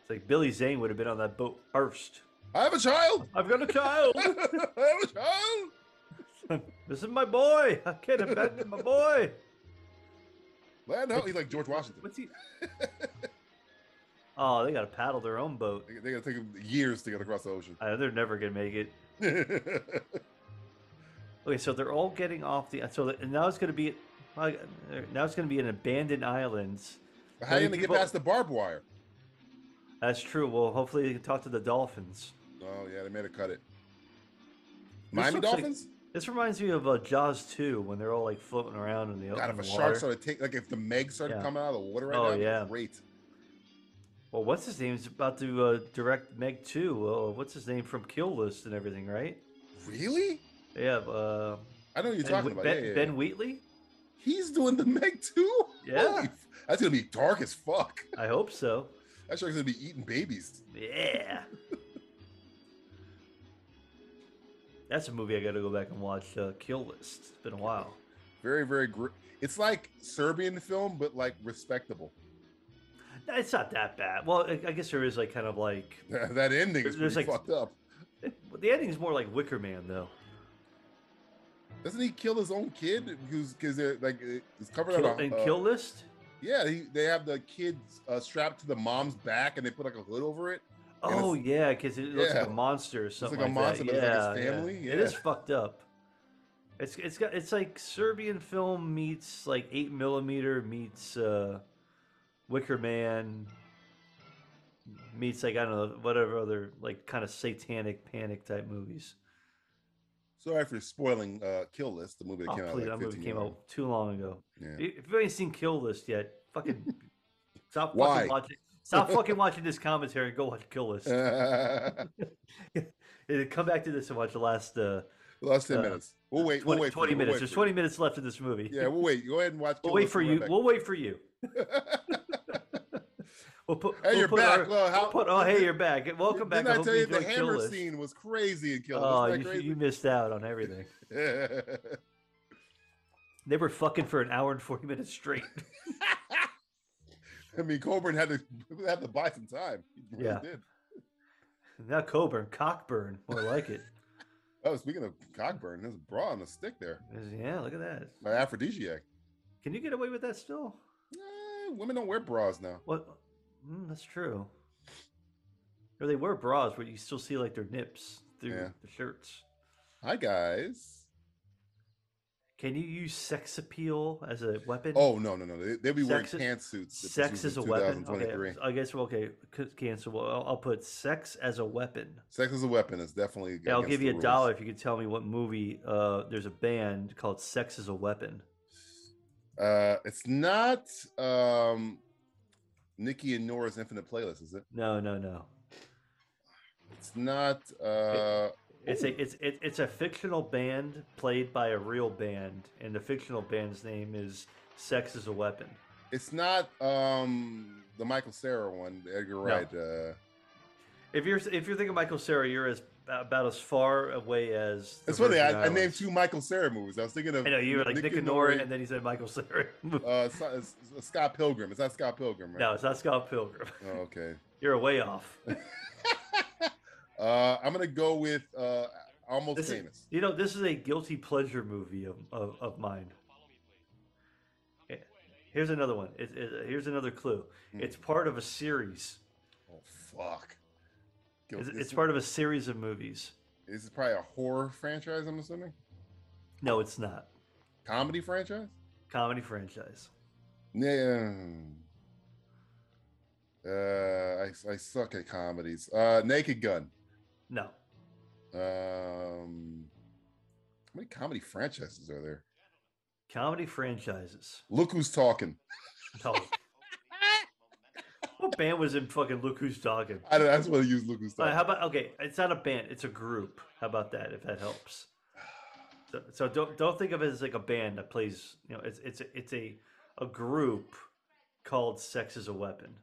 It's like Billy Zane would have been on that boat first. I have a child. I've got a child. I have a child. this is my boy. I can't abandon my boy. Land ho- He's like George Washington. What's he? Oh, they gotta paddle their own boat. They, they gotta take him years to get across the ocean. Uh, they're never gonna make it. Okay, so they're all getting off the. So the, and now it's gonna be, like, uh, now it's gonna be an abandoned island. How are you Many gonna people- get past the barbed wire? That's true. Well, hopefully they can talk to the dolphins. Oh yeah, they made it cut it. This Miami looks like- Dolphins. this reminds me of uh, Jaws 2 when they're all like floating around in the God, open if a water. shark started taking, like if the Meg started Yeah. coming out of the water right Oh, now, it'd be yeah. great. Well, what's his name's about to uh, direct Meg 2. Uh, what's his name from Kill List and everything, right? Really? Yeah. Uh, I know what you're ben, talking Whe- about. Ben, yeah, yeah, Ben yeah. Wheatley. He's doing the Meg too. Yeah. Holy f- that's gonna be dark as fuck. I hope so. That shark's gonna be eating babies. Yeah. That's a movie I got to go back and watch. Uh, Kill List. It's been a while. Very, very. Gr- it's like Serbian film, but like respectable. No, It's not that bad. Well, I I guess there is like kind of like that ending is There's pretty like- fucked up. the ending's more like Wicker Man though. Doesn't he kill his own kid? Because because they're like it's covered Kill- out a- in uh, Kill List. Yeah, he, they have the kids uh, strapped to the mom's back, and they put like a hood over it. and Oh it's- yeah, because it looks like a Yeah. monster or something. like a monster, but That. it's Yeah, like his yeah. family, It is yeah. fucked up. It's it's got it's like Serbian film meets like eight millimeter meets uh, Wicker Man meets like I don't know whatever other like kind of satanic panic type movies. Sorry for spoiling uh, Kill List, the movie that Oh came out. please, like that 15 movie came years ago. out too long ago. Yeah. I- If you ain't seen Kill List yet, fucking stop Why? Uh. fucking watching. Stop fucking watching this commentary and go watch Kill List. And come back to this and watch the last uh, Last ten uh, minutes. We'll wait. 20, we'll wait. for 20 you, we'll minutes. wait There's for 20 you. minutes left in this movie. Yeah, we'll wait. Go ahead and watch. We'll Kill wait List for and you. we're back. We'll wait for you. we'll put, Hey, we'll you're put back. our- Well, how- we'll put- oh, hey, you're back. Welcome back. Didn't I hope tell you the enjoyed Kill hammer List. scene was crazy in Kill Oh, List? you, Isn't that you missed out on everything. crazy? They were fucking for an hour and 40 minutes straight. I mean, Coburn had to had to buy some time. He really Yeah. did. Not Coburn, Cockburn, more like it. Oh, speaking of Cockburn, there's a bra on the stick there. Yeah, look at that. My aphrodisiac. Can you get away with that still? Eh, women don't wear bras now. What? Mm, that's true. Or they wear bras, but you still see like their nips through Yeah. the shirts. Hi guys. Can you use sex appeal as a weapon? Oh no no no! They, they'll be Sex wearing is- pantsuits. if this Sex was is a in weapon. 2023. Okay, I guess well, okay, c- cancel. Well, I'll, I'll put sex as a weapon. Sex is a weapon. It's definitely. Yeah, I'll against give the you a rules. dollar if you could tell me what movie. Uh, there's a band called Sex is a Weapon. Uh, it's not um, Nikki and Nora's Infinite Playlist, is it? No, no, no. It's not. Uh, It's ooh, a it's it, it's a fictional band played by a real band, and the fictional band's name is Sex is a Weapon. It's not um, the Michael Sarah one, the Edgar Wright. Uh, If you're if you're thinking Michael Cera, you're as about as far away as. the it's funny. Virgin I, I named Islands. two Michael Sarah movies. I was thinking of. I know you were like Nick, and Nora, and Nolte, then you said Michael Cera. uh, so- it's- it's Scott Pilgrim. It's not Scott Pilgrim, right? No, it's not Scott Pilgrim. Oh, okay. You're way off. Uh, I'm gonna go with uh, Almost This is- Famous. you know, this is a guilty pleasure movie of, of, of mine. Eh, Here's another one. It, it- here's another clue. It's part of a series. Oh fuck! Yo, It's, this it's is- part of a series of movies. This is probably a horror franchise. I'm assuming No, it's not. comedy franchise. Comedy franchise. Yeah. Uh, I, I suck at comedies. Uh, Naked Gun. No. Um, how many comedy franchises are there? Comedy franchises. Look who's talking. No. what band was in fucking Look Who's Talking? I, don't, I just want to use Look who's Uh, talking. how about okay? It's not a band; it's a group. How about that? If that helps. So, so don't don't think of it as like a band that plays. You know, it's it's a, it's a a group called Sex is a Weapon,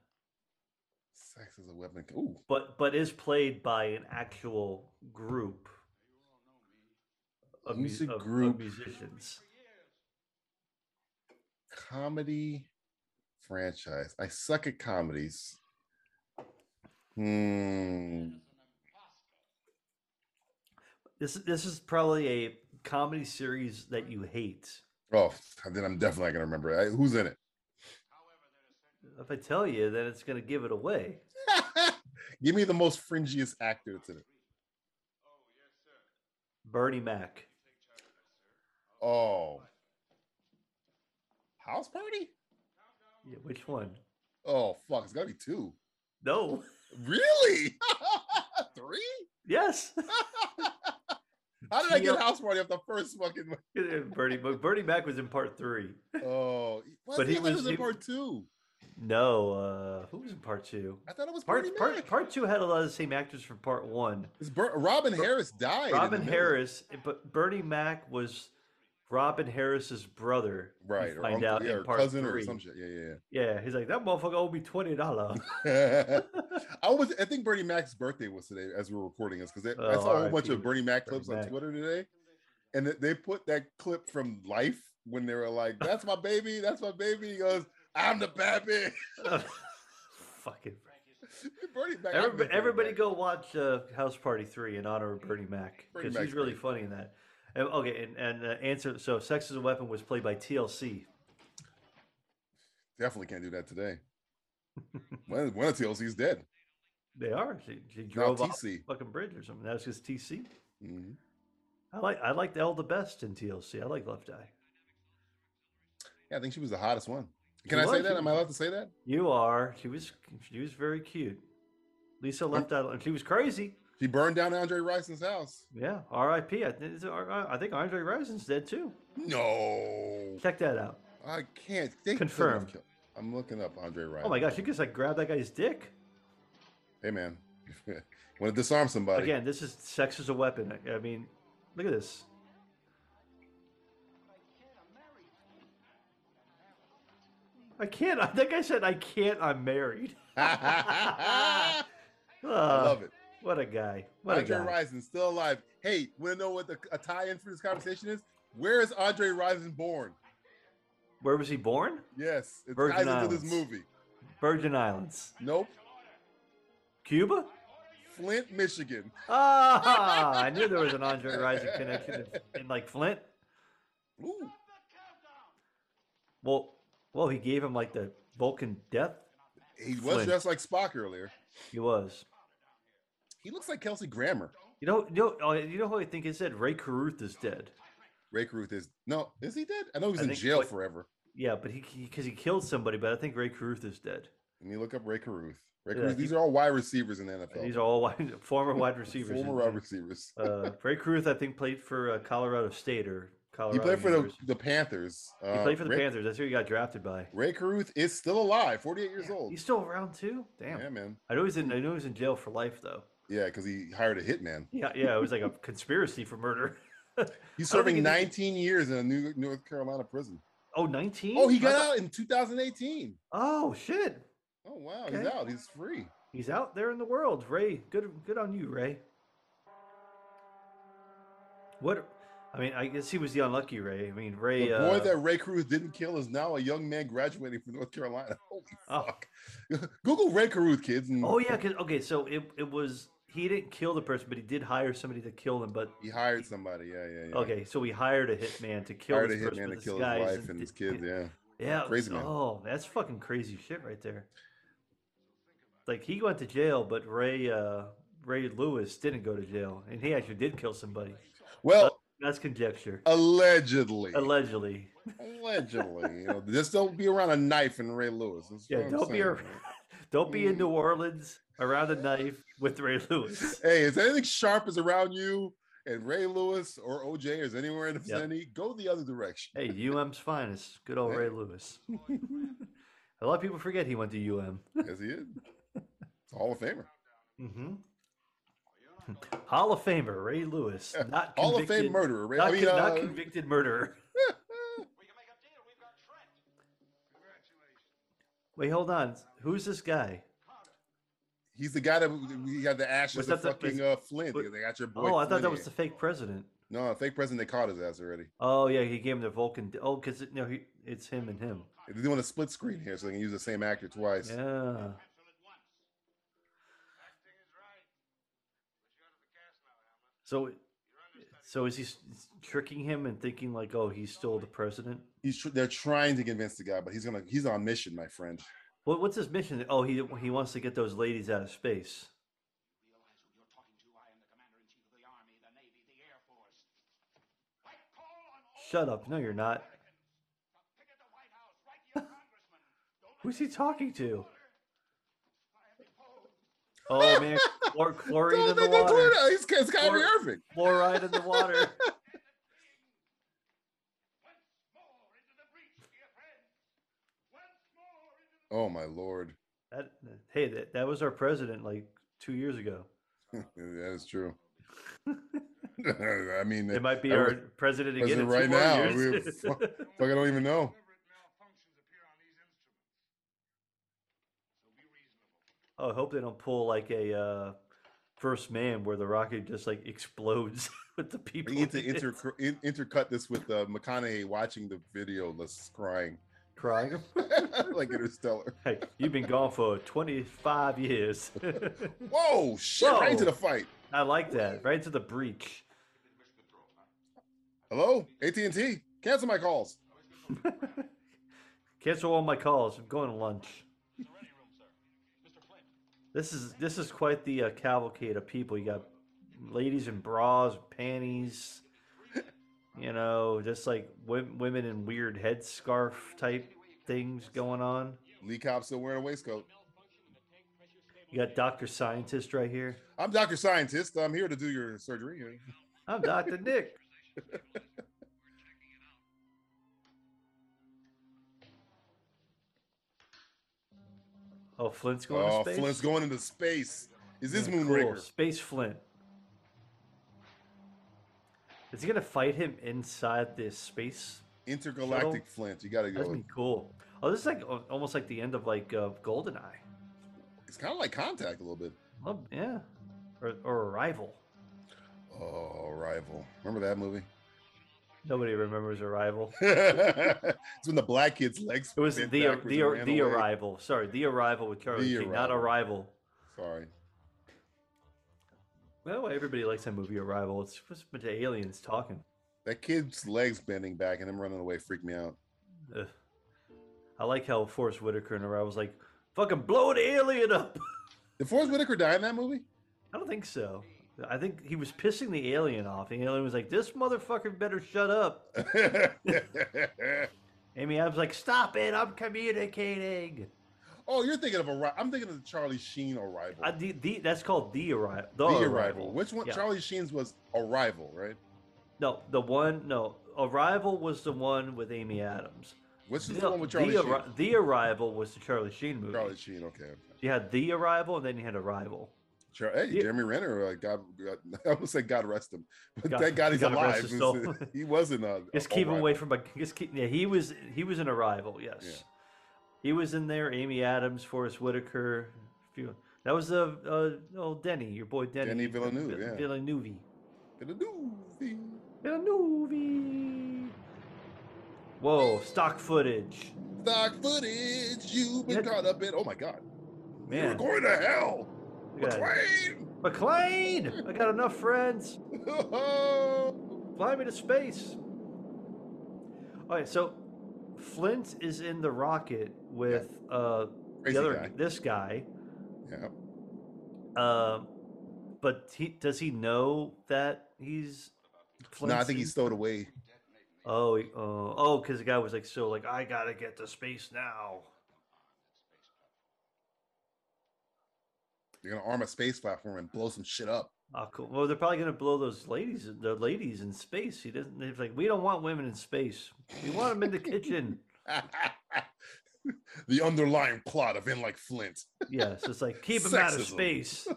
Sex is a weapon. Ooh, but but is played by an actual group. Of, You mu- said of- of group. musicians. comedy franchise. I suck at comedies. Hmm. This this is probably a comedy series that you hate. Oh, then I'm definitely not gonna remember. I, who's in it? If I tell you, then it's gonna give it away. Give me the most fringiest actor that's in it. Bernie Mac. Oh, house party? Yeah, which one? Oh fuck, it's gotta be two. No. Really? Three? Yes. How did I Yep. get house party off the first fucking? one? Bernie, but Bernie Mac was in part three. Oh, what? But I he thought it was- was in he- part two. No, uh, who was in part two? I thought it was Part Bernie part Mac. part two had a lot of the same actors from part one. It's Ber- Robin Harris died. in the Robin middle. Harris, but Bernie Mac was Robin Harris's brother. you right? Or find uncle- out yeah, in or part cousin three. or some shit. Yeah, yeah, yeah. Yeah, he's like that motherfucker owe me twenty dollar. I was. I think Bernie Mac's birthday was today as we were recording this because I Oh, saw a whole bunch RIP, of Bernie Mac Bernie clips Mac. on Twitter today, and th- they put that clip from Life when they were like, "That's my baby, that's my baby." He goes, "I'm the baby." Fucking. Bernie Mac. I love Everybody, Bernie everybody Mac. go watch uh, House Party three in honor of Bernie Mac Bernie because Mac's he's really great. funny in that. And- Okay, and, and uh, answer. So, "Sex is a Weapon" was played by TLC. Definitely can't do that today. one, one of TLC's dead. They are. She, she Now drove off TC. a fucking bridge or something. That was just TC. Mhm. I like I liked L the best in TLC. I like Left Eye. Yeah, I think she was the hottest one. Can She I say was, that? she Am I allowed to say that? You are. She was. She was very cute. Lisa left out. and She was crazy. She burned down Andre Rison's house. Yeah. R.I.P. I, think it's R- I think Andre Rison's dead too. No. Check that out. I can't. They couldn't have Confirm. killed- I'm looking up Andre Rison. Oh my gosh! You could just like grab that guy's dick. Hey man, want to disarm somebody? Again, this is sex is a weapon. I- I mean, look at this. I can't. I think I said I can't. I'm married. I love it. What a guy. Uh, What Andre a guy. Rison still alive. Hey, want to know what the a tie-in for this conversation is? Where is Andre Rison born? Where was he born? Yes, it Virgin ties into this Islands. movie. Virgin Islands. Nope, Cuba? Flint, Michigan. Ah, I knew there was an Andre Rising connection in, in like Flint. Ooh. Well, well, he gave him like the Vulcan death. He was Flint. dressed like Spock earlier. He was. He looks like Kelsey Grammer. You know, you know, oh, you know who I think is dead? Ray Caruth is dead. Ray Caruth is no, is he dead? I know he was I in think- jail wait. forever. Yeah, but he because he, killed somebody. But I think Ray Caruth is dead. Let me look up Ray Caruth. Ray Yeah, Caruth. he- These are all wide receivers in the NFL. These are all wide, former wide receivers. Oh. former wide receivers. uh, Ray Caruth, I think, played for uh, Colorado State or Colorado. he played for the, University. the Panthers. He Uh, played for the Ray, Panthers. That's who he got drafted by. Ray Caruth is still alive, 48 years old. He's still around too. Damn. Yeah, man. I know he's in. I know he's in jail for life though. Yeah, because he hired a hitman. Yeah, yeah. It was like a conspiracy for murder. He's I don't think serving he did- 19 years in a New North Carolina prison. Oh, 19? Oh, he I got thought- out in 2018. Oh shit. Oh wow, he's Okay. out. He's free. He's out there in the world, Ray. Good, good on you, Ray. What? I mean, I guess he was the unlucky Ray. I mean, Ray. The uh, boy that Ray Caruth didn't kill is now a young man graduating from North Carolina. Holy Oh. fuck! Google Ray Caruth, kids. And oh yeah. 'cause- okay, so it it was he didn't kill the person, but he did hire somebody to kill him. But he hired somebody. Yeah, yeah, yeah. okay, so he hired a hitman to kill hired a this person, hitman but to this kill his guy wife isn't- and his di- kid. Yeah, Yeah, crazy it's- man. Oh, that's fucking crazy shit right there. Like he went to jail, but Ray uh, Ray Lewis didn't go to jail, and he actually did kill somebody. Well, That's conjecture, allegedly, allegedly. allegedly, you know, just don't be around a knife and Ray Lewis. That's Yeah, what I'm don't be saying. around, don't be in New Orleans around a knife with Ray Lewis. Hey, if anything sharp is around you, and Ray Lewis or OJ is anywhere in the Yep. vicinity, go the other direction. Hey, UM's finest, good old Ray Lewis. a lot of people forget he went to UM. Yes, he is. Hall of Famer. hmm Hall of Famer Ray Lewis, not Hall of Fame convicted- murderer, Ray- I not, mean, con- not uh, convicted murderer. Wait, hold on. Who's this guy? He's the guy that we got the ashes Was of that the- fucking uh, Flint. what- They got your boy. Oh, I thought Flint that in was here. the fake president. no fake president. They caught his ass already. Oh yeah, he gave him the Vulcan. Oh, because no, he, it's him and him. They're doing a split screen here, so they can use the same actor twice. Yeah. So, so is he s- s- tricking him and thinking like, oh, he's still the president? He's tr- they're trying to convince the guy, but he's gonna he's on mission, my friend. What, what's his mission? Oh, he he wants to get those ladies out of space. Shut up! No, you're not. Who's he talking to? Oh man, chlor- chlorine in the Don't do water. that. He's, it's Kyrie Or- Irving. Fluoride in the water. Oh my lord, That, hey, that, that was our president like two years ago. that is true. I mean, It might be I our would- president again in president two right more now. years. We- fuck, fuck, I don't even know. Oh, I hope they don't pull like a uh, first man where the rocket just like explodes with the We people. need to in it. inter- in- intercut this with uh, McConaughey watching the video, less crying, crying. like Interstellar. Hey, you've been gone for 25 years. Whoa, shit! Right into Whoa. the fight. I like that. Right to the breach. Hello, AT and T. Cancel my calls. Cancel all my calls. I'm going to lunch. This is this is quite the uh, cavalcade of people. You got ladies in bras, panties, you know, just like w- women in weird headscarf type things going on. Lee Cobb still wearing a waistcoat. You got Doctor Scientist right here. I'm Doctor Scientist. I'm here to do your surgery. I'm Doctor Nick. Oh, Flint's going oh, to space. Flint's going into space. Is this Yeah, Moonraker? cool. Space Flint. Is he gonna fight him inside this space? Intergalactic shuttle? Flint. You got to go. That'd be cool. Oh, this is like al- almost like the end of like uh, Goldeneye. It's kind of like Contact a little bit. Well, yeah, or, or Arrival. Oh, Arrival. Remember that movie? Nobody remembers Arrival. it's when the black kid's legs. It was the bent the, backwards the, and ran away. Arrival. Sorry, the Arrival with Carol The King, not Arrival. Arrival. Sorry. By the way, everybody likes that movie Arrival. It's just a bunch of aliens talking. That kid's legs bending back and him running away freaked me out. Ugh. I like how Forrest Whitaker in Arrival was like, "Fucking blow the alien up." Did Forrest Whitaker die in that movie? I don't think so. I think he was pissing the alien off. The alien was like, "This motherfucker better shut up." Amy Adams like, "Stop it! I'm communicating." Oh, you're thinking of Arrival. I'm thinking of the Charlie Sheen Arrival. I, the, the, that's called the arrival. The, the Arrival. arrival. Which one? Yeah. Charlie Sheen's was Arrival, right? No, the one. No, arrival was the one with Amy Adams. Which is the one with Charlie the, Sheen? Arri- the arrival was the Charlie Sheen movie. Charlie Sheen. Okay. okay. You had the arrival, and then you had arrival. Char- hey, Yeah. Jeremy Renner. Uh, God, God, I almost said God rest him, but God- thank God he's God rest alive. his soul. he wasn't. Uh, Just keep him Arrival. away from. a- Just keep. Yeah, he was. He was in Arrival. Yes, he was in there. Amy Adams, Forrest Whitaker. a Few. That was the uh, old Denny, your boy Denny. Denny Vi- Villeneuve, Vi- yeah. Villeneuve. Villeneuve. Villeneuve. Whoa! Stock footage. Stock footage. You've been caught up in. Oh my God. Man, We're going to hell. Look at that. McLean. McLean. I got enough friends. Fly me to space. All right, so Flint is in the rocket with uh, Crazy the other guy. this guy. yeah. Um, but he, does he know that he's? No, I Flint's think in- he's stowed away. Oh, he- oh, oh, because the guy was like, so like, I gotta get to space now. They're gonna arm a space platform and blow some shit up. Oh, cool. Well, they're probably gonna blow those ladies, the ladies in space. He doesn't. They're like, we don't want women in space. We want them in the kitchen. the underlying plot of In Like Flint. Yeah, so it's like keep him out of Sexism. space.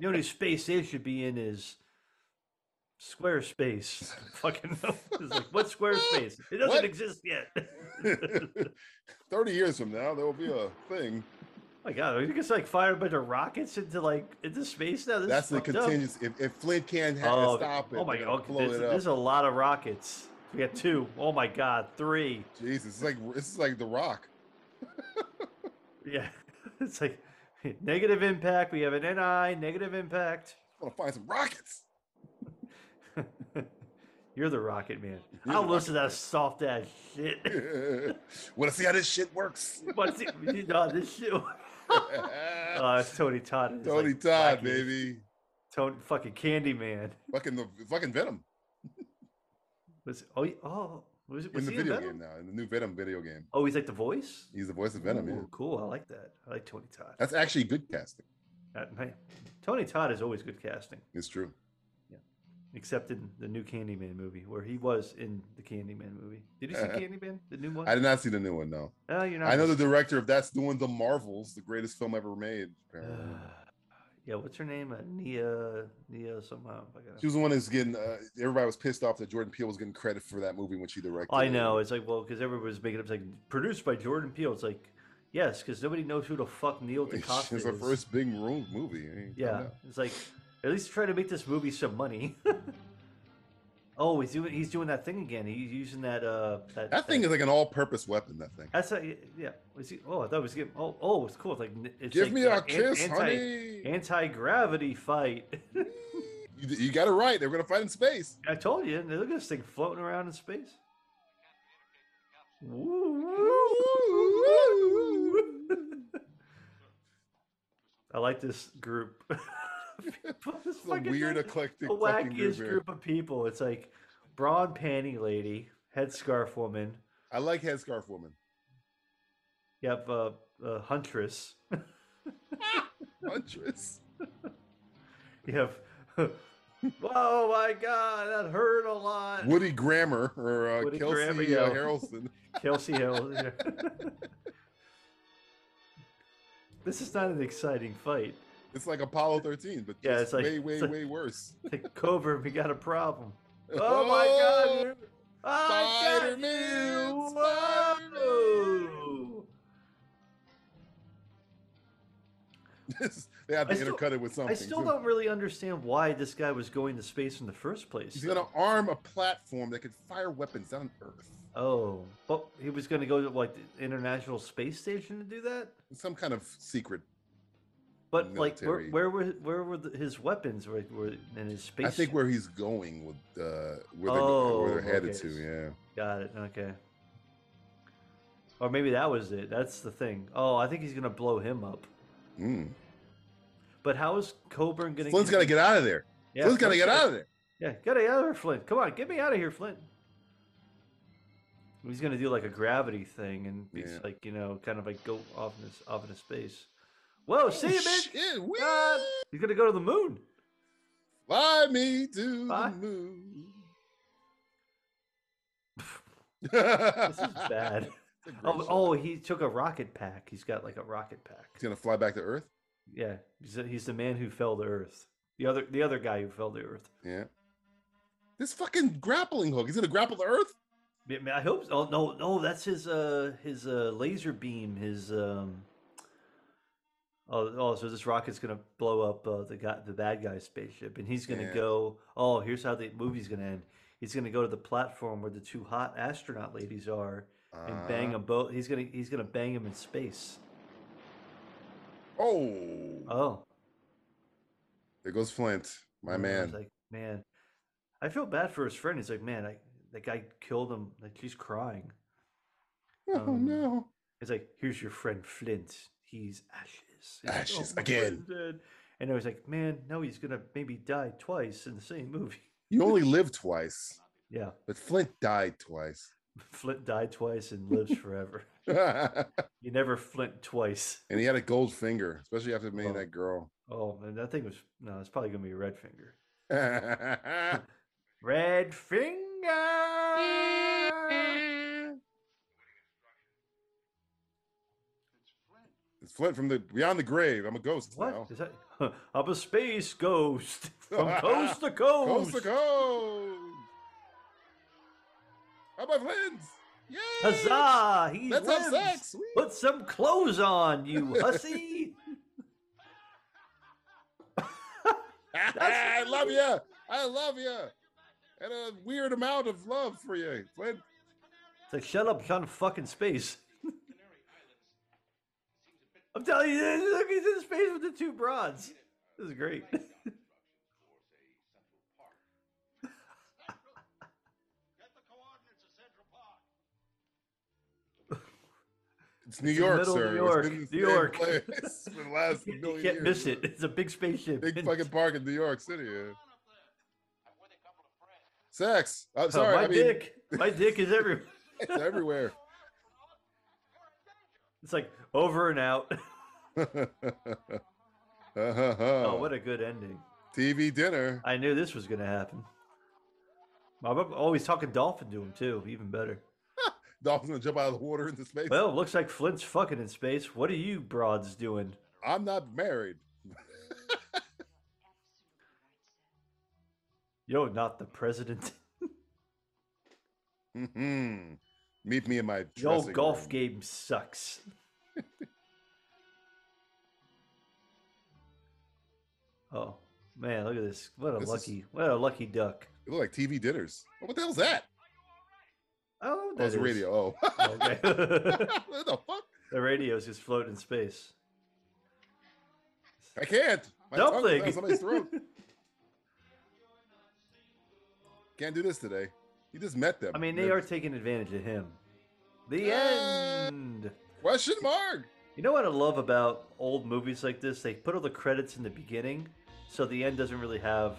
The only space they should be in is Squarespace. Fucking it's like what Squarespace? It doesn't What? exist yet. 30 years from now, there will be a thing. my god, you guys like fire a bunch of rockets into like into space now. This is That's the fucked up. contingency. If, if Flint can't ha- Oh, stop it, oh my they're god, gonna blow okay, there's, it up. there's a lot of rockets. We got two. Oh my god, three. Jesus, it's like it's like The Rock. Yeah, it's like negative impact. We have an NI negative impact. I'm gonna find some rockets. You're the rocket man. You're I'll the listen to that soft ass shit. Want to see how this shit works? What's it? You know, this shit. Oh, it's Tony Todd. It's Tony like Todd, wacky. baby. Tony fucking Candyman. Fucking the fucking Venom Was oh y- oh was it in was the he in video Venom? game now, in the new Venom video game. Oh, he's like the voice. He's the voice of Venom. Yeah. Ooh, cool. I like that. I like Tony Todd. That's actually good casting. That- hey, Tony Todd is always good casting, It's true. except in the new Candyman movie, where he was in the Candyman movie. Did you see Candyman, the new one? I did not see the new one. No, No, you're not. I know the director of that's doing the Marvels, the greatest film ever made. apparently. Yeah, what's her name? Uh, Nia, Nia somehow. I gotta- She was the one that's getting. Uh, everybody was pissed off that Jordan Peele was getting credit for that movie when she directed. I it. know. It's like, well, because everybody's making it up. It's like, produced by Jordan Peele. It's like, yes, because nobody knows who the fuck Neil It's DaCosta it's is. her first big room movie. I mean, yeah. come on. It's like, at least try to make this movie some money. oh, he's doing he's doing that thing again. He's using that uh that, that thing is like an all-purpose weapon. That thing. that's a, yeah. Was he, oh, I thought it was getting. Oh, oh, it's cool. It's like n- it's Give like me a an- kiss, anti, honey. Anti gravity fight. You, you got it right. They're going to fight in space. I told you. Look at this thing floating around in space. Woo, woo, woo, woo. I like this group. It's a weird, eclectic the fucking group wackiest here. group of people. It's like broad panty lady, headscarf woman. I like headscarf woman. Yep, uh, uh, huntress. Huntress. You have. oh my god, that hurt a lot. Woody Grammer or uh, Woody Kelsey Grammer, uh, yo. Harrelson. Kelsey Hill. yeah. this is not an exciting fight. It's like Apollo 13, but Yeah, just it's like- way, way, it's like- way worse. Take cover, we got a problem. Oh my god! dude. I got Spider-Man, you. Whoa. This- they have I to still- intercut it with something. I still too. don't really understand why this guy was going to space in the first place. He's though. going to arm a platform that could fire weapons down on Earth. Oh, but he was going to go to like the International Space Station to do that. Some kind of secret. But like, where, Military. where were where were the, his weapons? Were, were in his space? I think where he's going with uh, where they're, where Oh, they're headed okay. to. Yeah. Got it. Okay. Or maybe that was it. That's the thing. Oh, I think he's going to blow him up. Mm. But how is Coburn going to? Flint's got to get out of there. Yeah, Flint's got to Flint's get gotta- out of there. Yeah, get out of here, Flint. Come on, get me out of here, Flint. He's gonna do like a gravity thing and it's Yeah. like, you know, kind of like go off into, s- off into space. Whoa, see you, bitch! Oh, Shit, whee! God, he's gonna go to the moon. Fly me to Fly. the moon. This is bad. oh, oh, he took a rocket pack. He's got like a rocket pack. He's gonna fly back to Earth. Yeah, he's, the- he's the man who fell to Earth. The other the other guy who fell to Earth. Yeah. This fucking grappling hook. He's gonna grapple to Earth. Yeah, man, I hope. So. Oh no, no, that's his uh his uh laser beam. His um. Oh, oh, so this rocket's gonna blow up uh, the guy, the bad guy's spaceship, and he's gonna Yeah. go. Oh, here's how the movie's gonna end. He's gonna go to the platform where the two hot astronaut ladies are and bang Uh, them both. He's gonna he's gonna bang them in space. Oh, Oh, there goes Flint, my and I was man. like, man, I feel bad for his friend. He's like, man, I that guy killed him. Like she's crying. oh um, no. It's like, here's your friend Flint. He's ashes. He's like, Ashes my friend's again." dead." And I was like, man, now he's gonna maybe die twice in the same movie. You only live twice, Yeah, but Flint died twice. Flint died twice and lives forever. and You never Flint twice. he had a gold finger, especially after meeting Oh. that girl. Oh man, that thing was no. It's probably gonna be a red finger. That's Red finger. Flint from the beyond the grave. I'm a ghost now. What is that? I'm a space ghost from coast to coast. Coast to coast. How about Flint? Yeah. Huzzah! He Let's have lives. sex. Whee! Put some clothes on, you hussy. I love you. I love you. And a weird amount of love for you, Flint. It's like, shut up, John fucking space. I'm telling you, this- look, he's in space with the two broads. This is great. It's New It's the York, middle of sir. New It's York, been the New same York. place for the last you million can't years. miss it. It's a big spaceship. Big and- fucking park in New York City. yeah. Sex. I'm Oh, sorry. my I mean, dick, my dick is everywhere. it's everywhere. It's like over and out. oh, Oh, what a good ending. TV dinner. I knew this was going to happen. I'm always talking dolphin to him too. Even better. Dolphins gonna jump out of the water into space. Well, looks like Flint's fucking in space. What are you broads doing? I'm not married. Yo, not the president. hmm Meet me in my Yo, dressing golf room. game sucks. oh man, look at this! What a This is- lucky, what a lucky duck! It looked like TV dinners. Oh, what the hell's that? I don't know what That was that is. radio. Oh. Oh, okay. what the fuck? the radio's just floating in space. I can't. My tongue's Dumpling. down somebody's throat. Can't do this today. You just met them. I mean, they are taking advantage of him. The end. Question mark. You know what I love about old movies like this? They put all the credits in the beginning, so the end doesn't really have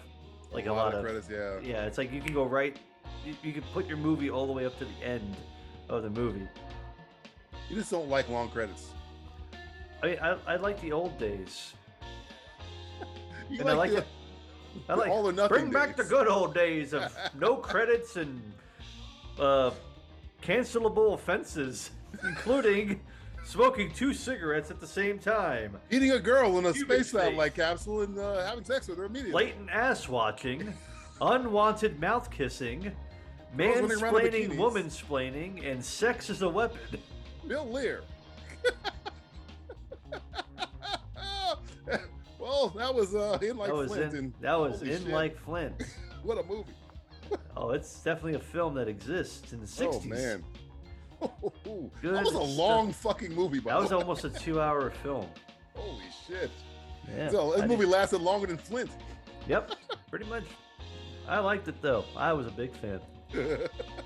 like a, lot, of, credits. Yeah. Yeah, it's like you can go right. You, you can put your movie all the way up to the end of the movie. You just don't like long credits. I mean, I, I like the old days, You and I like it. I the like all or nothing Bring back the days. good old days of no credits and uh, cancelable offenses, including smoking two cigarettes at the same time, eating a girl in a Cuban space satellite capsule and uh, having sex with her immediately. blatant ass watching, unwanted mouth kissing, Girls running around in mansplaining, bikinis. woman splaining, and sex as a weapon. Bill Lear. well, that was uh, in like that was Flint. in. and That was holy in shit, like Flint. what a movie. Oh, it's definitely a film that exists in the '60s. Oh man, Good that was a stuff. long fucking movie. By That the was way. almost a two-hour film. holy shit. Yeah, so this I movie did- lasted longer than Flint. Yep, pretty much. I liked it though. I was a big fan. All